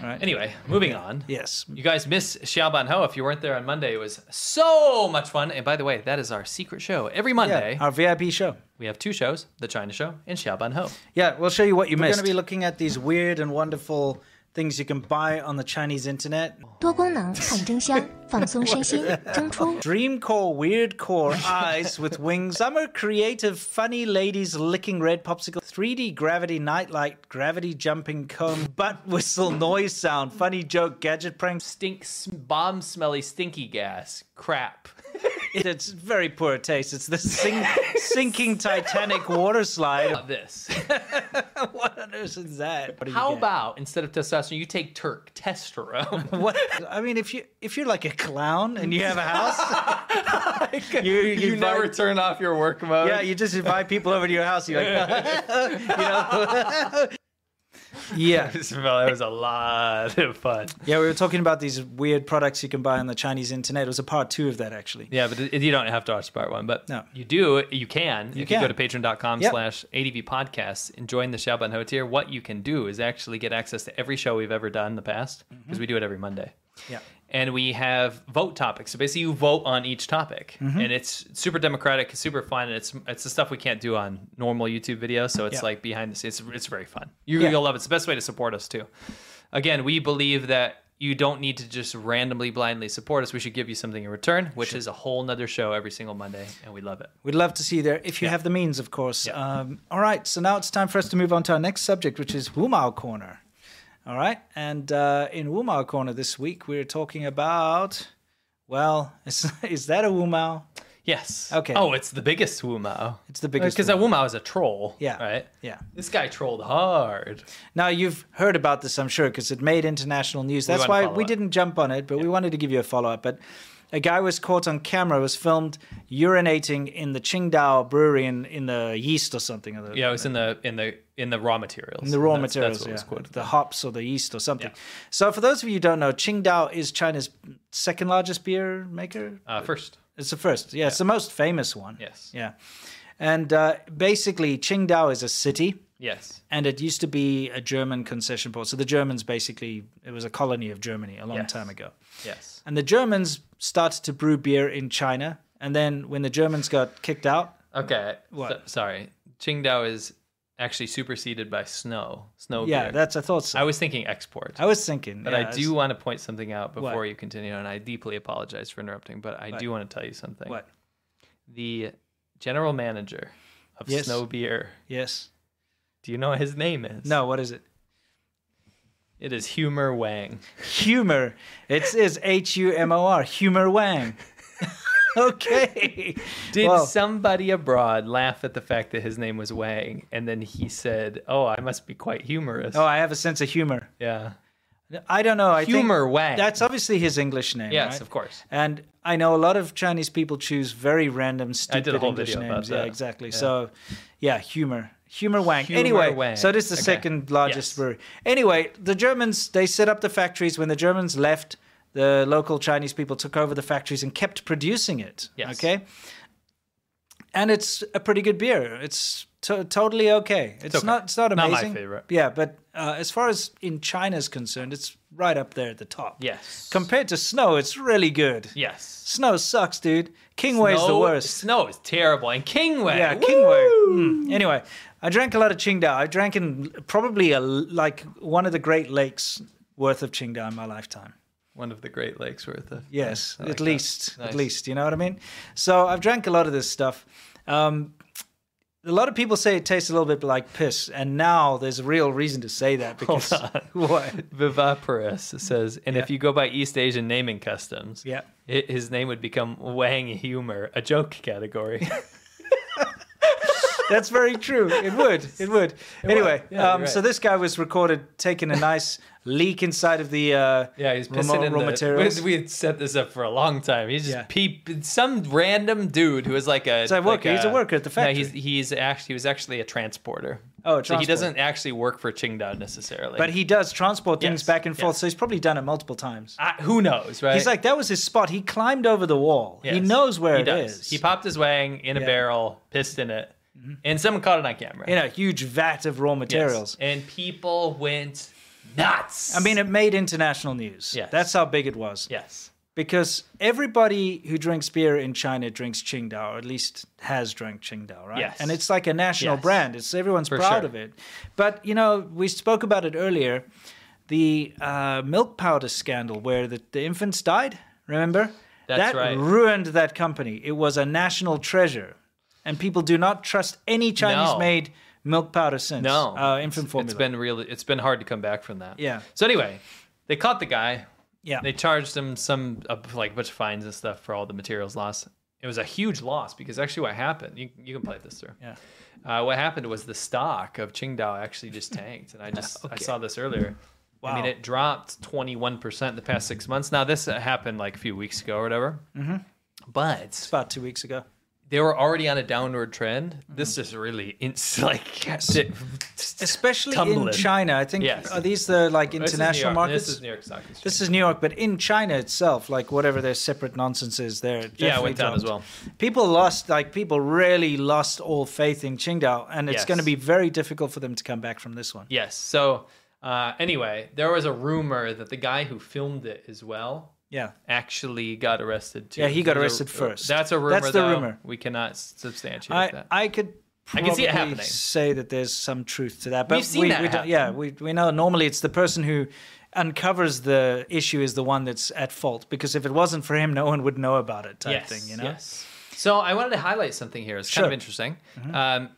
Speaker 1: All right.
Speaker 2: Anyway, moving on.
Speaker 1: Yes.
Speaker 2: You guys miss Xiaoban Ho if you weren't there on Monday. It was so much fun. And by the way, that is our secret show every Monday.
Speaker 1: our VIP show.
Speaker 2: We have two shows, The China Show and Xiaoban Ho.
Speaker 1: Yeah, we'll show you what you We're
Speaker 2: missed.
Speaker 1: going to be looking at these weird and wonderful things you can buy on the Chinese internet.
Speaker 17: 多功能汗蒸箱，放松身心，蒸出
Speaker 1: Dream core, weird core, eyes with wings, summer creative, funny ladies licking red popsicle, 3D gravity nightlight, gravity jumping comb, butt whistle, noise sound, funny joke, gadget prank,
Speaker 2: stink, bomb smelly, stinky gas, crap.
Speaker 1: it's very poor taste. It's the sink, sinking Titanic water slide.
Speaker 2: This.
Speaker 1: what on earth is that? What do you
Speaker 2: How
Speaker 1: get?
Speaker 2: about instead of testosterone, you take Turk testosterone?
Speaker 1: What? I mean, if you if you're like a clown and you have a house, you,
Speaker 2: You never turn off your work mode.
Speaker 1: Yeah, you just invite people over to your house. You're like, yeah.
Speaker 2: That was a lot of fun.
Speaker 1: Yeah, we were talking about these weird products you can buy on the Chinese internet. It was a part two of that, actually.
Speaker 2: Yeah, but it, you don't have to watch part one, but
Speaker 1: No.
Speaker 2: you do. You can. You if
Speaker 1: can.
Speaker 2: you go to patreon.com
Speaker 1: Yep.
Speaker 2: slash ADV podcasts and join the Shaoban Ho tier, what you can do is actually get access to every show we've ever done in the past
Speaker 1: Mm-hmm.
Speaker 2: because we do it every Monday.
Speaker 1: Yeah.
Speaker 2: And we have vote topics. So basically, you vote on each topic,
Speaker 1: Mhm.
Speaker 2: and it's super democratic, it's super fun, and it's it's the stuff we can't do on normal YouTube videos. So it's
Speaker 1: Yeah.
Speaker 2: like behind the scenes. It's, it's very fun. You,
Speaker 1: Yeah.
Speaker 2: You'll love it. It's the best way to support us too. Again, we believe that you don't need to just randomly blindly support us. We should give you something in return, which is a whole nother show every single Monday, and we love it.
Speaker 1: We'd love to see you there if you have the means, of course. Um, all right, so now it's time for us to move on to our next subject, which is Wumao Corner. All right, and uh, in Wumao Corner this week, we're talking about well, is, is that a Wumao?
Speaker 2: Yes.
Speaker 1: Okay.
Speaker 2: Oh, it's the biggest Wumao.
Speaker 1: It's the biggest
Speaker 2: because a Wumao is a troll.
Speaker 1: Yeah.
Speaker 2: Right.
Speaker 1: Yeah.
Speaker 2: This guy trolled hard.
Speaker 1: Now you've heard about this, I'm sure, because it made international news.
Speaker 2: We
Speaker 1: That's
Speaker 2: want
Speaker 1: why
Speaker 2: to follow
Speaker 1: we
Speaker 2: up.
Speaker 1: didn't jump on it, but we wanted to give you a follow up. But a guy was caught on camera was filmed urinating in the Qingdao brewery in, in the yeast or something. Or the,
Speaker 2: Yeah, it was in the in the in the raw materials.
Speaker 1: in the raw
Speaker 2: That's-
Speaker 1: materials,
Speaker 2: That's what was
Speaker 1: yeah,
Speaker 2: quoted.
Speaker 1: the hops or the yeast or something. So, for those of you who don't know, Qingdao is China's second largest beer maker.
Speaker 2: Uh, first.
Speaker 1: It's the first. Yeah, it's the most famous one.
Speaker 2: Yes.
Speaker 1: Yeah. And uh, basically, Qingdao is a city.
Speaker 2: Yes.
Speaker 1: And it used to be a German concession port. So the Germans basically, it was a colony of Germany a long
Speaker 2: Yes.
Speaker 1: time ago.
Speaker 2: Yes.
Speaker 1: And the Germans started to brew beer in China. And then when the Germans got kicked out,
Speaker 2: Okay.
Speaker 1: What?
Speaker 2: so- sorry. Qingdao is actually superseded by snow. Snow
Speaker 1: yeah,
Speaker 2: beer.
Speaker 1: that's I thought so.
Speaker 2: Oh, I was thinking export.
Speaker 1: I was thinking,
Speaker 2: But
Speaker 1: yeah,
Speaker 2: I
Speaker 1: it's-
Speaker 2: do want to point something out
Speaker 1: What?
Speaker 2: before you continue, and I deeply apologize for interrupting, but I
Speaker 1: What?
Speaker 2: do want to tell you something.
Speaker 1: What?
Speaker 2: The general manager of
Speaker 1: Yes.
Speaker 2: Snow Beer,
Speaker 1: yes.
Speaker 2: do you know what his name is?
Speaker 1: No, what is it?
Speaker 2: It is Humor Wang.
Speaker 1: Humor. It is H U M O R. Humor Wang. okay.
Speaker 2: Did
Speaker 1: Well-
Speaker 2: somebody abroad laugh at the fact that his name was Wang? And then he said, Oh, I must be quite humorous.
Speaker 1: Oh, I have a sense of humor.
Speaker 2: Yeah.
Speaker 1: I don't know. I
Speaker 2: Humor
Speaker 1: think
Speaker 2: Wang.
Speaker 1: That's obviously his English name.
Speaker 2: Yes,
Speaker 1: right?
Speaker 2: of course.
Speaker 1: And I know a lot of Chinese people choose very random,
Speaker 2: I
Speaker 1: stupid
Speaker 2: did a whole
Speaker 1: English
Speaker 2: video about
Speaker 1: names. Yeah,
Speaker 2: that.
Speaker 1: exactly.
Speaker 2: Yeah.
Speaker 1: So, yeah, humor, humor Wang.
Speaker 2: Humor
Speaker 1: anyway,
Speaker 2: Wang.
Speaker 1: so this is the
Speaker 2: Okay.
Speaker 1: second largest brewery. Anyway, the Germans they set up the factories. When the Germans left, the local Chinese people took over the factories and kept producing it.
Speaker 2: Yes.
Speaker 1: Okay. And it's a pretty good beer. It's to- totally okay. It's,
Speaker 2: okay.
Speaker 1: not. It's not
Speaker 2: Not my
Speaker 1: amazing.
Speaker 2: favorite.
Speaker 1: Yeah, but uh, as far as in China's concerned, it's right up there at the top.
Speaker 2: Yes.
Speaker 1: Compared to Snow, it's really good.
Speaker 2: Yes.
Speaker 1: Snow sucks, dude. Kingway's the
Speaker 2: Snow-
Speaker 1: worst.
Speaker 2: Snow is terrible. And Kingway.
Speaker 1: Yeah,
Speaker 2: woo!
Speaker 1: Kingway. Mm. Anyway, I drank a lot of Qingdao. I drank in probably a, like one of the Great Lakes worth of Qingdao in my lifetime.
Speaker 2: One of the Great Lakes worth of.
Speaker 1: Yes,
Speaker 2: I like
Speaker 1: at
Speaker 2: that.
Speaker 1: least,
Speaker 2: Nice.
Speaker 1: at least. You know what I mean? So I've drank a lot of this stuff. Um, a lot of people say it tastes a little bit like piss, and now there's a real reason to say that because what?
Speaker 2: Vivaparis says, and if you go by East Asian naming customs,
Speaker 1: Yeah.
Speaker 2: i- his name would become Wang Humor, a joke category.
Speaker 1: That's very true. It would. It would.
Speaker 2: would.
Speaker 1: anyway,
Speaker 2: Yeah, you're
Speaker 1: um, so
Speaker 2: right.
Speaker 1: this guy was recorded taking a nice leak inside of the uh,
Speaker 2: yeah, he's
Speaker 1: raw,
Speaker 2: pissing in
Speaker 1: raw
Speaker 2: the,
Speaker 1: materials.
Speaker 2: We, we had set this up for a long time. He's just peep some random dude who is like a.
Speaker 1: He's a worker.
Speaker 2: like
Speaker 1: He's a worker at the
Speaker 2: No, he's he's actually he was actually a transporter.
Speaker 1: Oh, a
Speaker 2: so he
Speaker 1: transporter.
Speaker 2: doesn't actually work for Qingdao necessarily.
Speaker 1: but he does transport things
Speaker 2: Yes,
Speaker 1: back and forth,
Speaker 2: yes.
Speaker 1: so he's probably done it multiple times.
Speaker 2: I, who knows, right?
Speaker 1: He's like, that was his spot. He climbed over the wall. He
Speaker 2: Yes,
Speaker 1: knows where
Speaker 2: he
Speaker 1: it
Speaker 2: does.
Speaker 1: is.
Speaker 2: He popped his Wang in a
Speaker 1: Yeah. Mm-hmm.
Speaker 2: barrel, pissed in it, and someone caught it on camera.
Speaker 1: in a huge vat of raw
Speaker 2: Yes.
Speaker 1: materials.
Speaker 2: And people went nuts.
Speaker 1: I mean, it made international news.
Speaker 2: Yes.
Speaker 1: That's how big it was.
Speaker 2: yes.
Speaker 1: Because everybody who drinks beer in China drinks Qingdao, or at least has drank Qingdao, right?
Speaker 2: Yes.
Speaker 1: And it's like a national
Speaker 2: Yes.
Speaker 1: brand. It's everyone's
Speaker 2: For
Speaker 1: proud
Speaker 2: sure.
Speaker 1: of it. But you know, we spoke about it earlier, the uh, milk powder scandal where the, the infants died. Remember?
Speaker 2: That's
Speaker 1: that
Speaker 2: right.
Speaker 1: ruined that company. It was a national treasure, and people do not trust any Chinese-made milk powder since.
Speaker 2: No.
Speaker 1: uh, infant formula.
Speaker 2: It's been really it's been hard to come back from that.
Speaker 1: Yeah.
Speaker 2: So anyway, they caught the guy.
Speaker 1: Yeah.
Speaker 2: They charged him some uh, like a bunch of fines and stuff for all the materials lost. It was a huge loss because actually what happened, you, you can play this through.
Speaker 1: Yeah.
Speaker 2: Uh, what happened was the stock of Qingdao actually just tanked, and I just I
Speaker 1: Okay.
Speaker 2: saw this earlier. I mean,
Speaker 1: Wow.
Speaker 2: it dropped 21% the past six months. Now this uh, happened like a few weeks ago or whatever.
Speaker 1: hmm
Speaker 2: But
Speaker 1: About two weeks ago.
Speaker 2: they were already on a downward trend. This just really it's like kept it
Speaker 1: especially in
Speaker 2: tumbling.
Speaker 1: China. I think
Speaker 2: Yes.
Speaker 1: are these the like
Speaker 2: This is New
Speaker 1: international
Speaker 2: York-
Speaker 1: markets?
Speaker 2: This is New York Stock Exchange.
Speaker 1: This is New York, but in China itself, like whatever their separate nonsense is, there it
Speaker 2: Yeah, it
Speaker 1: definitely
Speaker 2: went down as
Speaker 1: dropped. People lost, like people really lost all faith in Qingdao, and it's
Speaker 2: Yes.
Speaker 1: going to be very difficult for them to come back from this one.
Speaker 2: Yes. So uh, anyway, there was a rumor that the guy who filmed it as well
Speaker 1: Yeah,
Speaker 2: actually got arrested too.
Speaker 1: Yeah, he got
Speaker 2: There's a-
Speaker 1: arrested first.
Speaker 2: That's a rumor.
Speaker 1: That's the
Speaker 2: though.
Speaker 1: rumor.
Speaker 2: We cannot s- substantiate
Speaker 1: I
Speaker 2: that.
Speaker 1: I could.
Speaker 2: I can see it
Speaker 1: probably
Speaker 2: happening.
Speaker 1: Say that there's some truth to that, but
Speaker 2: We've seen
Speaker 1: we,
Speaker 2: that
Speaker 1: we don't,
Speaker 2: happen.
Speaker 1: yeah, we we know normally it's the person who uncovers the issue is the one that's at fault because if it wasn't for him, no one would know about it. Type
Speaker 2: yes,
Speaker 1: thing, you know.
Speaker 2: Yes. So I wanted to highlight something here. It's kind
Speaker 1: Sure. Mm-hmm.
Speaker 2: of interesting. Um,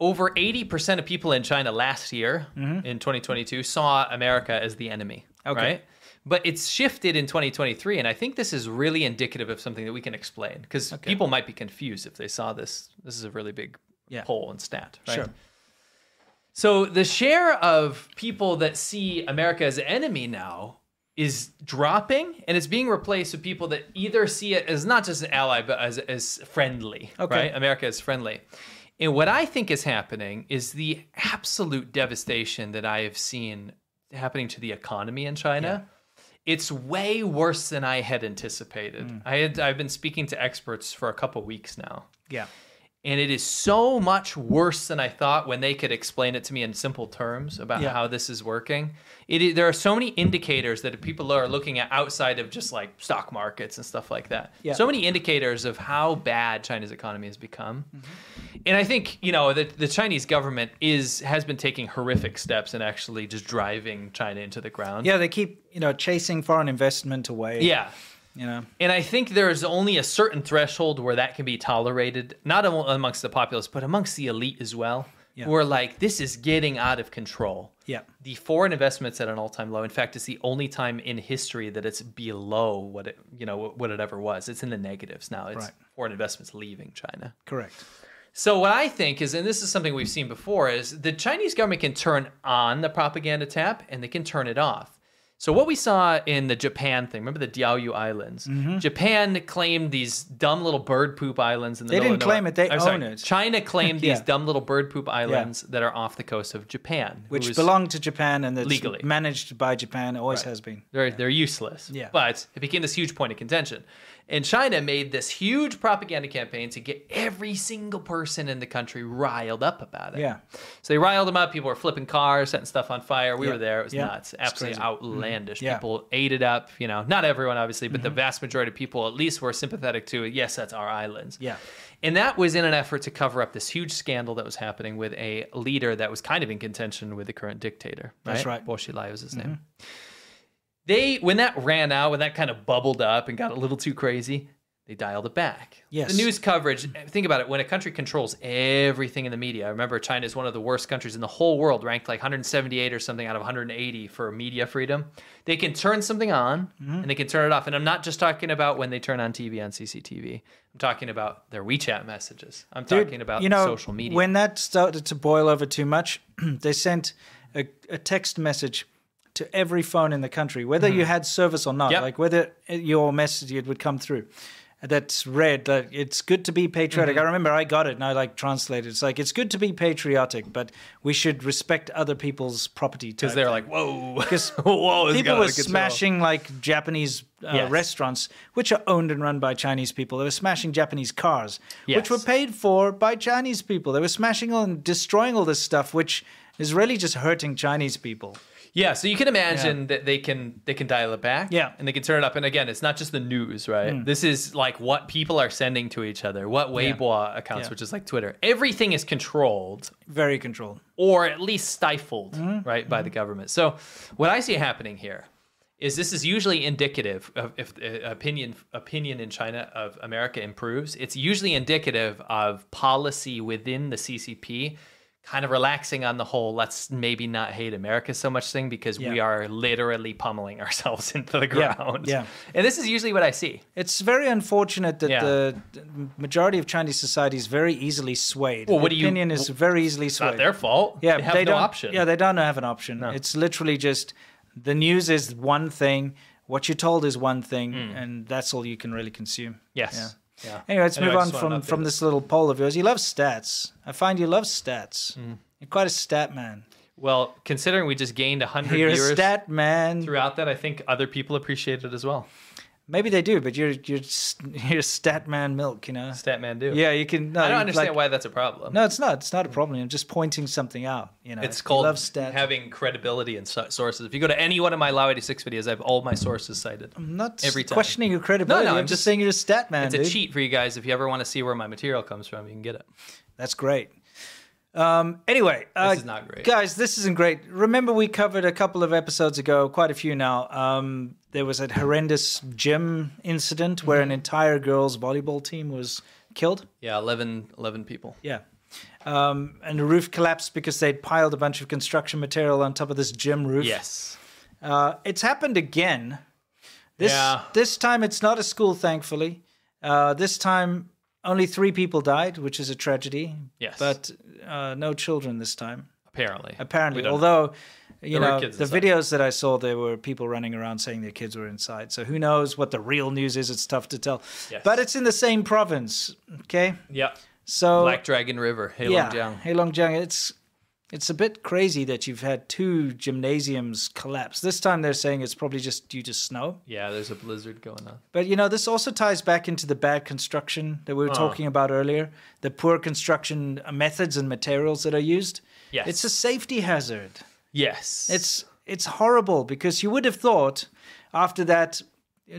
Speaker 2: over 80% of people in China last year
Speaker 1: Mhm.
Speaker 2: in 2022 saw America as the enemy.
Speaker 1: Okay.
Speaker 2: Right? But it's shifted in 2023, and I think this is really indicative of something that we can explain because people might be confused if they saw this. This is a really big poll and stat, right?
Speaker 1: Sure.
Speaker 2: So the share of people that see America as an enemy now is dropping, and it's being replaced with people that either see it as not just an ally, but as as friendly.
Speaker 1: Okay.
Speaker 2: Right? America is friendly. And what I think is happening is the absolute devastation that I have seen happening to the economy in China. It's way worse than I had anticipated.
Speaker 1: Mm.
Speaker 2: I had I've been speaking to experts for a couple weeks now
Speaker 1: Yeah.
Speaker 2: and it is so much worse than I thought when they could explain it to me in simple terms about
Speaker 1: Yeah.
Speaker 2: how this is working. It i- there are so many indicators that people are looking at outside of just like stock markets and stuff like that.
Speaker 1: Yeah.
Speaker 2: So many indicators of how bad China's economy has become.
Speaker 1: Mm-hmm.
Speaker 2: And I think you know the, the Chinese government is has been taking horrific steps and actually just driving China into the ground.
Speaker 1: Yeah, they keep, you know, chasing foreign investment away.
Speaker 2: Yeah.
Speaker 1: You know.
Speaker 2: And I think there's only a certain threshold where that can be tolerated, not am- amongst the populace, but amongst the elite as well.
Speaker 1: Yeah.
Speaker 2: Who are like, this is getting out of control.
Speaker 1: Yeah.
Speaker 2: The foreign investment's at an all-time low. In fact, it's the only time in history that it's below what it, you know, what it ever was. It's in the negatives now. It's
Speaker 1: Right.
Speaker 2: foreign investments leaving China.
Speaker 1: Correct.
Speaker 2: So what I think is, and this is something we've seen before, is the Chinese government can turn on the propaganda tap and they can turn it off. So what we saw in the Japan thing, remember the Diaoyu Islands?
Speaker 1: Mhm.
Speaker 2: Japan claimed these dumb little bird poop islands in the
Speaker 1: They
Speaker 2: middle
Speaker 1: didn't
Speaker 2: of nowhere.
Speaker 1: claim it, they
Speaker 2: I'm sorry,
Speaker 1: own it.
Speaker 2: China claimed these
Speaker 1: Yeah.
Speaker 2: dumb little bird poop islands that are off the coast of Japan,
Speaker 1: Which
Speaker 2: who's-
Speaker 1: belong to Japan and that's
Speaker 2: Legally.
Speaker 1: managed by Japan, always
Speaker 2: Right.
Speaker 1: has been.
Speaker 2: They're they're useless.
Speaker 1: Yeah.
Speaker 2: But it became this huge point of contention. And China made this huge propaganda campaign to get every single person in the country riled up about it.
Speaker 1: Yeah.
Speaker 2: So they riled them up. People were flipping cars, setting stuff on fire. We
Speaker 1: Yeah.
Speaker 2: were there. It was
Speaker 1: Yeah.
Speaker 2: nuts.
Speaker 1: It's
Speaker 2: Absolutely
Speaker 1: crazy. Mhm.
Speaker 2: outlandish.
Speaker 1: Yeah.
Speaker 2: People ate it up. You know, not everyone obviously, but the
Speaker 1: Mhm.
Speaker 2: vast majority of people at least were sympathetic to it. Yes, that's our islands.
Speaker 1: Yeah.
Speaker 2: And that was in an effort to cover up this huge scandal that was happening with a leader that was kind of in contention with the current dictator.
Speaker 1: That's right. Mm-hmm.
Speaker 2: Bo Xilai was his name. They when that ran out, when that kind of bubbled up and got a little too crazy, they dialed it back.
Speaker 1: Yes.
Speaker 2: The news coverage, think about it, when a country controls everything in the media. I remember China is one of the worst countries in the whole world, ranked like 178 or something out of 180 for media freedom. They can turn something on
Speaker 1: Mhm.
Speaker 2: and they can turn it off. And I'm not just talking about when they turn on TV on CCTV. I'm talking about their WeChat messages. I'm
Speaker 1: Dude,
Speaker 2: talking about
Speaker 1: you know,
Speaker 2: social media.
Speaker 1: When that started to boil over too much, they sent a, a text message to every phone in the country, whether you
Speaker 2: Mhm.
Speaker 1: had service or not,
Speaker 2: Yep.
Speaker 1: like whether uh, your message it would come through. That's read. That it's good to be patriotic.
Speaker 2: Mhm.
Speaker 1: I remember I got it and I like translated. It's like it's good to be patriotic, but we should respect other people's property
Speaker 2: Because they're like, whoa.
Speaker 1: Because
Speaker 2: whoa, this
Speaker 1: people
Speaker 2: got
Speaker 1: were
Speaker 2: out of control.
Speaker 1: smashing like Japanese uh,
Speaker 2: Yes.
Speaker 1: restaurants, which are owned and run by Chinese people. They were smashing Japanese cars, which
Speaker 2: Yes.
Speaker 1: were paid for by Chinese people. They were smashing and destroying all this stuff, which is really just hurting Chinese people.
Speaker 2: Yeah, so you can imagine that they can they can dial it back. Yeah, and they can turn it up. And again, it's not just the news, right?
Speaker 1: Mm.
Speaker 2: This is like what people are sending to each other, what
Speaker 1: Yeah.
Speaker 2: Weibo accounts,
Speaker 1: Yeah.
Speaker 2: which is like Twitter. Everything is controlled,
Speaker 1: very controlled,
Speaker 2: or at least stifled,
Speaker 1: Mm-hmm.
Speaker 2: right, by the government. So what I see happening here is this is usually indicative of if uh, opinion opinion in China of America improves. It's usually indicative of policy within the CCP kind of relaxing on the whole let's maybe not hate America so much thing because we
Speaker 1: Yeah.
Speaker 2: are literally pummeling ourselves into the
Speaker 1: Yeah,
Speaker 2: ground.
Speaker 1: yeah.
Speaker 2: And this is usually what I see.
Speaker 1: It's very unfortunate that
Speaker 2: Yeah.
Speaker 1: the the majority of Chinese society is very easily swayed.
Speaker 2: Well, what
Speaker 1: The
Speaker 2: do you-
Speaker 1: opinion is very easily
Speaker 2: It's
Speaker 1: swayed.
Speaker 2: not their fault.
Speaker 1: Yeah,
Speaker 2: they have no
Speaker 1: don't,
Speaker 2: option.
Speaker 1: Yeah, they don't have an option. It's literally just the news is one thing, what you're told is one thing, and that's all you can really consume.
Speaker 2: Hmm. Yes.
Speaker 1: Yeah.
Speaker 2: Yeah.
Speaker 1: Anyway, let's
Speaker 2: Anyway, I
Speaker 1: move on
Speaker 2: just
Speaker 1: from
Speaker 2: wanted to update
Speaker 1: from this little poll of yours. You love stats. I find you love stats.
Speaker 2: Hmm.
Speaker 1: You're quite a stat man.
Speaker 2: Well, considering we just gained 100
Speaker 1: You're a
Speaker 2: viewers
Speaker 1: stat man.
Speaker 2: throughout that, I think other people appreciate it as well.
Speaker 1: Maybe they do, but you're you're s- you're stat man milk. You know.
Speaker 2: Stat man do.
Speaker 1: Yeah, you can. No,
Speaker 2: I don't
Speaker 1: you-
Speaker 2: understand
Speaker 1: like-
Speaker 2: why that's a problem.
Speaker 1: No, it's not. It's not a problem. I'm just pointing something out. You know,
Speaker 2: it's
Speaker 1: You
Speaker 2: called
Speaker 1: love stats.
Speaker 2: having credibility and so- sources. If you go to any one of my Lao 86 videos, I have all my sources cited.
Speaker 1: I'm not
Speaker 2: every time.
Speaker 1: questioning your credibility.
Speaker 2: No, no,
Speaker 1: I'm,
Speaker 2: I'm
Speaker 1: just
Speaker 2: just-
Speaker 1: saying you're a stat man.
Speaker 2: it's a
Speaker 1: dude.
Speaker 2: cheat for you guys. If you ever want to see where my material comes from, you can get it.
Speaker 1: That's great. Um, anyway, uh,
Speaker 2: is not great.
Speaker 1: guys. This isn't great. Remember, we covered a couple of episodes ago, quite a few now. Um, there was a horrendous gym incident where an
Speaker 2: Mm-hmm.
Speaker 1: entire girls' volleyball team was killed.
Speaker 2: Yeah, 11, 11 people.
Speaker 1: Yeah. Um, and the roof collapsed because they'd piled a bunch of construction material on top of this gym roof.
Speaker 2: Yes.
Speaker 1: Uh, it's happened again. This
Speaker 2: Yeah.
Speaker 1: this time it's not a school, thankfully. Uh, this time only three people died, which is a tragedy.
Speaker 2: Yes.
Speaker 1: but uh, no children this time.
Speaker 2: Apparently. We
Speaker 1: Apparently,
Speaker 2: don't-
Speaker 1: although you
Speaker 2: There were
Speaker 1: know
Speaker 2: kids
Speaker 1: the
Speaker 2: inside.
Speaker 1: videos that I saw, there were people running around saying their kids were inside. So who knows what the real news is? It's tough to tell.
Speaker 2: Yes.
Speaker 1: But it's in the same province. Okay.
Speaker 2: Yep.
Speaker 1: So
Speaker 2: Black Dragon River, Heilongjiang.
Speaker 1: Heilongjiang. It's it's a bit crazy that you've had two gymnasiums collapse. This time they're saying it's probably just due to snow.
Speaker 2: Yeah, there's a blizzard going on.
Speaker 1: But you know, this also ties back into the bad construction that we were
Speaker 2: Uh.
Speaker 1: talking about earlier, the poor construction uh, methods and materials that are used.
Speaker 2: Yes.
Speaker 1: It's a safety hazard.
Speaker 2: Yes.
Speaker 1: It's it's horrible because you would have thought after that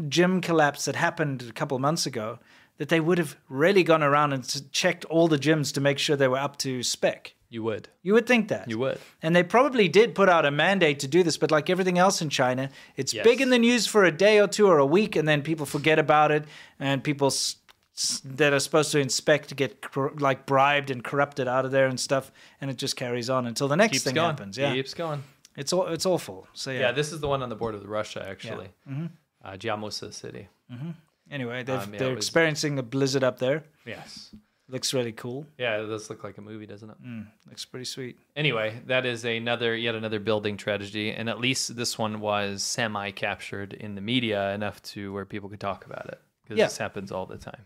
Speaker 1: gym collapse that happened a couple months ago that they would have really gone around and s- checked all the gyms to make sure they were up to spec.
Speaker 2: You would.
Speaker 1: You would think that.
Speaker 2: You would.
Speaker 1: And they probably did put out a mandate to do this, but like everything else in China, it's
Speaker 2: Yes.
Speaker 1: big in the news for a day or two or a week, and then people forget about it, and people s- s- that are supposed to inspect get cor- like bribed and corrupted out of there and stuff, and it just carries on until the next
Speaker 2: Keeps
Speaker 1: thing
Speaker 2: going.
Speaker 1: happens. Yeah,
Speaker 2: Keeps going.
Speaker 1: It's aw- it's awful. So
Speaker 2: Yeah.
Speaker 1: yeah,
Speaker 2: this is the one on the border with Russia, actually.
Speaker 1: Mhm.
Speaker 2: Uh, Jiamusa City.
Speaker 1: Mhm. Anyway, they've,
Speaker 2: Um, yeah,
Speaker 1: they're
Speaker 2: it was-
Speaker 1: experiencing a blizzard up there.
Speaker 2: Yes.
Speaker 1: looks really cool.
Speaker 2: Yeah, it does look like a movie, doesn't it?
Speaker 1: Mm, looks pretty sweet.
Speaker 2: Anyway, that is another yet another building tragedy, and at least this one was semi captured in the media enough to where people could talk about it because
Speaker 1: Yeah.
Speaker 2: this happens all the time.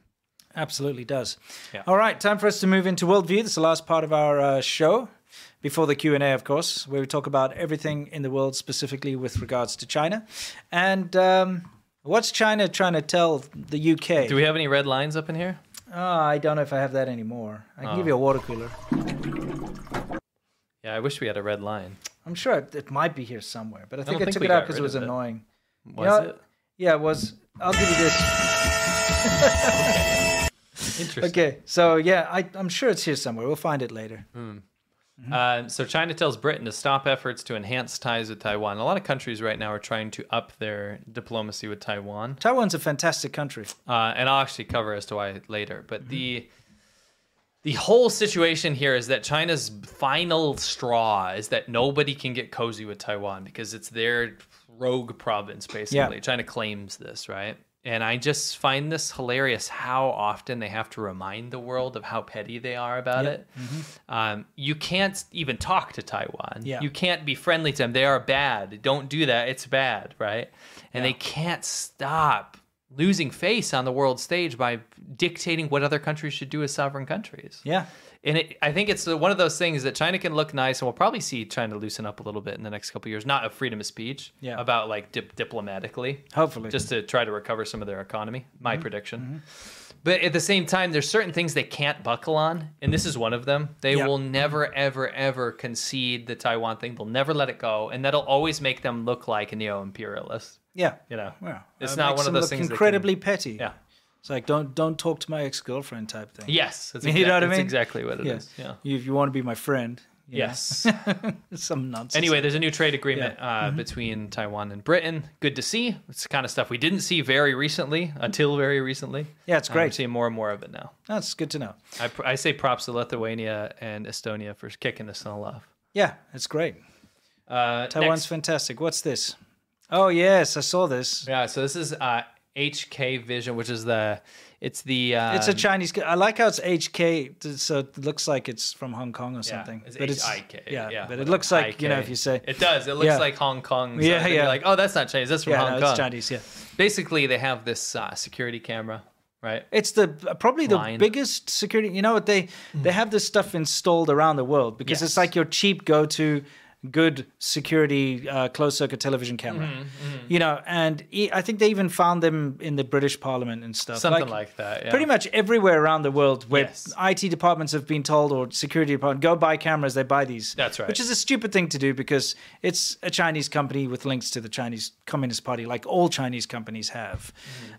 Speaker 1: Absolutely does.
Speaker 2: Yeah.
Speaker 1: All right, time for us to move into worldview. That's the last part of our uh, show before the Q and A, of course, where we talk about everything in the world, specifically with regards to China. And um, what's China trying to tell the UK?
Speaker 2: Do we have any red lines up in here?
Speaker 1: Oh, I don't know if I have that anymore. I can
Speaker 2: Oh.
Speaker 1: give you a water cooler.
Speaker 2: Yeah, I wish we had a red line.
Speaker 1: I'm sure it, it might be here somewhere, but I
Speaker 2: I
Speaker 1: think I,
Speaker 2: don't think
Speaker 1: took
Speaker 2: we
Speaker 1: it out
Speaker 2: got
Speaker 1: because it
Speaker 2: rid
Speaker 1: was
Speaker 2: of it.
Speaker 1: annoying. You
Speaker 2: Was
Speaker 1: know-
Speaker 2: it?
Speaker 1: Yeah, it was. I'll give you this.
Speaker 2: Interesting.
Speaker 1: Okay, so yeah, I, I'm sure it's here somewhere. We'll find it later.
Speaker 2: Hmm. Uh, so China tells Britain to stop efforts to enhance ties with Taiwan. A lot of countries right now are trying to up their diplomacy with Taiwan.
Speaker 1: Taiwan's a fantastic country.
Speaker 2: uh, and I'll actually cover as to why later. But the the whole situation here is that China's final straw is that nobody can get cozy with Taiwan because it's their rogue province, basically. China claims this, right? And I just find this hilarious how often they have to remind the world of how petty they are about
Speaker 1: Yeah.
Speaker 2: it. Um, you can't even talk to Taiwan.
Speaker 1: Yeah.
Speaker 2: You can't be friendly to them. They are bad. Don't do that. It's bad, right? And they can't stop losing face on the world stage by dictating what other countries should do as sovereign countries.
Speaker 1: Yeah.
Speaker 2: And it, I think it's one of those things that China can look nice, and we'll probably see China loosen up a little bit in the next couple of years, not of freedom of speech,
Speaker 1: Yeah.
Speaker 2: about like dip- diplomatically,
Speaker 1: Hopefully.
Speaker 2: just to try to recover some of their economy.
Speaker 1: Mm-hmm.
Speaker 2: My prediction. But at the same time, there's certain things they can't buckle on, and this is one of them. They
Speaker 1: Yeah.
Speaker 2: will never, ever, ever concede the Taiwan thing. They'll never let it go, and that'll always make them look like a neo-imperialist.
Speaker 1: Yeah.
Speaker 2: you know,
Speaker 1: Well,
Speaker 2: it's
Speaker 1: uh,
Speaker 2: not
Speaker 1: makes
Speaker 2: one
Speaker 1: them
Speaker 2: of those
Speaker 1: look
Speaker 2: things. they can-
Speaker 1: incredibly petty. Yeah. It's like don't don't talk to my ex girlfriend type thing.
Speaker 2: Yes, that's
Speaker 1: you know
Speaker 2: exact-
Speaker 1: what I mean.
Speaker 2: that's exactly what it
Speaker 1: it is.
Speaker 2: is, yeah.
Speaker 1: You, if you want to be my friend. you know.
Speaker 2: Yes.
Speaker 1: Some nonsense.
Speaker 2: Anyway, there's a new trade agreement uh,
Speaker 1: Mm-hmm.
Speaker 2: between Taiwan and Britain. Good to see. It's the kind of stuff we didn't see very recently, until very recently.
Speaker 1: Yeah, it's
Speaker 2: Uh, we're
Speaker 1: great.
Speaker 2: seeing more and more of it now.
Speaker 1: That's good to know.
Speaker 2: I, pr- I say props to Lithuania and Estonia for kicking this all off.
Speaker 1: Yeah, it's great.
Speaker 2: Uh,
Speaker 1: Taiwan's
Speaker 2: next-
Speaker 1: fantastic. What's this? Oh yes, I saw this.
Speaker 2: Yeah, so this is uh, HK Vision, which is the it's the um,
Speaker 1: it's a Chinese. co- I like how it's HK, so it looks like it's from Hong Kong or something.
Speaker 2: It's
Speaker 1: but it's
Speaker 2: HIK,
Speaker 1: Yeah,
Speaker 2: yeah,
Speaker 1: but it looks like you know
Speaker 2: HK.
Speaker 1: if you say
Speaker 2: it does. It looks
Speaker 1: Yeah.
Speaker 2: like Hong Kong.
Speaker 1: Yeah,
Speaker 2: something.
Speaker 1: yeah.
Speaker 2: You're like, oh, that's not Chinese. That's from
Speaker 1: Yeah,
Speaker 2: Hong
Speaker 1: no, it's
Speaker 2: Kong.
Speaker 1: Chinese, yeah.
Speaker 2: Basically, they have this uh, security camera, right?
Speaker 1: It's the probably the
Speaker 2: Line.
Speaker 1: biggest security. You know what they they have this stuff installed around the world because it's like your cheap go to good security uh, closed circuit television camera.
Speaker 2: Mm-hmm,
Speaker 1: You know, and e- I think they even found them in the British Parliament and stuff.
Speaker 2: Something like that, yeah.
Speaker 1: Pretty much everywhere around the world where IT departments have been told or security department go buy cameras, they buy these.
Speaker 2: That's right.
Speaker 1: Which is a stupid thing to do because it's a Chinese company with links to the Chinese Communist Party, like all Chinese companies have.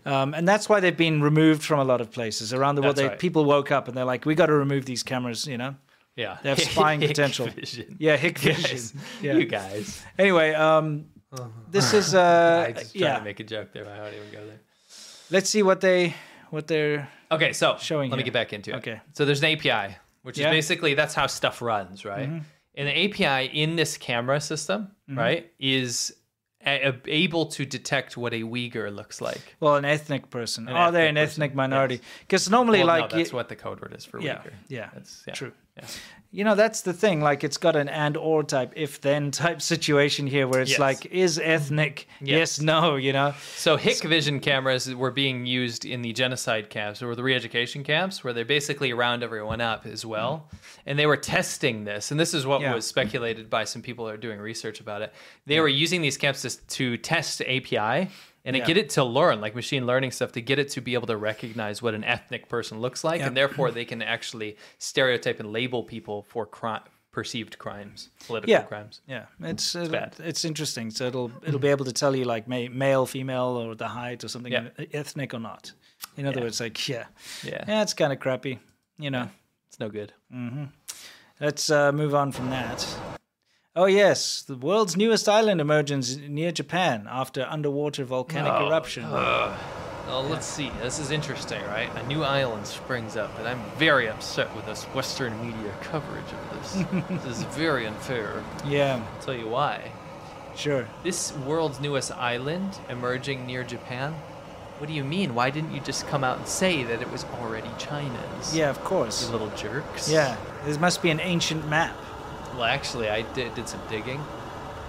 Speaker 1: Um, and that's why they've been removed from a lot of places around the world.
Speaker 2: Mm-hmm. That's
Speaker 1: They,
Speaker 2: right.
Speaker 1: People woke up and they're like, we got to remove these cameras, you know?
Speaker 2: Yeah.
Speaker 1: They have spying
Speaker 2: Hick
Speaker 1: potential.
Speaker 2: vision.
Speaker 1: Yeah, hick
Speaker 2: Guys,
Speaker 1: vision. Yeah.
Speaker 2: You guys.
Speaker 1: Anyway, um, this is
Speaker 2: Uh-huh. I
Speaker 1: uh,
Speaker 2: was just trying
Speaker 1: yeah.
Speaker 2: to make a joke there. but I don't even go there.
Speaker 1: Let's see what they what they're
Speaker 2: Okay, so
Speaker 1: showing.
Speaker 2: let me
Speaker 1: here.
Speaker 2: get back into it.
Speaker 1: Okay.
Speaker 2: So there's an API, which
Speaker 1: Yeah.
Speaker 2: is basically that's how stuff runs, right?
Speaker 1: Mhm.
Speaker 2: And the API in this camera system,
Speaker 1: Mhm.
Speaker 2: right, is a- able to detect what a Uyghur looks like.
Speaker 1: Well, an ethnic person.
Speaker 2: An
Speaker 1: oh, they're
Speaker 2: ethnic
Speaker 1: an ethnic minority. Because normally,
Speaker 2: Well, no,
Speaker 1: like,
Speaker 2: that's
Speaker 1: y-
Speaker 2: what the code word is for
Speaker 1: yeah,
Speaker 2: Uyghur.
Speaker 1: Yeah,
Speaker 2: That's yeah,
Speaker 1: true.
Speaker 2: yeah.
Speaker 1: You know, that's the thing. Like, it's got an and or type, if then type situation here where it's
Speaker 2: Yes. Mm-hmm.
Speaker 1: like, is ethnic? Yes. no, you know?
Speaker 2: So HikVision cameras were being used in the genocide camps or the re-education camps, where they basically round everyone up as well.
Speaker 1: Mm-hmm.
Speaker 2: And they were testing this, and this is what was speculated by some people that are doing research about it. They were using these camps to, to test API and to
Speaker 1: Yeah.
Speaker 2: get it to learn, like machine learning stuff, to get it to be able to recognize what an ethnic person looks like,
Speaker 1: Yeah.
Speaker 2: and therefore they can actually stereotype and label people for crime, perceived crimes, political
Speaker 1: yeah.
Speaker 2: crimes.
Speaker 1: Yeah. It's,
Speaker 2: It's
Speaker 1: it'll-
Speaker 2: bad. Mm-hmm.
Speaker 1: it's interesting. So it'll it'll be able to tell you like ma- male, female, or the height or something, uh,
Speaker 2: Yeah.
Speaker 1: ethnic or not. In other
Speaker 2: Yeah.
Speaker 1: words, like yeah,
Speaker 2: Yeah.
Speaker 1: yeah, it's kind of crappy. You know,
Speaker 2: it's no good.
Speaker 1: hmm Let's uh, move on from that. Oh yes, the world's newest island emerges near Japan after underwater volcanic
Speaker 2: Oh,
Speaker 1: eruption.
Speaker 2: ugh. Oh, let's see. This is interesting, right? A new island springs up, and I'm very upset with this Western media coverage of this. this is very unfair.
Speaker 1: Yeah.
Speaker 2: I'll tell you why.
Speaker 1: Sure.
Speaker 2: This world's newest island emerging near Japan? What do you mean? Why didn't you just come out and say that it was already China's?
Speaker 1: Yeah, of course.
Speaker 2: You little jerks.
Speaker 1: Yeah, this must be an ancient map.
Speaker 2: Well, actually, I did, did some digging,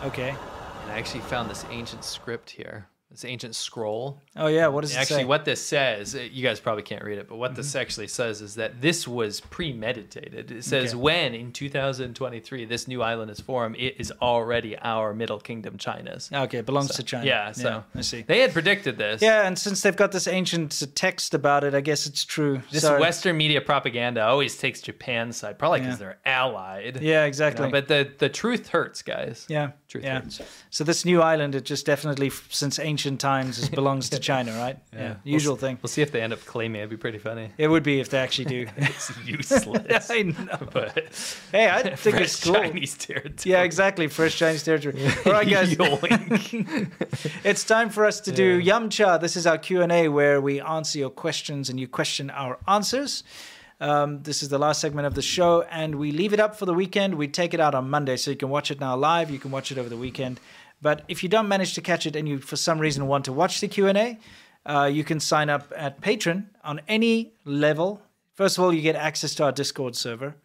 Speaker 1: Okay.
Speaker 2: and I actually found this ancient script here. This ancient scroll.
Speaker 1: Oh yeah, what does it
Speaker 2: actually
Speaker 1: say? Mm-hmm.
Speaker 2: what this says uh, you guys probably can't read it but what this actually says is that this was premeditated it says
Speaker 1: Okay.
Speaker 2: when in 2023 this new island is formed it is already our middle kingdom china's
Speaker 1: Okay, it belongs to China.
Speaker 2: yeah so
Speaker 1: I see.
Speaker 2: they had predicted this
Speaker 1: Yeah, and since they've got this ancient text about it, I guess it's true.
Speaker 2: this
Speaker 1: Sorry.
Speaker 2: Western media propaganda always takes Japan's side, probably because
Speaker 1: Yeah.
Speaker 2: they're allied.
Speaker 1: Yeah, exactly.
Speaker 2: but the, the truth hurts, guys.
Speaker 1: Yeah.
Speaker 2: Truth
Speaker 1: yeah.
Speaker 2: hurts.
Speaker 1: So this new island, it just definitely, f- since ancient times, is, belongs to China, right? Yeah. Usual
Speaker 2: we'll, s-
Speaker 1: thing.
Speaker 2: We'll see if they end up claiming it. It'd be pretty funny.
Speaker 1: It would be if they actually do.
Speaker 2: it's useless.
Speaker 1: I know.
Speaker 2: But
Speaker 1: Hey, I think
Speaker 2: Fresh
Speaker 1: it's cool.
Speaker 2: Chinese territory.
Speaker 1: Yeah, exactly. Fresh Chinese territory. All right, guys. it's time for us to do Yamcha. This is our Q and A where we answer your questions and you question our answers. Um, this is the last segment of the show, and we leave it up for the weekend. We take it out on Monday, so you can watch it now live. You can watch it over the weekend. But if you don't manage to catch it and you, for some reason, want to watch the Q and A, uh, you can sign up at Patreon on any level. First of all, you get access to our Discord server,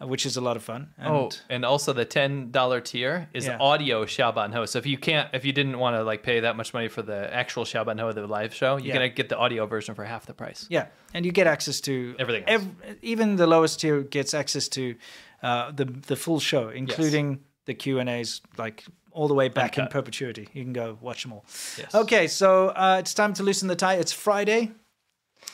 Speaker 1: uh, which is a lot of fun. And
Speaker 2: oh, and also the ten dollar tier is
Speaker 1: Yeah.
Speaker 2: audio Shaban Ho. So if you can't, if you didn't want to like pay that much money for the actual Shaban Ho, the live show, you're
Speaker 1: Yeah.
Speaker 2: gonna get the audio version for half the price.
Speaker 1: Yeah, and you get access to
Speaker 2: Everything
Speaker 1: ev- even the lowest tier gets access to uh, the the full show, including the Q and A's, like all the way back in
Speaker 2: Uncut.
Speaker 1: perpetuity. You can go watch them all.
Speaker 2: Yes.
Speaker 1: Okay, so uh, it's time to loosen the tie. It's Friday.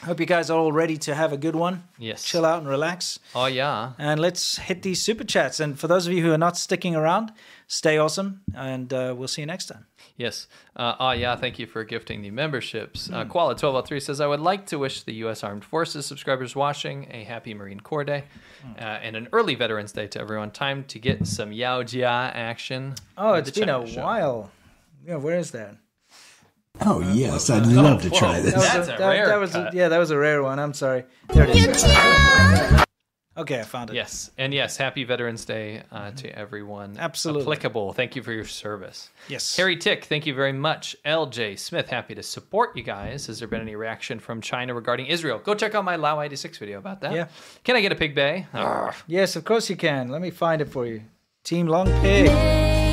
Speaker 1: Hope you guys are all ready to have a good one.
Speaker 2: Yes.
Speaker 1: Chill out and relax.
Speaker 2: Oh yeah.
Speaker 1: And let's hit these super chats. And for those of you who are not sticking around, stay awesome, and uh, we'll see you next time.
Speaker 2: Yes. Uh, ah, yeah. Thank you for gifting the memberships.
Speaker 1: Hmm.
Speaker 2: Uh, Koala twelve hundred three says, "I would like to wish the U.S. Armed Forces subscribers watching a happy Marine Corps Day
Speaker 1: Hmm.
Speaker 2: uh, and an early Veterans Day to everyone. Time to get some Yao Jia action."
Speaker 1: Oh,
Speaker 2: with
Speaker 1: it's
Speaker 2: the
Speaker 1: been a
Speaker 2: China show.
Speaker 1: while. Yeah, where is that?
Speaker 18: Oh yes, I'd love to
Speaker 2: whoa,
Speaker 18: try this.
Speaker 2: that was a- That's
Speaker 1: that,
Speaker 2: rare
Speaker 1: that was
Speaker 2: cut.
Speaker 1: yeah, that was a rare one. I'm sorry. There it is. Okay, I found it.
Speaker 2: Yes, and yes, happy Veterans Day uh, to everyone.
Speaker 1: Mm-hmm. Absolutely.
Speaker 2: Applicable. Thank you for your service.
Speaker 1: Yes.
Speaker 2: Harry Tick, thank you very much. LJ Smith, happy to support you guys. Has there been any reaction from China regarding Israel? Go check out my Lao 86 video about that.
Speaker 1: Yeah.
Speaker 2: Can I get a pig bay? Arr.
Speaker 1: Yes, of course you can. Let me find it for you. Team Long Pig.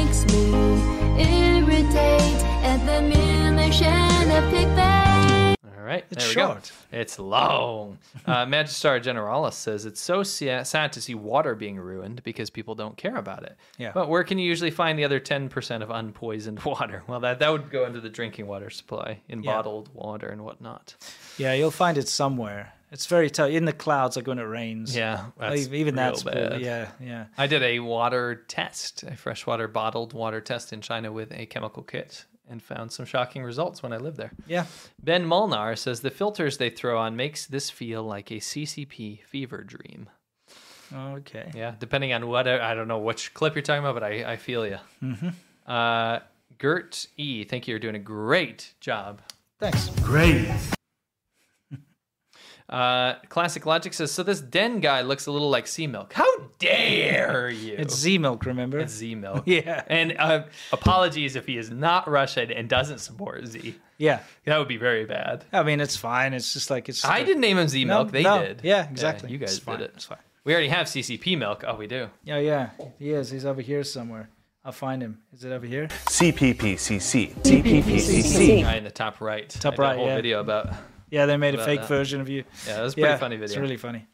Speaker 19: makes me irritate at the munition of clickbait.
Speaker 2: All right.
Speaker 19: It's
Speaker 2: there
Speaker 19: short.
Speaker 2: We go. It's long. Uh, Magistar Generalis says it's so sa- sad to see water being ruined because people don't care about it.
Speaker 1: Yeah.
Speaker 2: But where can you usually find the other 10% of unpoisoned water? Well, that, that would go into the drinking water supply in
Speaker 1: Yeah.
Speaker 2: bottled water and whatnot.
Speaker 1: Yeah, you'll find it somewhere. It's very tough. In the clouds, like when it rains.
Speaker 2: Yeah. That's
Speaker 1: Like, even
Speaker 2: real
Speaker 1: that's bull-
Speaker 2: bad.
Speaker 1: yeah, yeah.
Speaker 2: I did a water test, a freshwater bottled water test in China with a chemical kit and found some shocking results when I lived there.
Speaker 1: Yeah.
Speaker 2: Ben Molnar says the filters they throw on makes this feel like a CCP fever dream.
Speaker 1: Okay.
Speaker 2: Yeah, depending on what I don't know which clip you're talking about, but I, I feel you.
Speaker 1: Mhm.
Speaker 2: Uh, Gert E, thank you. You're doing a great job.
Speaker 1: Thanks.
Speaker 2: Great. Uh, Classic Logic says, so this Den guy looks a little like Sea Milk. How dare you?
Speaker 1: It's Z Milk, remember?
Speaker 2: It's Z Milk.
Speaker 1: Yeah.
Speaker 2: And uh, apologies if he is not Russian and doesn't support Z.
Speaker 1: Yeah.
Speaker 2: That would be very bad.
Speaker 1: I mean, it's fine. It's just like it's.
Speaker 2: I didn't name him Z Milk.
Speaker 1: No,
Speaker 2: they
Speaker 1: no.
Speaker 2: did.
Speaker 1: Yeah, exactly.
Speaker 2: you
Speaker 1: It's
Speaker 2: guys
Speaker 1: fine.
Speaker 2: did it.
Speaker 1: It's fine.
Speaker 2: We already have CCP Milk. Oh, we do.
Speaker 1: Yeah, yeah. He is. He's over here somewhere. I'll find him. Is it over here?
Speaker 15: CPPCC.
Speaker 2: Guy in the top right.
Speaker 1: Top
Speaker 2: I did a
Speaker 1: right,
Speaker 2: whole
Speaker 1: yeah.
Speaker 2: video about.
Speaker 1: Yeah, they made a
Speaker 2: about
Speaker 1: fake
Speaker 2: that.
Speaker 1: version of you.
Speaker 2: Yeah, it was a pretty funny
Speaker 1: It's
Speaker 2: video.
Speaker 1: really funny.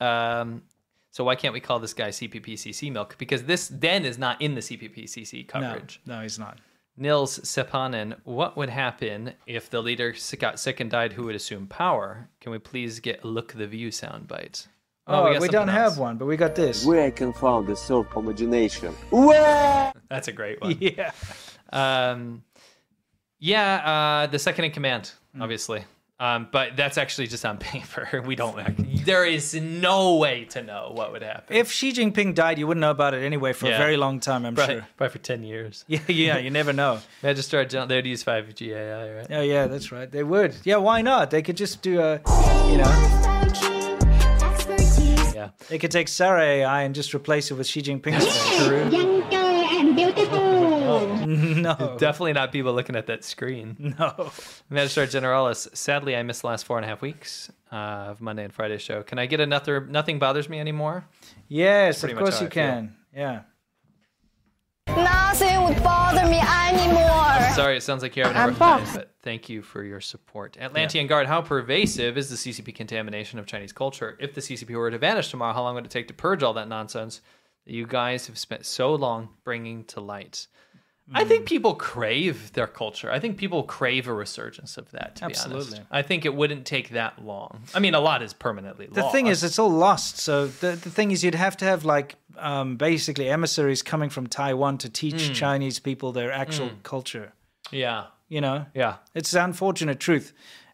Speaker 2: Um, so why can't we call this guy CPPCC Milk? Because this den is not in the CPPCC coverage.
Speaker 1: No, no, he's not.
Speaker 2: Nils Sepanen, what would happen if the leader s- got sick and died? Who would assume power? Can we please get look the view sound bites?
Speaker 1: Oh, we,
Speaker 2: got
Speaker 1: don't
Speaker 2: something
Speaker 1: have one, but we got this.
Speaker 5: Where I can find the self homogenation.
Speaker 2: else. That's a great one.
Speaker 1: Yeah.
Speaker 2: Um, yeah, uh, the second in command,
Speaker 1: Hmm.
Speaker 2: obviously. Um, but that's actually just on paper. We don't. act- There is no way to know what would happen.
Speaker 1: If Xi Jinping died, you wouldn't know about it anyway for
Speaker 2: Yeah.
Speaker 1: a very long time, I'm
Speaker 2: probably,
Speaker 1: sure.
Speaker 2: probably for ten years.
Speaker 1: Yeah, yeah, you never know.
Speaker 2: Magistrar General, they'd use five G AI, right?
Speaker 1: Yeah, yeah, that's right. They would. Yeah, why not? They could just do a, you know,
Speaker 2: yeah.
Speaker 1: They could take Sarah AI and just replace it with Xi Jinping's face.
Speaker 19: Younger and
Speaker 2: Oh.
Speaker 19: beautiful.
Speaker 1: no,
Speaker 2: Definitely not people looking at that screen.
Speaker 1: no.
Speaker 2: Magistrar Generalis, sadly, I missed the last four and a half weeks uh, of Monday and Friday show. Can I get another Nothing Bothers Me Anymore?
Speaker 1: Yes,
Speaker 2: Pretty
Speaker 1: of
Speaker 2: much
Speaker 1: course
Speaker 2: how
Speaker 1: you
Speaker 2: I feel.
Speaker 1: can. Yeah.
Speaker 19: Nothing would bother me anymore.
Speaker 2: Sorry, it sounds like you're having a
Speaker 19: I'm
Speaker 2: rough time,
Speaker 19: fucked.
Speaker 2: but thank you for your support. Atlantean Guard, how pervasive is the CCP contamination of Chinese culture? If the CCP were to vanish tomorrow, how long would it take to purge all that nonsense that you guys have spent so long bringing to light? I
Speaker 1: Hmm.
Speaker 2: think people crave their culture. I think people crave a resurgence of that, to be honest.
Speaker 1: Absolutely.
Speaker 2: I think it wouldn't take that long. I mean, a lot is permanently
Speaker 1: The
Speaker 2: lost.
Speaker 1: thing is, it's all lost. So the, the thing is, you'd have to have like um, basically emissaries coming from Taiwan to teach
Speaker 2: Mm.
Speaker 1: Chinese people their actual
Speaker 2: Mm.
Speaker 1: culture.
Speaker 2: yeah.
Speaker 1: You know,
Speaker 2: Yeah.
Speaker 1: it's the unfortunate truth.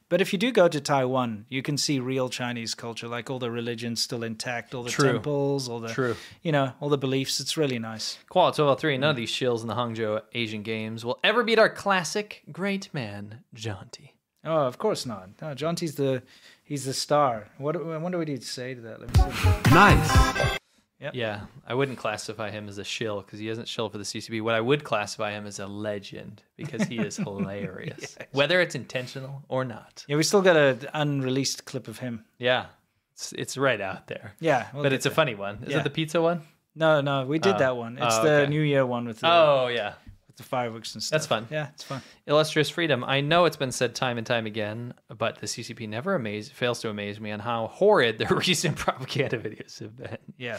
Speaker 1: But if you do go to Taiwan, you can see real Chinese culture, like all the religions still intact, all the
Speaker 2: True.
Speaker 1: temples, all the
Speaker 2: True.
Speaker 1: you know, all the beliefs. It's really nice.
Speaker 2: Qual 1203,
Speaker 1: Hmm.
Speaker 2: none of these shills in the Hangzhou Asian Games will ever beat our classic great man, Jaunty.
Speaker 1: Oh, of course not. No, Jonty's the he's the star. What I wonder what he'd say to that. Let me see.
Speaker 2: Nice.
Speaker 1: Yep.
Speaker 2: Yeah, I wouldn't classify him as a shill because he doesn't shill for the CCB. What I would classify him as a legend because he is hilarious, whether it's intentional or not.
Speaker 1: Yeah, we still got an unreleased clip of him.
Speaker 2: Yeah, it's, it's right out there.
Speaker 1: Yeah, we'll
Speaker 2: but
Speaker 1: get
Speaker 2: it's a
Speaker 1: there.
Speaker 2: funny one. Is
Speaker 1: Yeah.
Speaker 2: it the pizza one?
Speaker 1: No, no, we did
Speaker 2: Oh.
Speaker 1: that one. It's
Speaker 2: Oh,
Speaker 1: the
Speaker 2: okay.
Speaker 1: New Year one with the,
Speaker 2: Oh yeah,
Speaker 1: with the fireworks and stuff.
Speaker 2: that's fun.
Speaker 1: Yeah, it's fun.
Speaker 2: Illustrious freedom. I know it's been said time and time again, but the CCP never amaze, fails to amaze me on how horrid their recent propaganda videos have been.
Speaker 1: Yeah.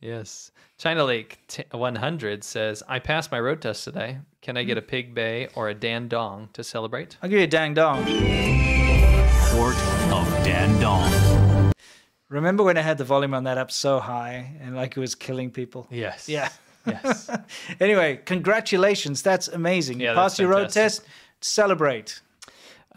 Speaker 2: Yes. China Lake t- 100 says, I passed my road test today. Can I
Speaker 1: Hmm.
Speaker 2: get a pig bay or a dandong to celebrate?
Speaker 1: I'll give you a dang dong.
Speaker 20: Fort of Dandong.
Speaker 1: Remember when I had the volume on that up so high and like it was killing people?
Speaker 2: Yes.
Speaker 1: Yeah.
Speaker 2: Yes.
Speaker 1: anyway, congratulations. That's amazing.
Speaker 2: Yeah,
Speaker 1: you
Speaker 2: that's
Speaker 1: passed your road
Speaker 2: fantastic.
Speaker 1: test. Celebrate.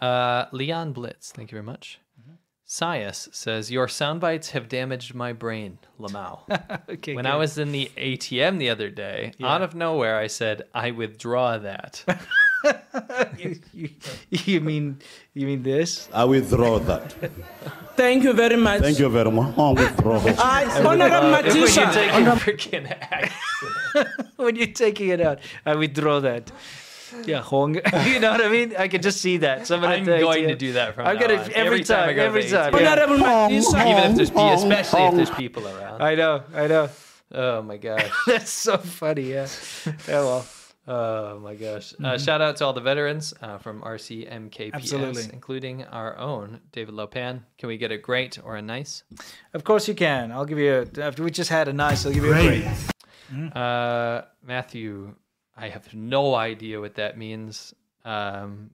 Speaker 2: Uh, Leon Blitz, thank you very much.
Speaker 1: Mm-hmm.
Speaker 2: Sias says, Your sound bites have damaged my brain, Lamau.
Speaker 1: Okay.
Speaker 2: when
Speaker 1: good.
Speaker 2: I was in the ATM the other day, out of nowhere, I said, I withdraw that.
Speaker 1: you, you mean you mean this?
Speaker 21: I withdraw that.
Speaker 22: Thank you very much.
Speaker 21: Thank you very much. I withdraw.
Speaker 22: I honorable
Speaker 2: Uh, when you
Speaker 22: magician.
Speaker 2: take your
Speaker 22: Honorable-
Speaker 2: freaking act.
Speaker 1: when you're taking it out, I withdraw that. Yeah, Hong. you know what I mean? I can just see that. Someone at
Speaker 2: I'm
Speaker 1: the
Speaker 2: going
Speaker 1: ATM.
Speaker 2: to do that from
Speaker 1: I'm
Speaker 2: now
Speaker 1: gonna
Speaker 2: on.
Speaker 1: every, time,
Speaker 2: I go to
Speaker 1: every
Speaker 2: the
Speaker 1: time.
Speaker 2: ATM.
Speaker 1: yeah.
Speaker 22: Honorable magician.
Speaker 2: Even if there's, pe- especially if there's people around.
Speaker 1: I know, I know.
Speaker 2: Oh my gosh.
Speaker 1: That's so funny. Yeah. yeah well.
Speaker 2: Oh my gosh. Uh,
Speaker 1: Mm-hmm.
Speaker 2: shout out to all the veterans uh, from RCMKPS,
Speaker 1: Absolutely.
Speaker 2: including our own David Lopan. Can we get a great or a nice?
Speaker 1: Of course you can. I'll give you. A, after we just had a nice, I'll give you a
Speaker 2: Great.
Speaker 1: great. Mm-hmm.
Speaker 2: Uh, Matthew, I have no idea what that means. Um,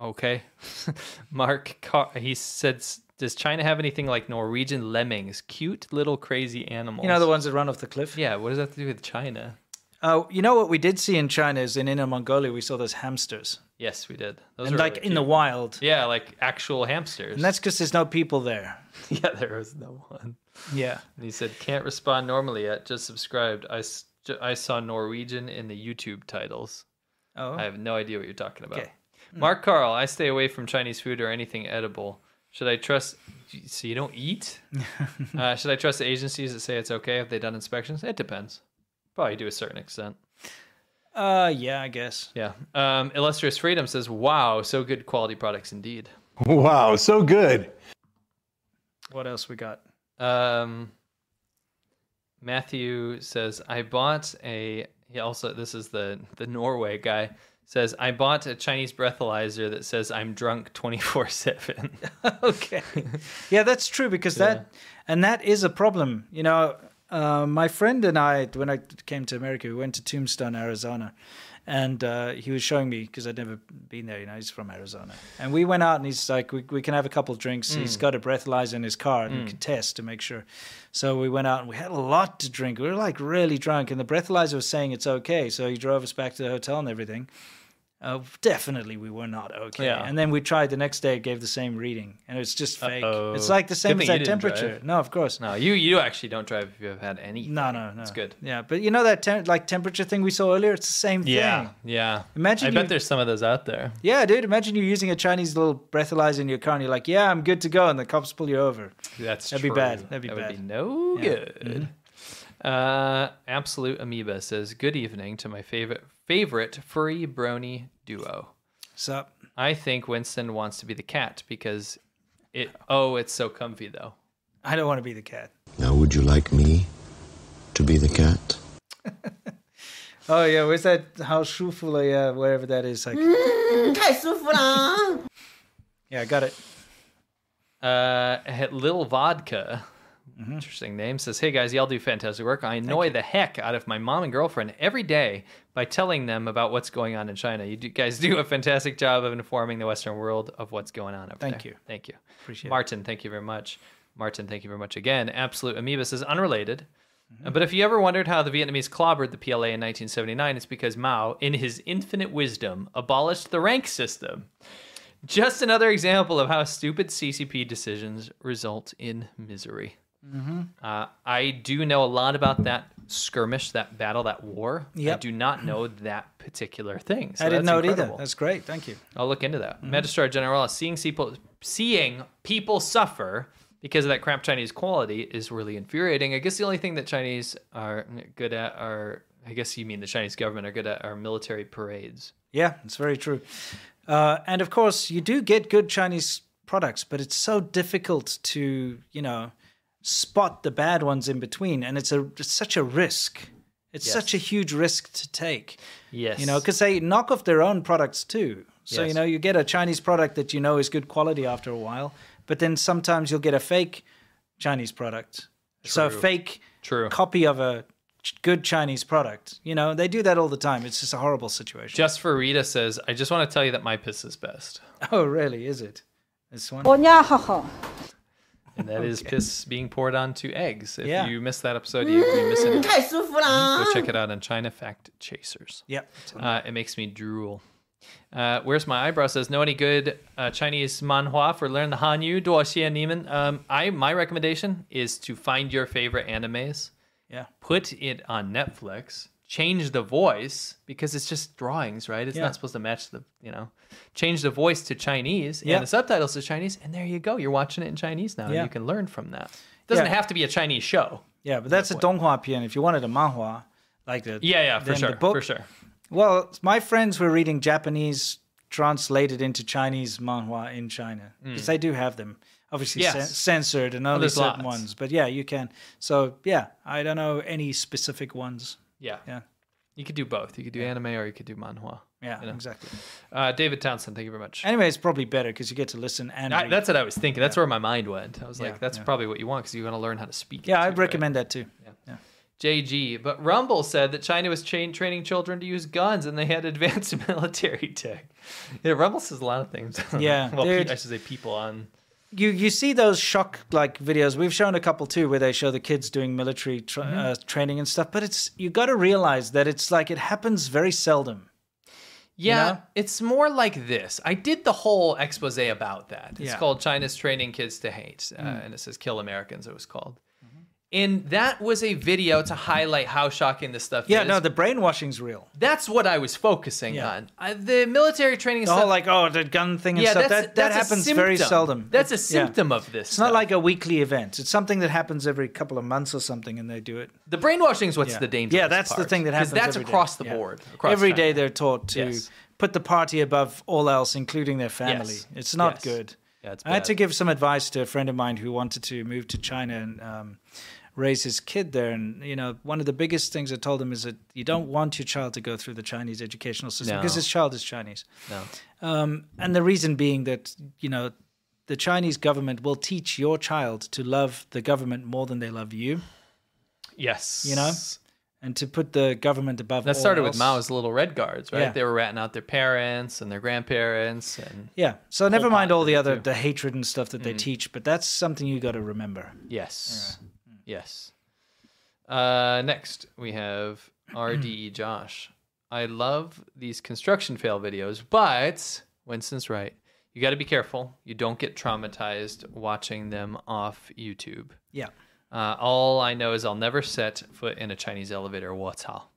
Speaker 2: okay. Mark, Car- he said, Does China have anything like Norwegian lemmings? Cute little crazy animals.
Speaker 1: You know the ones that run off the cliff.
Speaker 2: Yeah, what does that have to do with China?
Speaker 1: Oh, you know what we did see in China is in Inner Mongolia we saw those hamsters,
Speaker 2: Yes, we did. Those
Speaker 1: and
Speaker 2: were
Speaker 1: like
Speaker 2: really
Speaker 1: in the
Speaker 2: cute.
Speaker 1: wild,
Speaker 2: Yeah, like actual hamsters.
Speaker 1: and that's because there's no people there.
Speaker 2: yeah, there was no one.
Speaker 1: Yeah.
Speaker 2: And he said, "Can't respond normally yet. Just subscribed. I, s- ju- I saw Norwegian in the YouTube titles.
Speaker 1: Oh.
Speaker 2: I have no idea what you're talking about."
Speaker 1: Okay. Hmm.
Speaker 2: Mark Carl, I stay away from Chinese food or anything edible. Should I trust? So you don't eat? uh, should I trust the agencies that say it's okay? Have they done inspections? It depends. Probably to a certain extent.
Speaker 1: Uh, yeah, I guess.
Speaker 2: Yeah. Um, Illustrious Freedom says, "Wow, so good quality products indeed."
Speaker 3: Wow, so good.
Speaker 1: What else we got?
Speaker 2: Um, Matthew says, "I bought a." He also this is the the Norway guy says, "I bought a Chinese breathalyzer that says I'm drunk 24 seven."
Speaker 1: okay. Yeah, that's true because that and that is a problem. You know, uh, my friend and I, when I came to America, we went to Tombstone, Arizona, and uh, he was showing me because I'd never been there. You know, he's from Arizona, and we went out, and he's like, "We, we can have a couple of drinks." He's
Speaker 2: Mm.
Speaker 1: got a breathalyzer in his car and
Speaker 2: Mm.
Speaker 1: could test to make sure. So we went out, and we had a lot to drink. We were like really drunk, and the breathalyzer was saying it's okay. So he drove us back to the hotel and everything. Uh, definitely, we were not okay.
Speaker 2: Yeah.
Speaker 1: And then we tried the next day; it gave the same reading, and it's just fake.
Speaker 2: Uh-oh.
Speaker 1: It's like the same
Speaker 2: Good
Speaker 1: as
Speaker 2: thing
Speaker 1: that
Speaker 2: you didn't
Speaker 1: temperature.
Speaker 2: drive.
Speaker 1: No, of course.
Speaker 2: No, you you actually don't drive if you have had any.
Speaker 1: No, no, no.
Speaker 2: It's good.
Speaker 1: Yeah, but you know that tem- like temperature thing we saw earlier. It's the same
Speaker 2: Yeah,
Speaker 1: thing.
Speaker 2: yeah.
Speaker 1: Imagine
Speaker 2: I
Speaker 1: you-
Speaker 2: bet there's some of those out there.
Speaker 1: Yeah, dude. Imagine you're using a Chinese little breathalyzer in your car, and you're like, "Yeah, I'm good to go," and the cops pull you over.
Speaker 2: That's
Speaker 1: that'd be
Speaker 2: true.
Speaker 1: bad. That'd be
Speaker 2: That
Speaker 1: bad.
Speaker 2: would be no
Speaker 1: Yeah. Mm-hmm.
Speaker 2: good. Uh, Absolute Amoeba says, "Good evening to my favorite favorite furry brony duo."
Speaker 1: Sup?
Speaker 2: I think Winston wants to be the cat because it. Oh, it's so comfy though.
Speaker 1: I don't want to be the cat.
Speaker 4: Now, would you like me to be the cat?
Speaker 1: Oh yeah, where's that? How shufu yeah, wherever that is. Like,
Speaker 23: 嗯，太舒服了。
Speaker 1: yeah, I got it.
Speaker 2: Uh, Lil Vodka,
Speaker 1: Mm-hmm.
Speaker 2: interesting name, says, Hey guys, y'all do fantastic work. I annoy the heck out of my mom and girlfriend every day by telling them about what's going on in China. You do, guys do a fantastic job of informing the Western world of what's going on over
Speaker 1: Thank
Speaker 2: there.
Speaker 1: you.
Speaker 2: Thank you.
Speaker 1: Appreciate it.
Speaker 2: Martin, thank you very much. Martin, thank you very much again. Absolute Amoeba says, Unrelated.
Speaker 1: Mm-hmm.
Speaker 2: Uh, But if you ever wondered how the Vietnamese clobbered the PLA in 1979, it's because Mao, in his infinite wisdom, abolished the rank system. Just another example of how stupid CCP decisions result in misery.
Speaker 1: Mhm.
Speaker 2: Uh, I do know a lot about that skirmish, that battle, that war. I
Speaker 1: Yep.
Speaker 2: do not know that particular thing. so
Speaker 1: I didn't
Speaker 2: that's
Speaker 1: know it either.
Speaker 2: incredible.
Speaker 1: That's great. Thank you.
Speaker 2: I'll look into that.
Speaker 1: Mhm.
Speaker 2: Magistrate General, seeing people seeing people suffer because of that crap Chinese quality is really infuriating. I guess the only thing that Chinese are good at are, I guess you mean the Chinese government are good at are military parades.
Speaker 1: Yeah, it's very true. Uh, and of course, you do get good Chinese products, but it's so difficult to, you know, spot the bad ones in between. And it's a it's such a risk. It's
Speaker 2: Yes.
Speaker 1: such a huge risk to take.
Speaker 2: Yes.
Speaker 1: You know, because they knock off their own products too. So, you
Speaker 2: Yes.
Speaker 1: know, you get a Chinese product that you know is good quality after a while, but then sometimes you'll get a fake Chinese product. So, a
Speaker 2: True.
Speaker 1: fake
Speaker 2: True.
Speaker 1: copy of a ch- good Chinese product. You know, they do that all the time. It's just a horrible situation.
Speaker 2: Just for Rita says, I just want to tell you that my piss is best.
Speaker 1: Oh, really? Is it? This one?
Speaker 24: 我尿好好。
Speaker 2: And that is piss being poured onto eggs. If
Speaker 1: Yeah.
Speaker 2: you missed that episode, you, you missed it.
Speaker 24: 太舒服啦
Speaker 2: Go check it out on China Fact Chasers.
Speaker 1: Yep.
Speaker 2: Uh, it makes me drool. Uh, where's my eyebrow? Says no any good uh, Chinese manhua for learn the Hanyu Duoxia Neiman. Um, I my recommendation is to find your favorite animes.
Speaker 1: Yeah.
Speaker 2: Put it on Netflix. Change the voice because it's just drawings, right? It's
Speaker 1: Yeah.
Speaker 2: not supposed to match the you know. Change the voice to Chinese
Speaker 1: Yeah.
Speaker 2: and the subtitles to Chinese, and there you go. You're watching it in Chinese now.
Speaker 1: Yeah.
Speaker 2: And you can learn from that. It doesn't
Speaker 1: Yeah.
Speaker 2: have to be a Chinese show.
Speaker 1: Yeah, but that's a Donghua pian. If you wanted a manhua, like the
Speaker 2: Yeah, yeah, for
Speaker 1: then the
Speaker 2: sure,
Speaker 1: book-
Speaker 2: for sure.
Speaker 1: Well, my friends were reading Japanese translated into Chinese manhwa in China because
Speaker 2: Mm.
Speaker 1: they do have them, obviously
Speaker 2: Yes.
Speaker 1: cen- censored and
Speaker 2: Oh,
Speaker 1: only
Speaker 2: there's
Speaker 1: certain
Speaker 2: lots.
Speaker 1: ones. But yeah, you can. So yeah, I don't know any specific ones.
Speaker 2: Yeah.
Speaker 1: Yeah.
Speaker 2: You could do both. You could do anime or you could do manhwa.
Speaker 1: Yeah,
Speaker 2: you know?
Speaker 1: exactly.
Speaker 2: Uh, David Townsend, thank you very much.
Speaker 1: Anyway, it's probably better because you get to listen and
Speaker 2: I-
Speaker 1: read.
Speaker 2: that's what I was thinking. That's where my mind went. I was
Speaker 1: Yeah,
Speaker 2: like, that's
Speaker 1: yeah.
Speaker 2: probably what you want because you want to learn how to speak.
Speaker 1: yeah, I'd recommend that too. yeah.
Speaker 2: JG. But Rumble said that China was train training children to use guns and they had advanced military tech. Yeah, Rumble says a lot of things.
Speaker 1: Yeah,
Speaker 2: well, pe-
Speaker 1: dude.
Speaker 2: I should say people on.
Speaker 1: you you see those shock like videos we've shown a couple too where they show the kids doing military tra-
Speaker 2: Mm-hmm.
Speaker 1: uh, training and stuff but it's you got to realize that it's like it happens very seldom
Speaker 2: Yeah,
Speaker 1: know?
Speaker 2: it's more like this. I did the whole expose about that. It's
Speaker 1: Yeah.
Speaker 2: called China's Training Kids to Hate, uh,
Speaker 1: Mm.
Speaker 2: and it says Kill Americans, it was called. And that was a video to highlight how shocking this stuff
Speaker 1: Yeah,
Speaker 2: is.
Speaker 1: no, the brainwashing's real.
Speaker 2: That's what I was focusing
Speaker 1: Yeah.
Speaker 2: on. I, the military training
Speaker 1: The
Speaker 2: stuff.
Speaker 1: whole like, oh, the gun thing and
Speaker 2: Yeah,
Speaker 1: stuff.
Speaker 2: that's-
Speaker 1: that that
Speaker 2: that's a
Speaker 1: happens very
Speaker 2: symptom.
Speaker 1: seldom.
Speaker 2: That's a
Speaker 1: It's- yeah.
Speaker 2: symptom of this
Speaker 1: It's not like a weekly event. It's something that happens every couple of months or something, and they do it.
Speaker 2: the brainwashing is what's
Speaker 1: Yeah.
Speaker 2: the dangerous
Speaker 1: Yeah, that's the
Speaker 2: part,
Speaker 1: thing that
Speaker 2: 'cause
Speaker 1: happens.
Speaker 2: That's
Speaker 1: every day.
Speaker 2: across the
Speaker 1: Yeah.
Speaker 2: board. Across
Speaker 1: every
Speaker 2: China.
Speaker 1: day they're taught to
Speaker 2: Yes.
Speaker 1: put the party above all else, including their family.
Speaker 2: Yes.
Speaker 1: It's not
Speaker 2: Yes.
Speaker 1: good.
Speaker 2: Yeah, it's
Speaker 1: I had
Speaker 2: bad.
Speaker 1: to give some advice to a friend of mine who wanted to move to China and um, raise his kid there. And you know, one of the biggest things I told him is that you don't want your child to go through the Chinese educational system
Speaker 2: No.
Speaker 1: because his child is Chinese.
Speaker 2: No.
Speaker 1: Um, and the reason being that you know the Chinese government will teach your child to love the government more than they love you
Speaker 2: Yes.
Speaker 1: you know, and to put the government above.
Speaker 2: That
Speaker 1: all
Speaker 2: started with
Speaker 1: else.
Speaker 2: Mao's little red guards, right?
Speaker 1: Yeah.
Speaker 2: They were ratting out their parents and their grandparents and
Speaker 1: Yeah. So never mind all the other the hatred and stuff that they
Speaker 2: Mm.
Speaker 1: teach, but that's something you got to remember.
Speaker 2: Yes. Mm. Yes. Uh, next, we have RDE Josh. I love these construction fail videos, but Winston's right. You got to be careful. You don't get traumatized watching them off YouTube.
Speaker 1: Yeah.
Speaker 2: Uh, all I know is I'll never set foot in a Chinese elevator. What's all?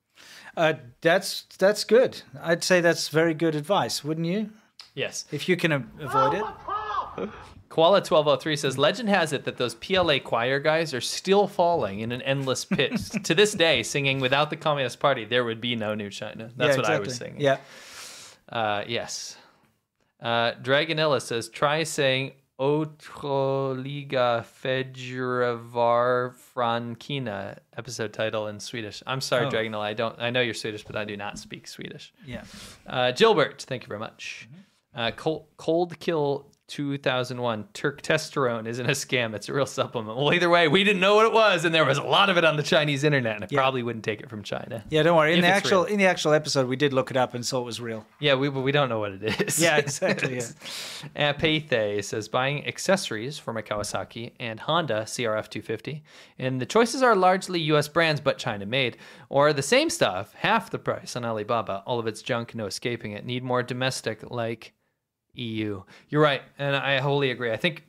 Speaker 1: Uh, that's that's good. I'd say that's very good advice, wouldn't you?
Speaker 2: Yes.
Speaker 1: If you can a- avoid it.
Speaker 2: Koala twelve oh three says, "Legend has it that those PLA choir guys are still falling in an endless pit to this day, singing without the Communist Party, there would be no new China." That's
Speaker 1: Yeah,
Speaker 2: what I was
Speaker 1: exactly.
Speaker 2: singing.
Speaker 1: Yeah.
Speaker 2: Uh, yes. Uh, Dragonella says, "Try saying Otroliga Fejurevar Frankina." Episode title in Swedish. I'm sorry,
Speaker 1: Oh.
Speaker 2: Dragonella. I don't. I know you're Swedish, but I do not speak Swedish.
Speaker 1: Yeah.
Speaker 2: Uh, Gilbert, thank you very much.
Speaker 1: Mm-hmm.
Speaker 2: Uh, cold, cold Kill 2001. Turktesterone isn't a scam. It's a real supplement. Well, either way, we didn't know what it was, and there was a lot of it on the Chinese internet, and I probably wouldn't take it from China.
Speaker 1: Yeah. Don't worry. In
Speaker 2: If
Speaker 1: the
Speaker 2: it's
Speaker 1: actual
Speaker 2: real.
Speaker 1: in the actual episode, we did look it up and saw it was real.
Speaker 2: Yeah, we, but we don't know what it is.
Speaker 1: Yeah, exactly, yeah.
Speaker 2: Apathe says buying accessories for my Kawasaki and Honda CRF 250, and the choices are largely U.S. brands but China made, or the same stuff half the price on Alibaba. All of it's junk, no escaping it. Need more domestic like EU. E You're right, and I wholly agree. I think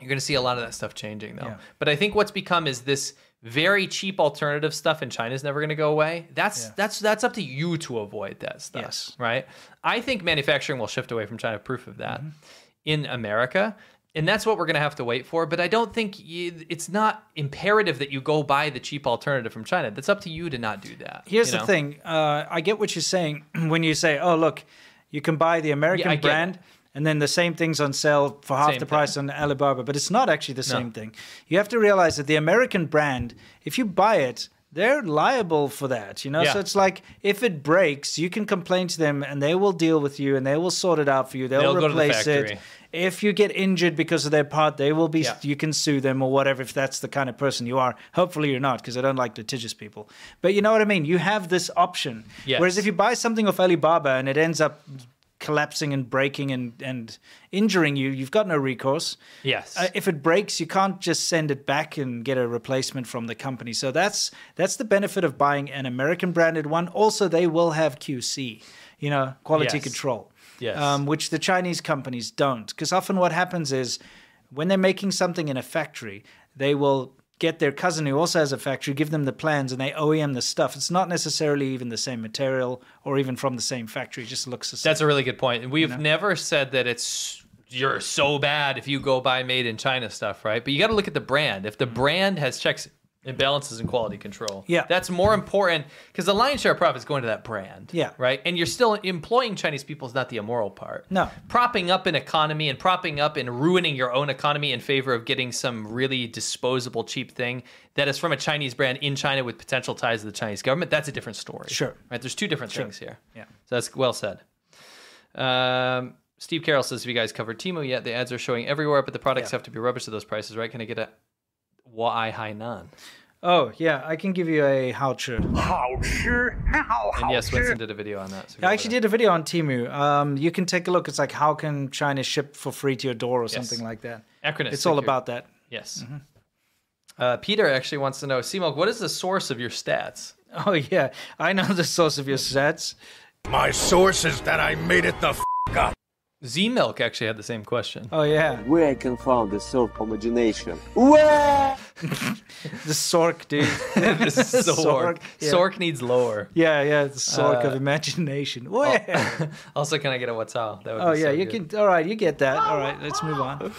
Speaker 2: you're going to see a lot of that stuff changing though.
Speaker 1: Yeah.
Speaker 2: But I think what's become is this very cheap alternative stuff in China's never going to go away. That's that's that's up to you to avoid that stuff, right? I think manufacturing will shift away from China proof of
Speaker 1: Mm-hmm.
Speaker 2: that in America. And that's what we're going to have to wait for, but I don't think you, it's not imperative that you go buy the cheap alternative from China. That's up to you to not do that.
Speaker 1: Here's
Speaker 2: you
Speaker 1: the
Speaker 2: know?
Speaker 1: thing. Uh, I get what you're saying when you say, "Oh, look, you can buy the American
Speaker 2: I get
Speaker 1: brand." And then the same thing's on sale for half
Speaker 2: Same
Speaker 1: the price on Alibaba, but it's not actually the same thing. You have to realize that the American brand, if you buy it, they're liable for that, you know.
Speaker 2: Yeah.
Speaker 1: So it's like if it breaks, you can complain to them, and they will deal with you, and they will sort it out for you. They'll,
Speaker 2: They'll go to the
Speaker 1: replace it.
Speaker 2: factory.
Speaker 1: If you get injured because of their part, they will be.
Speaker 2: Yeah.
Speaker 1: You can sue them or whatever if that's the kind of person you are. Hopefully, you're not because I don't like litigious people. But you know what I mean. You have this option.
Speaker 2: Yes.
Speaker 1: Whereas if you buy something off Alibaba and it ends up collapsing and breaking and and injuring you, you've got no recourse.
Speaker 2: Yes.
Speaker 1: Uh, if it breaks, you can't just send it back and get a replacement from the company. So that's that's the benefit of buying an American branded one. Also, they will have QC, you know, quality
Speaker 2: Yes.
Speaker 1: control,
Speaker 2: Yes.
Speaker 1: um, which the Chinese companies don't. Because often what happens is when they're making something in a factory, they will get their cousin who also has a factory, give them the plans, and they OEM the stuff. It's not necessarily even the same material or even from the same factory. It just looks the same.
Speaker 2: That's a really good point. And We've never said that it's you're so bad if you go buy made in China stuff, right? But you got to look at the brand. If the brand has checks and balances and quality control,
Speaker 1: Mm-hmm. Yeah.
Speaker 2: that's more important because the lion's share of profit is going to that brand,
Speaker 1: Yeah.
Speaker 2: right? And you're still employing Chinese people is not the immoral part.
Speaker 1: No.
Speaker 2: propping up an economy and propping up and ruining your own economy in favor of getting some really disposable cheap thing that is from a Chinese brand in China with potential ties to the Chinese government. That's a different story.
Speaker 1: Sure.
Speaker 2: right? There's two different things here.
Speaker 1: Yeah.
Speaker 2: So that's well said. Um, Steve Carroll says, "Have you guys covered Timo yet? The ads are showing everywhere, but the products have to be rubbish at those prices, right? Can I get a why Hainan?"
Speaker 1: Oh yeah, I can give you a Houcher.
Speaker 2: And yes, Winston did a video on that. So
Speaker 1: I actually did a video on Timu. Um, you can take a look. It's like how can China ship for free to your door or something like that.
Speaker 2: Acronym,
Speaker 1: It's all
Speaker 2: secure.
Speaker 1: about that. Mm-hmm.
Speaker 2: yes. Uh, Peter actually wants to know, Seamilk, what is the source of your stats?
Speaker 1: Oh yeah, I know the source of your sets.
Speaker 15: My source is that I made it the f- up.
Speaker 2: Z Milk actually had the same question.
Speaker 1: Oh yeah.
Speaker 5: Where I can find the self homogenation.
Speaker 1: Where? the Sork, dude.
Speaker 2: The Sork.
Speaker 1: yeah.
Speaker 2: Sork needs lower.
Speaker 1: Yeah, yeah, the Sork of
Speaker 2: Uh,
Speaker 1: imagination. Where?
Speaker 2: Also, can I get a what's all? That would
Speaker 1: Oh
Speaker 2: be
Speaker 1: yeah,
Speaker 2: so
Speaker 1: you
Speaker 2: good.
Speaker 1: can. All right, you get that. All right, let's move on.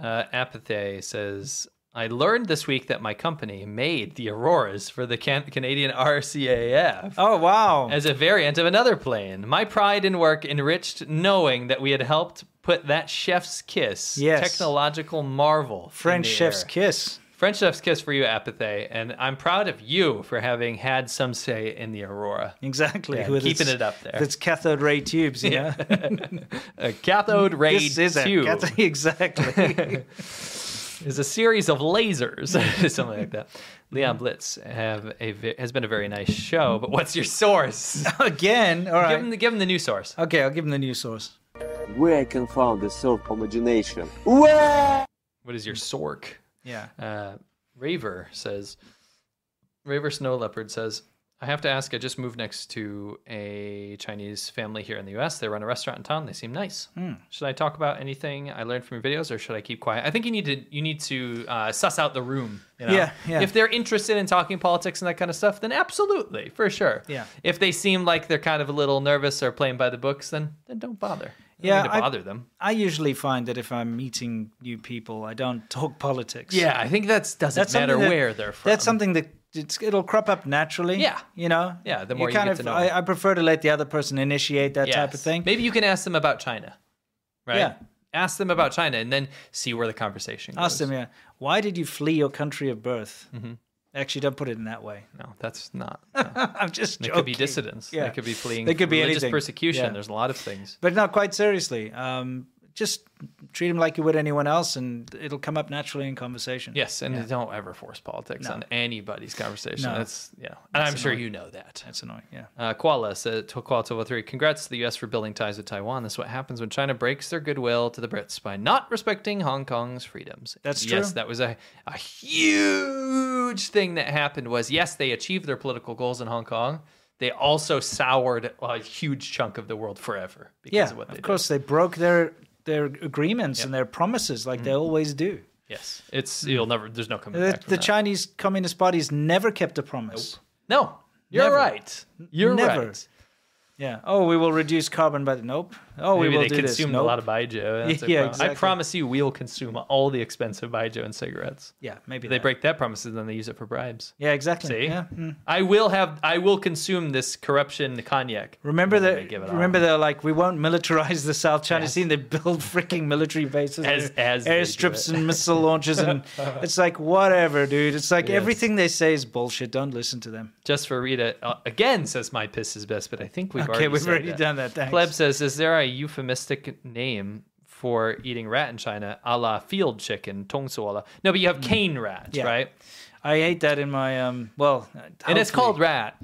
Speaker 2: Uh, Apathy says, I learned this week that my company made the Auroras for the can- Canadian RCAF.
Speaker 1: Oh, wow.
Speaker 2: As a variant of another plane. My pride in work enriched knowing that we had helped put that chef's kiss,
Speaker 1: Yes.
Speaker 2: technological marvel, in
Speaker 1: French
Speaker 2: the
Speaker 1: chef's
Speaker 2: air.
Speaker 1: kiss.
Speaker 2: French chef's kiss for you, Apathy. And I'm proud of you for having had some say in the Aurora.
Speaker 1: Exactly.
Speaker 2: Yeah,
Speaker 1: with
Speaker 2: keeping
Speaker 1: its-
Speaker 2: it up there.
Speaker 1: That's cathode ray tubes. Yeah.
Speaker 2: a cathode ray
Speaker 1: This is a
Speaker 2: tube.
Speaker 1: cathode- exactly.
Speaker 2: is a series of lasers, something like that. Leon
Speaker 1: Mm-hmm.
Speaker 2: Blitz have a ve- has been a very nice show, but what's your source?
Speaker 1: Again, all
Speaker 2: Give him the, give him the new source.
Speaker 1: Okay, I'll give him the new source.
Speaker 5: Where I can find the self homogenation.
Speaker 2: What is your sork?
Speaker 1: Yeah.
Speaker 2: Uh, Raver says, Raver Snow Leopard says, I have to ask. I just moved next to a Chinese family here in the U.S. They run a restaurant in town. They seem nice.
Speaker 1: Hmm.
Speaker 2: Should I talk about anything I learned from your videos, or should I keep quiet? I think you need to you need to uh, suss out the room. You know?
Speaker 1: Yeah, yeah.
Speaker 2: If they're interested in talking politics and that kind of stuff, then absolutely, for sure.
Speaker 1: Yeah.
Speaker 2: If they seem like they're kind of a little nervous or playing by the books, then then don't bother. You don't
Speaker 1: Yeah,
Speaker 2: need to
Speaker 1: I-
Speaker 2: bother them.
Speaker 1: I usually find that if I'm meeting new people, I don't talk politics.
Speaker 2: Yeah, I think that's doesn't
Speaker 1: That's something
Speaker 2: matter
Speaker 1: that-
Speaker 2: where they're from.
Speaker 1: That's something that it's, it'll crop up naturally.
Speaker 2: Yeah.
Speaker 1: You know?
Speaker 2: Yeah, the more you
Speaker 1: kind
Speaker 2: get
Speaker 1: of,
Speaker 2: to know
Speaker 1: I, I prefer to let the other person initiate that type of
Speaker 2: Yes.
Speaker 1: thing.
Speaker 2: Maybe you can ask them about China, right?
Speaker 1: Yeah.
Speaker 2: Ask them about China and then see where the conversation goes.
Speaker 1: Ask them, yeah, why did you flee your country of birth?
Speaker 2: Mm-hmm.
Speaker 1: Actually, don't put it in that way.
Speaker 2: No, that's not.
Speaker 1: I'm just
Speaker 2: They
Speaker 1: joking.
Speaker 2: could be dissidents.
Speaker 1: Yeah.
Speaker 2: They could be fleeing
Speaker 1: They could be
Speaker 2: religious
Speaker 1: anything.
Speaker 2: persecution.
Speaker 1: Yeah.
Speaker 2: There's a lot of things.
Speaker 1: But no, quite seriously, um, just treat him like you would anyone else, and it'll come up naturally in conversation.
Speaker 2: Yes, and
Speaker 1: Yeah.
Speaker 2: don't ever force politics
Speaker 1: No.
Speaker 2: on anybody's conversation.
Speaker 1: No.
Speaker 2: That's yeah, and
Speaker 1: That's
Speaker 2: I'm sure
Speaker 1: annoying.
Speaker 2: you know that.
Speaker 1: That's annoying. Yeah.
Speaker 2: Uh, Kuala said, to Kuala 203, congrats to the U.S. for building ties with Taiwan. That's what happens when China breaks their goodwill to the Brits by not respecting Hong Kong's freedoms.
Speaker 1: That's
Speaker 2: Yes,
Speaker 1: true.
Speaker 2: that was a, a huge thing that happened was, yes, they achieved their political goals in Hong Kong. They also soured a huge chunk of the world forever because
Speaker 1: yeah,
Speaker 2: of what they
Speaker 1: of
Speaker 2: did.
Speaker 1: course, they broke their their agreements and their promises, like they always do.
Speaker 2: Yes, it's you'll never. There's no coming
Speaker 1: The,
Speaker 2: Mm-hmm. back. From
Speaker 1: the
Speaker 2: that.
Speaker 1: Chinese Communist Party's never kept a promise.
Speaker 2: no, you're
Speaker 1: Never.
Speaker 2: right. You're
Speaker 1: Never.
Speaker 2: right.
Speaker 1: Yeah. Oh, we will reduce carbon by the nope. Oh,
Speaker 2: Maybe
Speaker 1: we will
Speaker 2: they
Speaker 1: do this.
Speaker 2: consumed
Speaker 1: Nope.
Speaker 2: a lot of baijiu. That's their
Speaker 1: Yeah,
Speaker 2: problem. I
Speaker 1: exactly.
Speaker 2: promise you, we'll consume all the expensive baijiu and cigarettes.
Speaker 1: Yeah, maybe
Speaker 2: If they
Speaker 1: that.
Speaker 2: break that promise, and then they use it for bribes.
Speaker 1: Yeah, exactly.
Speaker 2: See,
Speaker 1: Yeah. Mm.
Speaker 2: I will have, I will consume this corruption cognac.
Speaker 1: Remember
Speaker 2: And then they
Speaker 1: that.
Speaker 2: give it
Speaker 1: Remember they're like, we won't militarize the South China Sea. and They build freaking military bases,
Speaker 2: As-
Speaker 1: and
Speaker 2: as they do
Speaker 1: airstrips
Speaker 2: it.
Speaker 1: and missile launches, and it's like whatever, dude. It's like
Speaker 2: Yes.
Speaker 1: everything they say is bullshit. Don't listen to them.
Speaker 2: Just for Rita uh, again says my piss is best, but I think we've
Speaker 1: Okay,
Speaker 2: already
Speaker 1: we've
Speaker 2: said
Speaker 1: already
Speaker 2: that.
Speaker 1: done that, thanks.
Speaker 2: Pleb says, is there a euphemistic name for eating rat in China, a la field chicken, tongsuola? No, but you have cane rat,
Speaker 1: Hmm. Yeah.
Speaker 2: right?
Speaker 1: I ate that in my um. Well,
Speaker 2: And it's called rat.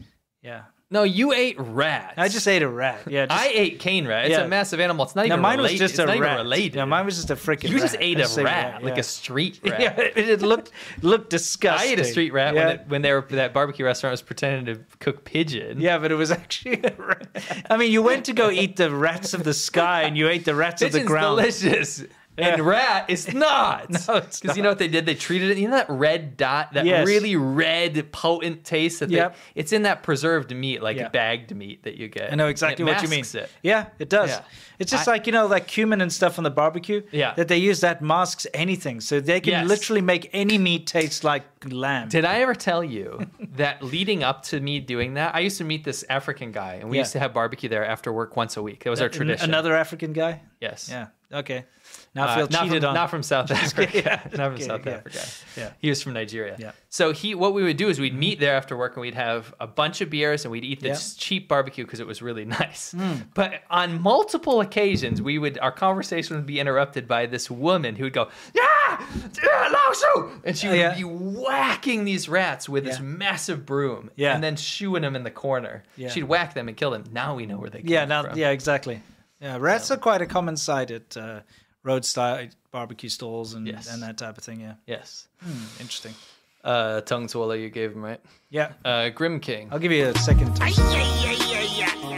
Speaker 1: Yeah.
Speaker 2: No, you ate rat.
Speaker 1: I just ate a rat. Yeah. Just,
Speaker 2: I ate cane rat. It's
Speaker 1: Yeah.
Speaker 2: a massive animal. It's not
Speaker 1: no,
Speaker 2: even
Speaker 1: mine
Speaker 2: related.
Speaker 1: was just
Speaker 2: it's
Speaker 1: a
Speaker 2: not
Speaker 1: rat.
Speaker 2: even related.
Speaker 1: No, mine was just a freaking.
Speaker 2: you just
Speaker 1: rat.
Speaker 2: ate
Speaker 1: I
Speaker 2: a
Speaker 1: just
Speaker 2: rat, like
Speaker 1: yeah.
Speaker 2: a street rat.
Speaker 1: Yeah, it, it looked looked disgusting.
Speaker 2: I ate a street rat
Speaker 1: Yeah.
Speaker 2: when, it, when they were, that barbecue restaurant was pretending to cook pigeon.
Speaker 1: Yeah, but it was actually. A rat. I mean, you went to go eat the rats of the sky, and you ate the rats of the
Speaker 2: Pigeon's
Speaker 1: ground.
Speaker 2: delicious. And
Speaker 1: Yeah.
Speaker 2: rat is not.
Speaker 1: No, it's
Speaker 2: Because you know what they did? They treated it, you know that red dot, that
Speaker 1: Yes.
Speaker 2: really red, potent taste that they,
Speaker 1: Yep.
Speaker 2: it's in that preserved meat, like
Speaker 1: Yeah.
Speaker 2: bagged meat that you get.
Speaker 1: I know exactly
Speaker 2: It
Speaker 1: what you mean.
Speaker 2: masks it.
Speaker 1: Yeah, it does.
Speaker 2: Yeah.
Speaker 1: It's just
Speaker 2: I-
Speaker 1: like you know, like cumin and stuff on the barbecue.
Speaker 2: Yeah.
Speaker 1: that they use that masks anything, so they can
Speaker 2: Yes.
Speaker 1: literally make any meat taste like lamb.
Speaker 2: Did I ever tell you that leading up to me doing that, I used to meet this African guy and we
Speaker 1: Yeah.
Speaker 2: used to have barbecue there after work once a week. That was our
Speaker 1: An-
Speaker 2: tradition.
Speaker 1: Another African guy.
Speaker 2: yes.
Speaker 1: Yeah. Okay. Now I
Speaker 2: Uh,
Speaker 1: feel
Speaker 2: not
Speaker 1: cheated
Speaker 2: from,
Speaker 1: on.
Speaker 2: Not from South Africa. not from
Speaker 1: Okay,
Speaker 2: South
Speaker 1: yeah.
Speaker 2: Africa.
Speaker 1: Yeah.
Speaker 2: He was from Nigeria.
Speaker 1: Yeah. Mm-hmm.
Speaker 2: So he, what we would do is we'd meet there after work and we'd have a bunch of beers and we'd eat this cheap barbecue because it was really nice.
Speaker 1: Hmm.
Speaker 2: But on multiple occasions, we would our conversation would be interrupted by this woman who would go, "Yeah, yeah, Laosu!" and she would
Speaker 1: Yeah.
Speaker 2: be whacking these rats with this
Speaker 1: Yeah.
Speaker 2: massive broom,
Speaker 1: Yeah.
Speaker 2: and then shooing them in the corner.
Speaker 1: Yeah.
Speaker 2: She'd whack them and kill them. Now we know where they came
Speaker 1: Yeah. Now.
Speaker 2: from.
Speaker 1: Yeah. Exactly. Yeah. Rats are quite a common sight at uh, roadside barbecue stalls and,
Speaker 2: Yes.
Speaker 1: and that type of thing. Yeah.
Speaker 2: Yes.
Speaker 1: Hmm, interesting.
Speaker 2: Uh, tongue swallow you gave him right.
Speaker 1: Yeah.
Speaker 2: Uh, Grim King.
Speaker 1: I'll give you a second.
Speaker 19: Ay, ay, ay, ay, ay.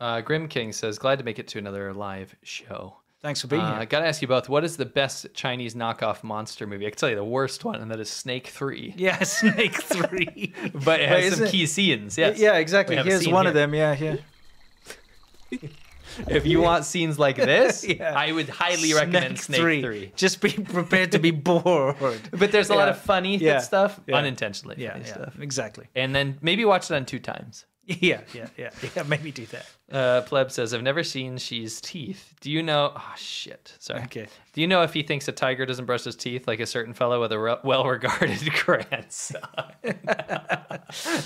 Speaker 2: Uh, Grim King says, "Glad to make it to another live show."
Speaker 1: Thanks for being
Speaker 2: Uh,
Speaker 1: here.
Speaker 2: Gotta ask you both, what is the best Chinese knockoff monster movie? I can tell you the worst one, and that is Snake Three.
Speaker 1: Yeah, Snake Three.
Speaker 2: But it has
Speaker 1: Wait,
Speaker 2: some
Speaker 1: isn't-
Speaker 2: key scenes. Yes.
Speaker 1: Yeah, exactly.
Speaker 2: We have a
Speaker 1: Here's
Speaker 2: scene
Speaker 1: one
Speaker 2: here.
Speaker 1: of them. Yeah, here.
Speaker 2: If you want scenes like this,
Speaker 1: Yeah.
Speaker 2: I would highly recommend Snake Three.
Speaker 1: Just be prepared to be bored.
Speaker 2: But there's a lot
Speaker 1: Yeah.
Speaker 2: of funny
Speaker 1: Yeah.
Speaker 2: stuff,
Speaker 1: Yeah.
Speaker 2: unintentionally
Speaker 1: Yeah,
Speaker 2: funny
Speaker 1: yeah,
Speaker 2: stuff,
Speaker 1: exactly.
Speaker 2: and then maybe watch it on two times.
Speaker 1: Yeah, yeah, yeah, yeah. Maybe do that.
Speaker 2: Uh, Pleb says, "I've never seen she's teeth. Do you know? Oh shit, sorry.
Speaker 1: Okay.
Speaker 2: Do you know if he thinks a tiger doesn't brush his teeth like a certain fellow with a re- well-regarded grandson? I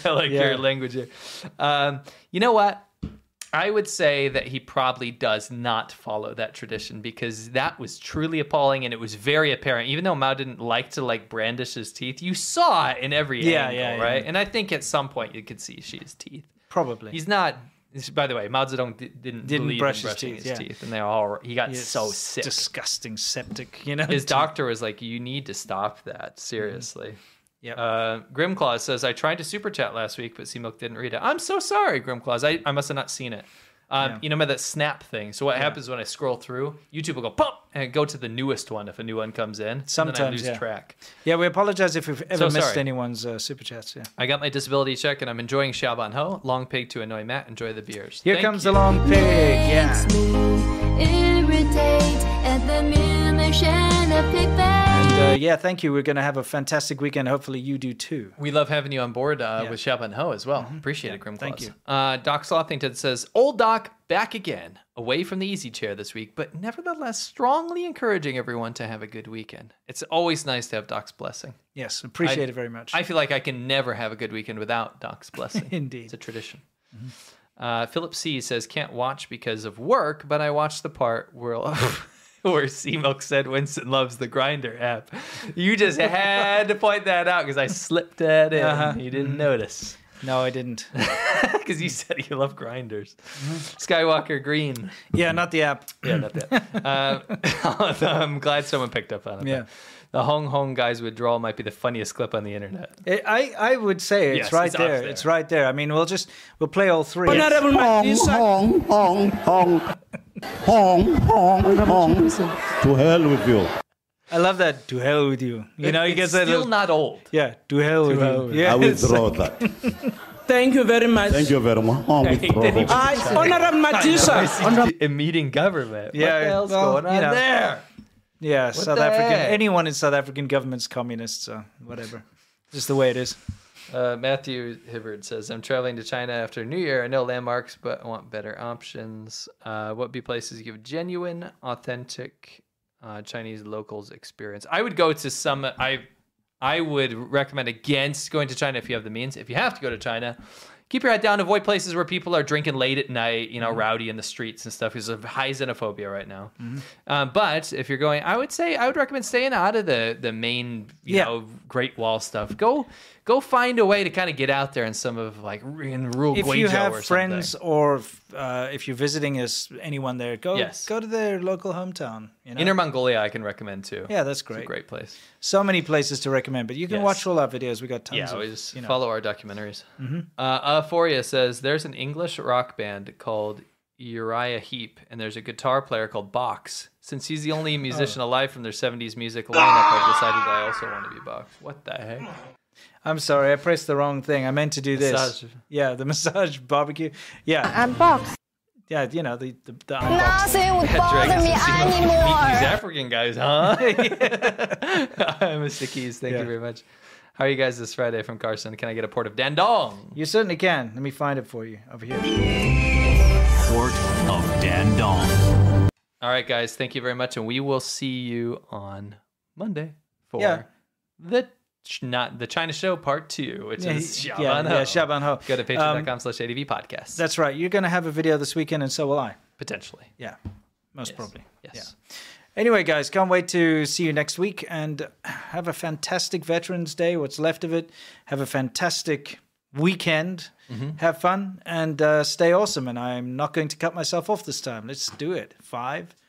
Speaker 2: like
Speaker 1: Yeah.
Speaker 2: your language here. Um, you know what? I would say that he probably does not follow that tradition because that was truly appalling and it was very apparent. Even though Mao didn't like to like brandish his teeth, you saw it in every
Speaker 1: Yeah,
Speaker 2: angle,
Speaker 1: yeah, yeah.
Speaker 2: right? And I think at some point you could see she's teeth.
Speaker 1: Probably.
Speaker 2: He's not. this- By the way, Mao Zedong di- didn't
Speaker 1: Didn't
Speaker 2: believe
Speaker 1: brush
Speaker 2: in
Speaker 1: his
Speaker 2: brushing
Speaker 1: teeth,
Speaker 2: his
Speaker 1: yeah.
Speaker 2: teeth, and they all he got
Speaker 1: Yeah,
Speaker 2: so
Speaker 1: it's
Speaker 2: sick.
Speaker 1: Disgusting septic. You know.
Speaker 2: His doctor was like, "You need to stop that seriously."
Speaker 1: Yep.
Speaker 2: Uh, Grimclaw says, "I tried to super chat last week, but Seamilk didn't read it. I'm so sorry, Grimclaws. I, I must have not seen it. Um,
Speaker 1: Yeah.
Speaker 2: You know, by that snap thing. So what happens when I scroll through? YouTube will go pop and go to the newest one if a new one comes in. and then I
Speaker 1: Sometimes,
Speaker 2: lose
Speaker 1: yeah.
Speaker 2: track.
Speaker 1: Yeah, we apologize if we've ever
Speaker 2: So
Speaker 1: missed
Speaker 2: sorry.
Speaker 1: anyone's uh, super chats. Yeah.
Speaker 2: I got my disability check, and I'm enjoying Shaban Ho. Long pig to annoy Matt. Enjoy the beers.
Speaker 1: Here
Speaker 2: Thank
Speaker 1: comes
Speaker 2: you.
Speaker 1: the long pig. Yeah.
Speaker 6: Irritate at the munition of pigback.
Speaker 1: And, uh, yeah, thank you. We're going to have a fantastic weekend. Hopefully, you do too.
Speaker 2: We love having you on board uh, with Shaban Ho as well. Appreciate it, Grimclaws.
Speaker 1: Mm-hmm. Thank you.
Speaker 2: Uh, Doc Slothington says, "Old Doc back again, away from the easy chair this week, but nevertheless strongly encouraging everyone to have a good weekend. It's always nice to have Doc's blessing.
Speaker 1: Yes, appreciate
Speaker 2: I-
Speaker 1: it very much.
Speaker 2: I feel like I can never have a good weekend without Doc's blessing.
Speaker 1: Indeed.
Speaker 2: it's a tradition." Uh, Philip C says, "Can't watch because of work, but I watched the part where." Where C Milk said Winston loves the Grinder app. You just had to point that out because I slipped that in.
Speaker 1: Uh-huh.
Speaker 2: You didn't notice.
Speaker 1: No, I didn't.
Speaker 2: Because you said you love grinders. Skywalker Green.
Speaker 1: Yeah, not the app.
Speaker 2: Yeah, not that. Uh, I'm glad someone picked up on it.
Speaker 1: Yeah.
Speaker 2: The Hong Hong guys withdrawal might be the funniest clip on the internet.
Speaker 1: It, I I would say it's
Speaker 2: Yes,
Speaker 1: right
Speaker 2: it's up
Speaker 1: there.
Speaker 2: there.
Speaker 1: It's right there. I mean, we'll just we'll play all three.
Speaker 22: Honorable Ma-
Speaker 1: Hong,
Speaker 22: Inside-
Speaker 1: Hong, Hong, Hong, Hong, Hong, Hong.
Speaker 21: To hell with you.
Speaker 1: I love that. To hell with you. You know, you get
Speaker 2: it's
Speaker 1: that.
Speaker 2: still
Speaker 1: little-
Speaker 2: not old.
Speaker 1: Yeah, to hell with you. Yeah,
Speaker 21: I
Speaker 1: it's
Speaker 21: withdraw
Speaker 1: like-
Speaker 21: that.
Speaker 22: Thank you very much.
Speaker 21: Thank you very much. I withdraw.
Speaker 22: I honor Matusa.
Speaker 2: Meeting government.
Speaker 1: Yeah,
Speaker 2: what the hell's
Speaker 1: well,
Speaker 2: going on
Speaker 1: you know.
Speaker 2: there?
Speaker 1: Yeah,
Speaker 2: What
Speaker 1: South
Speaker 2: the
Speaker 1: African.
Speaker 2: heck?
Speaker 1: Anyone in South African government's communist, so whatever. Just the way it is.
Speaker 2: Uh, Matthew Hibbard says, I'm traveling to China after New Year. I know landmarks, but I want better options. Uh, what be places give genuine, authentic uh, Chinese locals experience? I would go to some, I, I would recommend against going to China if you have the means. If you have to go to China, keep your head down. Avoid places where people are drinking late at night, you know,
Speaker 1: Mm-hmm.
Speaker 2: rowdy in the streets and stuff because of high xenophobia right now.
Speaker 1: Mm-hmm.
Speaker 2: Um, but if you're going, I would say I would recommend staying out of the the main, you
Speaker 1: Yeah.
Speaker 2: know, Great Wall stuff. Go go find a way to kind of get out there in some of like r- in rural
Speaker 1: If
Speaker 2: Guizhou
Speaker 1: you
Speaker 2: or
Speaker 1: have
Speaker 2: something.
Speaker 1: friends or uh, if you're visiting as anyone there, go
Speaker 2: Yes.
Speaker 1: go to their local hometown. You know?
Speaker 2: Inner Mongolia, I can recommend too.
Speaker 1: Yeah, that's
Speaker 2: It's
Speaker 1: great.
Speaker 2: a great place.
Speaker 1: so many places to recommend, but you can
Speaker 2: Yes.
Speaker 1: watch all our videos. We got tons.
Speaker 2: yeah,
Speaker 1: of,
Speaker 2: always
Speaker 1: you know.
Speaker 2: follow our documentaries.
Speaker 1: Mhm.
Speaker 2: Uh, Euphoria says there's an English rock band called Uriah Heep, and there's a guitar player called Box. Since he's the only musician alive from their 70s music lineup, I've decided I also want to be Box. What the heck?
Speaker 1: I'm sorry, I pressed the wrong thing. I meant to do this.
Speaker 2: Massage.
Speaker 1: Yeah, the massage barbecue. Yeah,
Speaker 19: Unbox.
Speaker 1: yeah, you know the the, the unbox.
Speaker 19: Nothing would bother me
Speaker 2: These
Speaker 19: anymore.
Speaker 2: African guys, huh? I'm Mr. Keys. Thank you very much. How are you guys this Friday from Carson? Can I get a port of Dandong?
Speaker 1: You certainly can. Let me find it for you over here.
Speaker 20: Port of Dandong.
Speaker 2: All right, guys. Thank you very much, and we will see you on Monday for
Speaker 1: Yeah.
Speaker 2: the ch- not the China Show Part Two, which
Speaker 1: Yeah,
Speaker 2: is
Speaker 1: yeah,
Speaker 2: Shaban
Speaker 1: yeah, Shaban Ho.
Speaker 2: Go to
Speaker 1: Um,
Speaker 2: patreon.com/slash adv podcast
Speaker 1: That's right. You're going to have a video this weekend, and so will I.
Speaker 2: potentially.
Speaker 1: Yeah, most probably.
Speaker 2: Yes.
Speaker 1: Anyway, guys, can't wait to see you next week, and have a fantastic Veterans Day. What's left of it. Have a fantastic weekend.
Speaker 2: Mm-hmm.
Speaker 1: Have fun and uh, stay awesome. And I'm not going to cut myself off this time. Let's do it. Five,